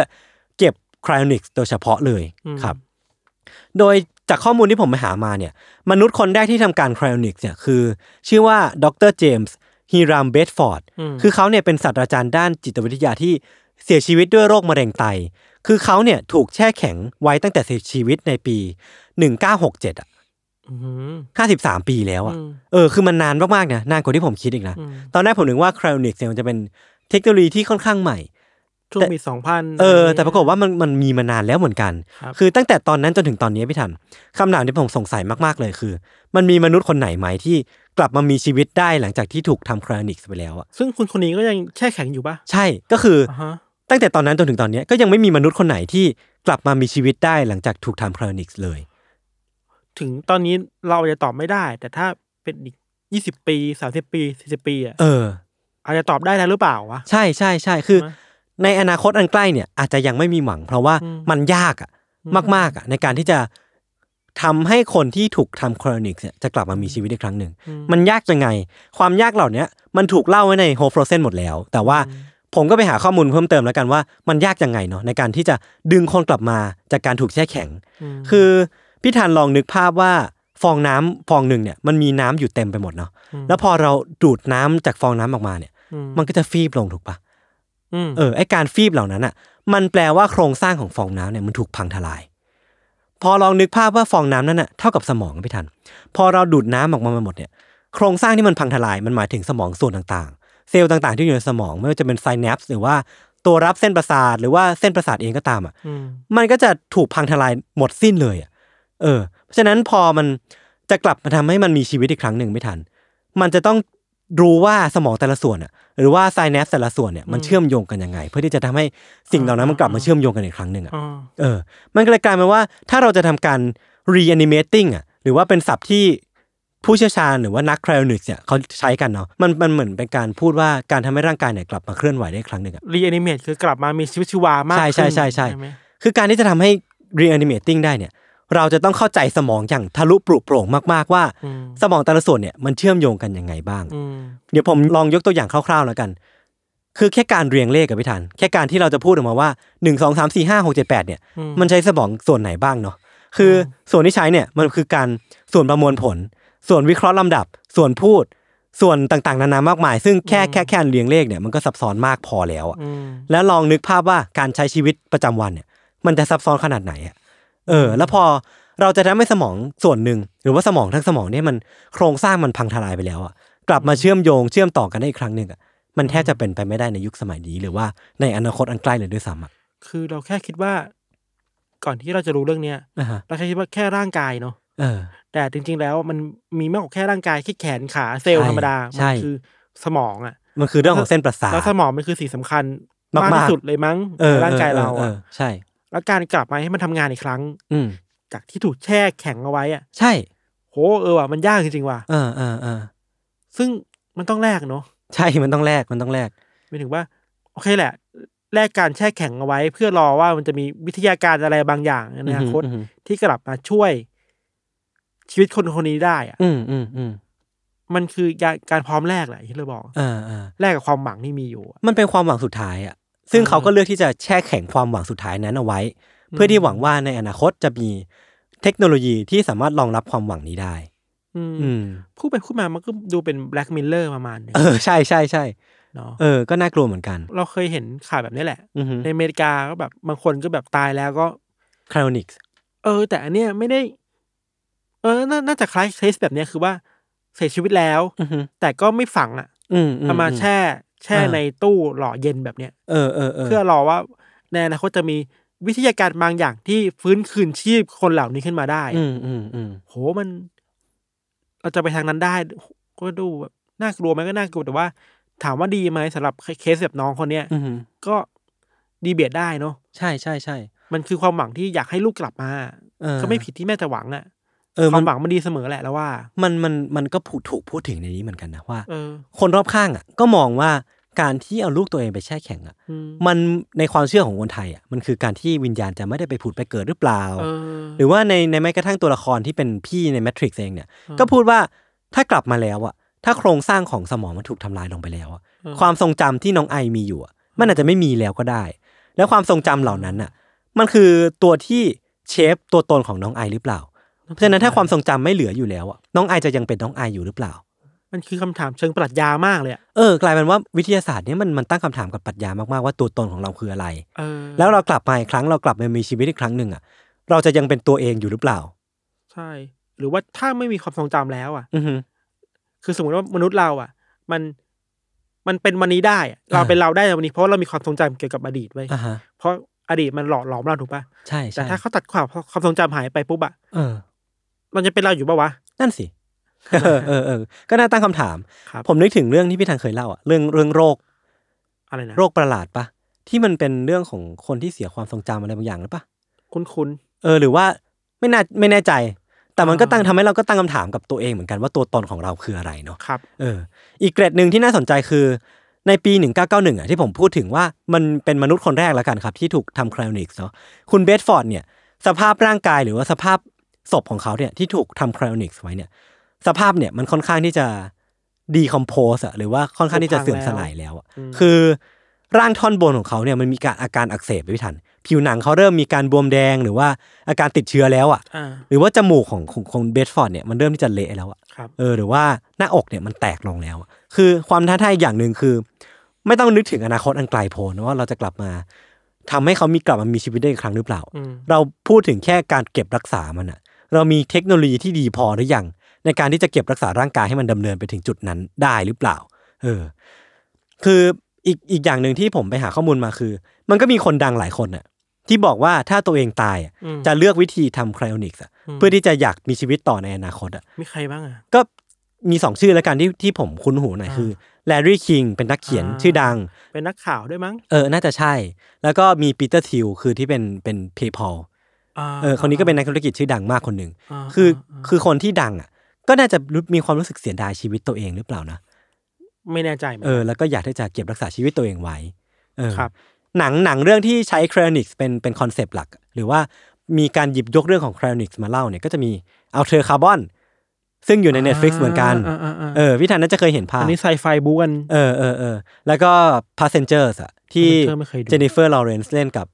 Speaker 2: เก็บคร y o นิกส์โดยเฉพาะเลย
Speaker 1: อืม
Speaker 2: ครับ โดยจากข้อมูลที่ผมไปหามาเนี่ย มนุษย์คนแรกที่ทำการไครอนิกส์เนี่ยคือ ชื่อว่าดรเจมส์ฮีรามเบดฟอร์ด
Speaker 1: ม
Speaker 2: คือเขาเนี่ยเป็นศาสตราจารย์ด้านจิตวิทยาที่เสียชีวิตด้วยโรคมะเร็งไต คือเขาเนี่ยถูกแช่แข็งไว้ตั้งแต่เสียชีวิตในปี 1967 อ่ะ
Speaker 1: ม
Speaker 2: 53 ปีแล้วอ่ะ
Speaker 1: อืม
Speaker 2: เออ คือมันนานมากๆนะนานกว่าที่ผมคิดอีกนะ
Speaker 1: อืม
Speaker 2: ตอนแรกผมนึกว่าไครอนิกส์เนี่ยมันจะเป็นเทคโนโลยีที่ค่อนข้างใหม่
Speaker 1: ช่วงปีสองพัน
Speaker 2: เออ แต่ปรากฏว่ามันมันมีมานานแล้วเหมือนกัน
Speaker 1: ครับ
Speaker 2: คือตั้งแต่ตอนนั้นจนถึงตอนนี้พี่ทันคำถามที่ผมสงสัยมากๆเลยคือ มันมีมนุษย์คนไหนไหมที่กลับมามีชีวิตได้หลังจากที่ถูกทำครอนิกส์ไปแล้วอะ
Speaker 1: ซึ่งคุณคนนี้ก็ยังแช่แข็งอยู่ปะ
Speaker 2: ใช่ก็คืออา
Speaker 1: ฮะ
Speaker 2: ตั้งแต่ตอนนั้นจนถึงตอนนี้ก็ยังไม่มีมนุษย์คนไหนที่กลับมามีชีวิตได้หลังจากถูกทำครอนิกส์เลย
Speaker 1: ถึงตอนนี้เราจะตอบไม่ได้ แต่ถ้าเป็นอีกยี่สิบปีสามสิบปีสี่สิบปีอ่ะ
Speaker 2: เออ
Speaker 1: อาจจะตอบได้แล้วหรือเปล่าวะ
Speaker 2: ใช่ใช่ใช่คือ
Speaker 1: ใช่ไหม
Speaker 2: ในอนาคตอันใกล้เนี่ยอาจจะยังไม่มีหวัง เพราะว่า
Speaker 1: อืม
Speaker 2: มันยากอะมากๆอะในการที่จะทำให้คนที่ถูกทำครอนิกส์เนี่ยจะกลับมามีชีวิตอีกครั้งหนึ่ง
Speaker 1: อื
Speaker 2: มันยากยังไง ความยากเหล่าเนี้ยมันถูกเล่าไว้ในโฮฟโรเซนหมดแล้ว แต่ว่าผมก็ไปหาข้อมูลเพิ่มเติมแล้วกันว่ามันยากยังไงเนาะในการที่จะดึงคนกลับมาจากการถูกแช่แข็ง
Speaker 1: ม
Speaker 2: คือพี่ธันลองนึกภาพว่าฟองน้ำฟองหนึ่งเนี่ยมันมีน้ำอยู่เต็มไปหมดเนาะ
Speaker 1: ม
Speaker 2: แล้วพอเราดูดน้ำจากฟองน้ำออกมาเนี่ย
Speaker 1: อื
Speaker 2: มันก็จะฟีบลงถูกปะ
Speaker 1: ม
Speaker 2: เออไอการฟีบเหล่านั้นอ่ะ มันแปลว่าโครงสร้างของฟองน้ำเนี่ยมันถูกพังทลาย พอลองนึกภาพว่าฟองน้ำนั่นน่ะเท่ากับสมองอะพี่ทัน พอเราดูดน้ำออกมาหมดเนี่ย โครงสร้างที่มันพังทลายมันหมายถึงสมองส่วนต่างๆ เซลล์ต่างๆที่อยู่ในสมองไม่ว่าจะเป็นไซแนปส์หรือว่าตัวรับเส้นประสาทหรือว่าเส้นประสาทเองก็ตามอ่ะ
Speaker 1: อืม
Speaker 2: มันก็จะถูกพังทลายหมดสิ้นเลยอ่ะ เออ เพราะฉะนั้นพอมันจะกลับมาทำให้มันมีชีวิตอีกครั้งหนึ่งไม่ทัน มันจะต้องรู้ว่าสมองแต่ละส่วนอ่ะ หรือว่าไซแนปแต่ละส่วนเนี่ยมันเชื่อมโยงกันยังไง เพื่อที่จะทำให้สิ่งเหล่านั้นมันกลับมาเชื่อมโยงกันอีกครั้งหนึ่งอ่ะ
Speaker 1: อ๋อ
Speaker 2: เออ มันก็เลยกลายเป็นว่าถ้าเราจะทำการ reanimating อ่ะ หรือว่าเป็นศัพท์ที่ผู้เชี่ยวชาญหรือว่านักไคลนิกส์เนี่ยเขาใช้กันเนาะ มันมันเหมือนเป็นการพูดว่าการทำให้ร่างกายเนี่ยกลับมาเคลื่อนไหวได้อีกครั้งหนึ่งอ่ะ
Speaker 1: รีแอนิเมตคือกลับมามีชีวิตชีวามาก
Speaker 2: ใช่ใช่
Speaker 1: ขึ้น
Speaker 2: ใช่ใช่
Speaker 1: ไหม
Speaker 2: คือการที่จะทำให้ reanimating ได้เนี่ย เราจะต้องเข้าใจสมองอย่างทะลุปลุโปร่งมาก ๆ ว่า
Speaker 1: อืม
Speaker 2: สมองแต่ละส่วนเนี่ยมันเชื่อมโยงกันยังไงบ้าง
Speaker 1: อืม
Speaker 2: เดี๋ยวผมลองยกตัวอย่างคร่าว ๆ แล้วกัน คือแค่การเรียงเลขกับพี่ทันแค่การที่เราจะพูดออกมาว่า 1 2 3 4 5 6 7 8เนี่ย
Speaker 1: อื
Speaker 2: มันใช้สมองส่วนไหนบ้างเนาะ คืออส่วนที่ใช้เนี่ยมันคือการส่วนประมวลผล ส่วนวิเคราะห์ลำดับ ส่วนพูด ส่วนต่างๆนานามากมาย ซึ่งแค่
Speaker 1: อืม
Speaker 2: แค่แค่เรียงเลขเนี่ยมันก็ซับซ้อนมากพอแล้วอะ
Speaker 1: อืม
Speaker 2: แล้วลองนึกภาพว่าการใช้ชีวิตประจำวันเนี่ย มันจะซับซ้อนขนาดไหนอะเออ แล้วพอเราจะทำให้สมองส่วนหนึ่ง หรือว่าสมองทั้งสมองเนี่ยมันโครงสร้างมันพังทลายไปแล้วอะกลับมาเชื่อมโยงเชื่อมต่อกันได้อีกครั้งหนึ่งอะมันแทบจะเป็นไปไม่ได้ในยุคสมัยนี้หรือว่าในอนาคตอันใกล้เลยด้วยซ้ำอะ
Speaker 1: คือเราแค่คิดว่า ก่อนที่เราจะรู้เรื่องเนี้ย
Speaker 2: อ่าฮะ
Speaker 1: เราแค่คิดว่าแค่ร่างกายเนาะ
Speaker 2: เออ
Speaker 1: แต่จริงๆ แล้วมันมีมากกว่าแค่ร่างกายแค่แขนขาเซลล์
Speaker 2: ใช่
Speaker 1: ธรรมดา
Speaker 2: ใช่
Speaker 1: มัคือสมองอ่ะ
Speaker 2: มันคือเรื่องของเส้นประสาท
Speaker 1: แล้วสมองมันคือสิ่งสำคัญ
Speaker 2: มากๆ
Speaker 1: ที่สุดเลยมั้ง
Speaker 2: เออ
Speaker 1: ในร่างกายเรา
Speaker 2: ออ
Speaker 1: อ่ะ
Speaker 2: ออใช่
Speaker 1: แล้วการกลับมาให้มันทำงานอีกครั้ง
Speaker 2: อืม
Speaker 1: จากที่ถูกแช่แข็งเอาไว้อ่ะ
Speaker 2: ใช่
Speaker 1: โหเออว่ะมันยากจริงๆว่ะ
Speaker 2: เออเออเออ
Speaker 1: ซึ่งมันต้องแลกเนาะ
Speaker 2: ใช่มันต้องแลกมันต้องแลก
Speaker 1: หมายถึงว่า โอเคแหละแลกการแช่แข็งเอาไว้ เพื่อรอว่ามันจะมีวิทยาการอะไรบางอย่างในอนาคต
Speaker 2: อืม
Speaker 1: ที่กลับมาช่วย ชีวิตคนคนนี้ได้อ่ะ
Speaker 2: อืมอืมอืม
Speaker 1: มันคือการพร้อมแลกแหละอย่างที่เราบอก
Speaker 2: เออเออ
Speaker 1: แลกกับความหวังที่มีอยู่อะ
Speaker 2: มันเป็นความหวังสุดท้ายอ่ะ ซึ่งเขาก็เลือกที่จะแช่แข็งความหวังสุดท้ายนั้นเอาไว้ เพื่อที่หวังว่าในอนาคตจะมีเทคโนโลยีที่สามารถรองรับความหวังนี้ได้
Speaker 1: อืม
Speaker 2: อืม
Speaker 1: พูดไปพูดมามันก็ดูเป็นแบล็กมิลเลอร์ประมาณหนึง
Speaker 2: เออ ใช่ใช่ใช่
Speaker 1: เนาะ
Speaker 2: เออ ก็น่ากลัวเหมือนกัน
Speaker 1: เราเคยเห็นข่าวแบบนี้แหละ
Speaker 2: อือฮึ
Speaker 1: ในอเมริกาก็แบบบางคนก็แบบตายแล้วก็
Speaker 2: คลนิกส์
Speaker 1: เออ แต่อันเนี้ยไม่ได้ เออนาน่าจะคล้ายเคสแบบเนี้ยคือว่าเสียชีวิตแล้ว
Speaker 2: อือฮึ
Speaker 1: แต่ก็ไม่ฝังอ่ะ
Speaker 2: อืมอื
Speaker 1: เอามาแช่แช่
Speaker 2: อ่า
Speaker 1: ในตู้หล่อเย็นแบบเนี้ย
Speaker 2: เออเออเออ
Speaker 1: เพื่อรอว่าในอนาคตจะมีวิทยาการบางอย่างที่ฟื้นคืนชีพคนเหล่านี้ขึ้นมาได้
Speaker 2: อืมอืมอืม
Speaker 1: โหมันเราจะไปทางนั้นได้ก็ดูแบบน่ากลัวไหมก็น่ากลัวแต่ว่า ถามว่าดีไหมสำหรับเคสแบบน้องคนเนี้ย
Speaker 2: อือหือ
Speaker 1: ก็ดีเบียดได้เนาะ
Speaker 2: ใช่ใช่ใช่
Speaker 1: มันคือความหวังที่อยากให้ลูกกลับมา
Speaker 2: เออ
Speaker 1: ก็ไม่ผิดที่แม่จะหวังอะ
Speaker 2: เออ
Speaker 1: ค
Speaker 2: มั
Speaker 1: วาน มหวังมันดีเสมอแหละแล้วว่า
Speaker 2: มันมันมันก็ผูถูกพูดถึงในนี้เหมือนกันนะว่า
Speaker 1: เออ
Speaker 2: คนรอบข้างอ่ะ ก็มองว่าการที่เอาลูกตัวเองไปแช่แข็งอ่ะ
Speaker 1: อืม
Speaker 2: มันในความเชื่อของคนไทยอ่ะมันคือการที่วิญญาณจะไม่ได้ไปผุดไปเกิดหรือเปล่า
Speaker 1: เออ
Speaker 2: หรือว่าในในแม้กระทั่งตัวละครที่เป็นพี่ในแมทริกซ์เองเนี่ย
Speaker 1: อืม
Speaker 2: ก็พูดว่าถ้ากลับมาแล้วอ่ะ ถ้าโครงสร้างของสมองมันถูกทำลายลงไปแล้วอ่ะ
Speaker 1: อืม
Speaker 2: ความทรงจำที่น้องไอมีอยู่อะมันอาจจะไม่มีแล้วก็ได้ แล้วความทรงจำเหล่านั้นอ่ะ มันคือตัวที่เชฟตัวตนของน้องไอหรือเปล่า เพราะฉะนั้นถ้าความทรงจำไม่เหลืออยู่แล้วอ่ะน้องไอจะยังเป็นน้องไออยู่หรือเปล่า
Speaker 1: มันคือคำถามเชิงปรัชญามากเลยอะ
Speaker 2: เออกลายเป็นว่าวิทยาศาสตร์เนี่ยมันมันตั้งคำถามกับปรัชญามากๆว่าตัวตนของเราคืออะไร
Speaker 1: เออ
Speaker 2: แล้วเรากลับมาอีกครั้งเรากลับมามีชีวิตอีกครั้งหนึ่งอ่ะเราจะยังเป็นตัวเองอยู่หรือเปล่า
Speaker 1: ใช่ หรือว่าถ้าไม่มีความทรงจำแล้วอะ
Speaker 2: อือฮึ
Speaker 1: คือสมมติว่ามนุษย์เราอ่ะ มันมันเป็นวันนี้ได้อะเรา
Speaker 2: อ่า
Speaker 1: เป็นเราได้ในวันนี้เพราะว่าเรามีความทรงจำเกี่ยวกับอดีตไว้ย
Speaker 2: อ่าฮะ
Speaker 1: เพราะอดีตมันหล่อหลอมเราถูกปะ
Speaker 2: ใช่ใช่
Speaker 1: แต่ถ้าเขาตัดความความทรงจำหายไปปุ๊บอะ
Speaker 2: เออ
Speaker 1: มันจะเป็นเราอยู่ปะวะ
Speaker 2: นั่นสิ เออเออเออก็น่าตั้งคำถาม
Speaker 1: ครับ
Speaker 2: ผมนึกถึงเรื่องที่พี่ทันเคยเล่าอ่ะเรื่องเรื่องโรค
Speaker 1: อะไรนะ
Speaker 2: โรคประหลาดปะที่มันเป็นเรื่องของคนที่เสียความทรงจำอะไรบางอย่างหรือปะ
Speaker 1: คุ้นคุ้น
Speaker 2: เออหรือว่าไม่น่าไม่แน่ใจ แต่มันก็
Speaker 1: อ่า
Speaker 2: ตั้งทำให้เราก็ตั้งคำถามกับตัวเองเหมือนกันว่าตัวตนของเราคืออะไรเนาะ
Speaker 1: ๆครับ
Speaker 2: เอออีกเกร็ดหนึ่งที่น่าสนใจคือ ในปี 1991อ่ะที่ผมพูดถึงว่ามันเป็นมนุษย์คนแรกแล้วกันครับ ที่ถูกทำคร o นิกส์เนาะคุณเบสฟอร์ดเนี่ยสภาพร่างกายหรือว่าสภาพศพของเขาเนี่ยที่ถูกทำคร o นิกส์ไว้เนี่ยสภาพเนี่ยมันค่อนข้างที่จะดีคอมโพสอะหรือว่าค่อนข้างที่จะเสื่อมสลายแล้วอะ
Speaker 1: อืม
Speaker 2: คือร่างท่อนบนของเขาเนี่ยมันมีการอาการอักเสบไปพิทัน ผิวหนังเขาเริ่มมีการบวมแดงหรือว่าอาการติดเชื้อแล้วอะ
Speaker 1: อ่า
Speaker 2: หรือว่าจมูกของของของเบสฟอร์ดเนี่ยมันเริ่มที่จะเละแล้วอะ
Speaker 1: ครับ
Speaker 2: เออหรือว่าหน้าอกเนี่ยมันแตกลงแล้วอะคือความท้าทายอย่างหนึ่งคือ ไม่ต้องนึกถึงอนาคตอันไกลโพ้นนะว่าเราจะกลับมาทำให้เขามีกลับมามีชีวิตได้อีกครั้งหรือเปล่า
Speaker 1: อืม
Speaker 2: เราพูดถึงแค่การเก็บรักษามันอะเรามีเทคโนโลยีที่ดีพอหรือยังในการที่จะเก็บรักษาร่างกายให้มันดำเนินไปถึงจุดนั้นได้หรือเปล่า เออ คืออีกอีกอย่างหนึ่งที่ผมไปหาข้อมูลมาคือ มันก็มีคนดังหลายคนอะที่บอกว่าถ้าตัวเองตายอะ
Speaker 1: อืม
Speaker 2: จะเลือกวิธีทำไคลอนิกส์
Speaker 1: ม
Speaker 2: เพื่อที่จะอยากมีชีวิตต่อในอนาคตอะ
Speaker 1: มีใครบ้างอ่ะ
Speaker 2: ก็มีสองชื่อแล้วกันที่ที่ผมคุ้นหูหน่อย
Speaker 1: อ่า
Speaker 2: คือแลรี่คิงเป็นนักเขียน
Speaker 1: อ่า
Speaker 2: ชื่อดัง
Speaker 1: เป็นนักข่าวด้วยมั้ง
Speaker 2: เออ น่าจะใช่ แล้วก็มีปีเตอร์ทิวคือที่เป็นเป็นเพย์พอล
Speaker 1: า
Speaker 2: เออคนนี้ก็เป็นนักธุรกิจชื่อดังมากคนหนึ่ง
Speaker 1: า
Speaker 2: คือา คือคนที่ดังอ่ะ ก็น่าจะรู้มีความรู้สึกเสียดายชีวิตตัวเองหรือเปล่านะ
Speaker 1: ไม่แน่ใจเหมือน
Speaker 2: เอ
Speaker 1: กัน
Speaker 2: อ แล้วก็อยากที่จะเก็บรักษาชีวิตตัวเองไว้ เออ
Speaker 1: ครับ
Speaker 2: หนังหนังเรื่องที่ใช้คร o นิกส์เป็นเป็นคอนเซปต์หลัก หรือว่ามีการหยิบยกเรื่องของคร o นิกส์มาเล่าเนี่ยก็จะมีเอาเธอคาร์บอนซึ่งอยู่ใน Netflix เหมือนกัน
Speaker 1: อ่าอ่าอ่า
Speaker 2: เออพี่ทันน่าจะเคยเห็นภาพ
Speaker 1: อันนี้ไซไฟบูกัน
Speaker 2: เออเออเออแล้วก็ Passengers อะที่
Speaker 1: Passengers ไม่เคยดู
Speaker 2: เจนนิเฟอร์ลอเรนซ์เล่นกับ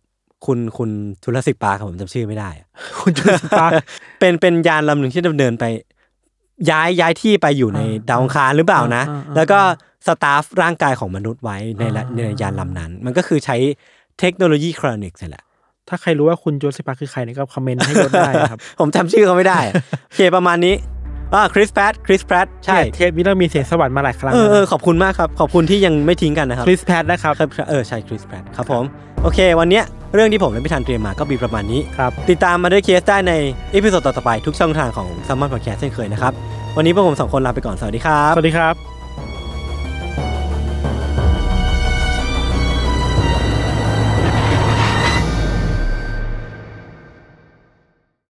Speaker 2: คุณคุณทุลสิกปาครับผมจำชื่อไม่ได้อะ
Speaker 1: คุณจูสตาร์
Speaker 2: เป็นเป็นยานลำหนึ่งที่ดำเนินไป ย้ายย้ายที่ไปอยู่ใน
Speaker 1: อ่า
Speaker 2: ดาวอังคารหรือเปล่านะ
Speaker 1: อ่าอ่า
Speaker 2: แล้วก็สตาฟร่างกายของมนุษย์ไว้ในละ
Speaker 1: อ่า
Speaker 2: ในยานลำนั้น มันก็คือใช้เทคโนโลยีครอนิกส์นี่แหละ
Speaker 1: ถ้าใครรู้ว่าคุณจูสตาร์คือใครเนี่ยก็คอมเมนต์ให้ยศได้นะครับ
Speaker 2: ผมจำชื่อเขาไม่ ได้อะ โอเคประมาณนี้อ่าคริสแพทคริสแพทใช่
Speaker 1: เนี่ยเทปนี้เรามีเสียงสวรรค์มาหลายครั้ง
Speaker 2: เออ
Speaker 1: แล้ว
Speaker 2: เออ
Speaker 1: นะ
Speaker 2: ขอบคุณมากครับ ขอบคุณที่ยังไม่ทิ้งกันนะครับ
Speaker 1: คริสแพทนะครับ
Speaker 2: ครับเออใช่คริสแพรตครับผม โอเค วันเนี้ยเรื่องที่ผมและพี่ธันเตรียมมาก็มีประมาณนี้
Speaker 1: ครับ
Speaker 2: ติดตามมาด้วยเคสได้ในอีพิโซดต่อๆไปทุกช่องทางของ s ัมมอนพอดแคสต์เช่นเคยนะครับ วันนี้พวกผมสองคนลาไปก่อน สวัสดีครับ
Speaker 1: สวัสดีครับ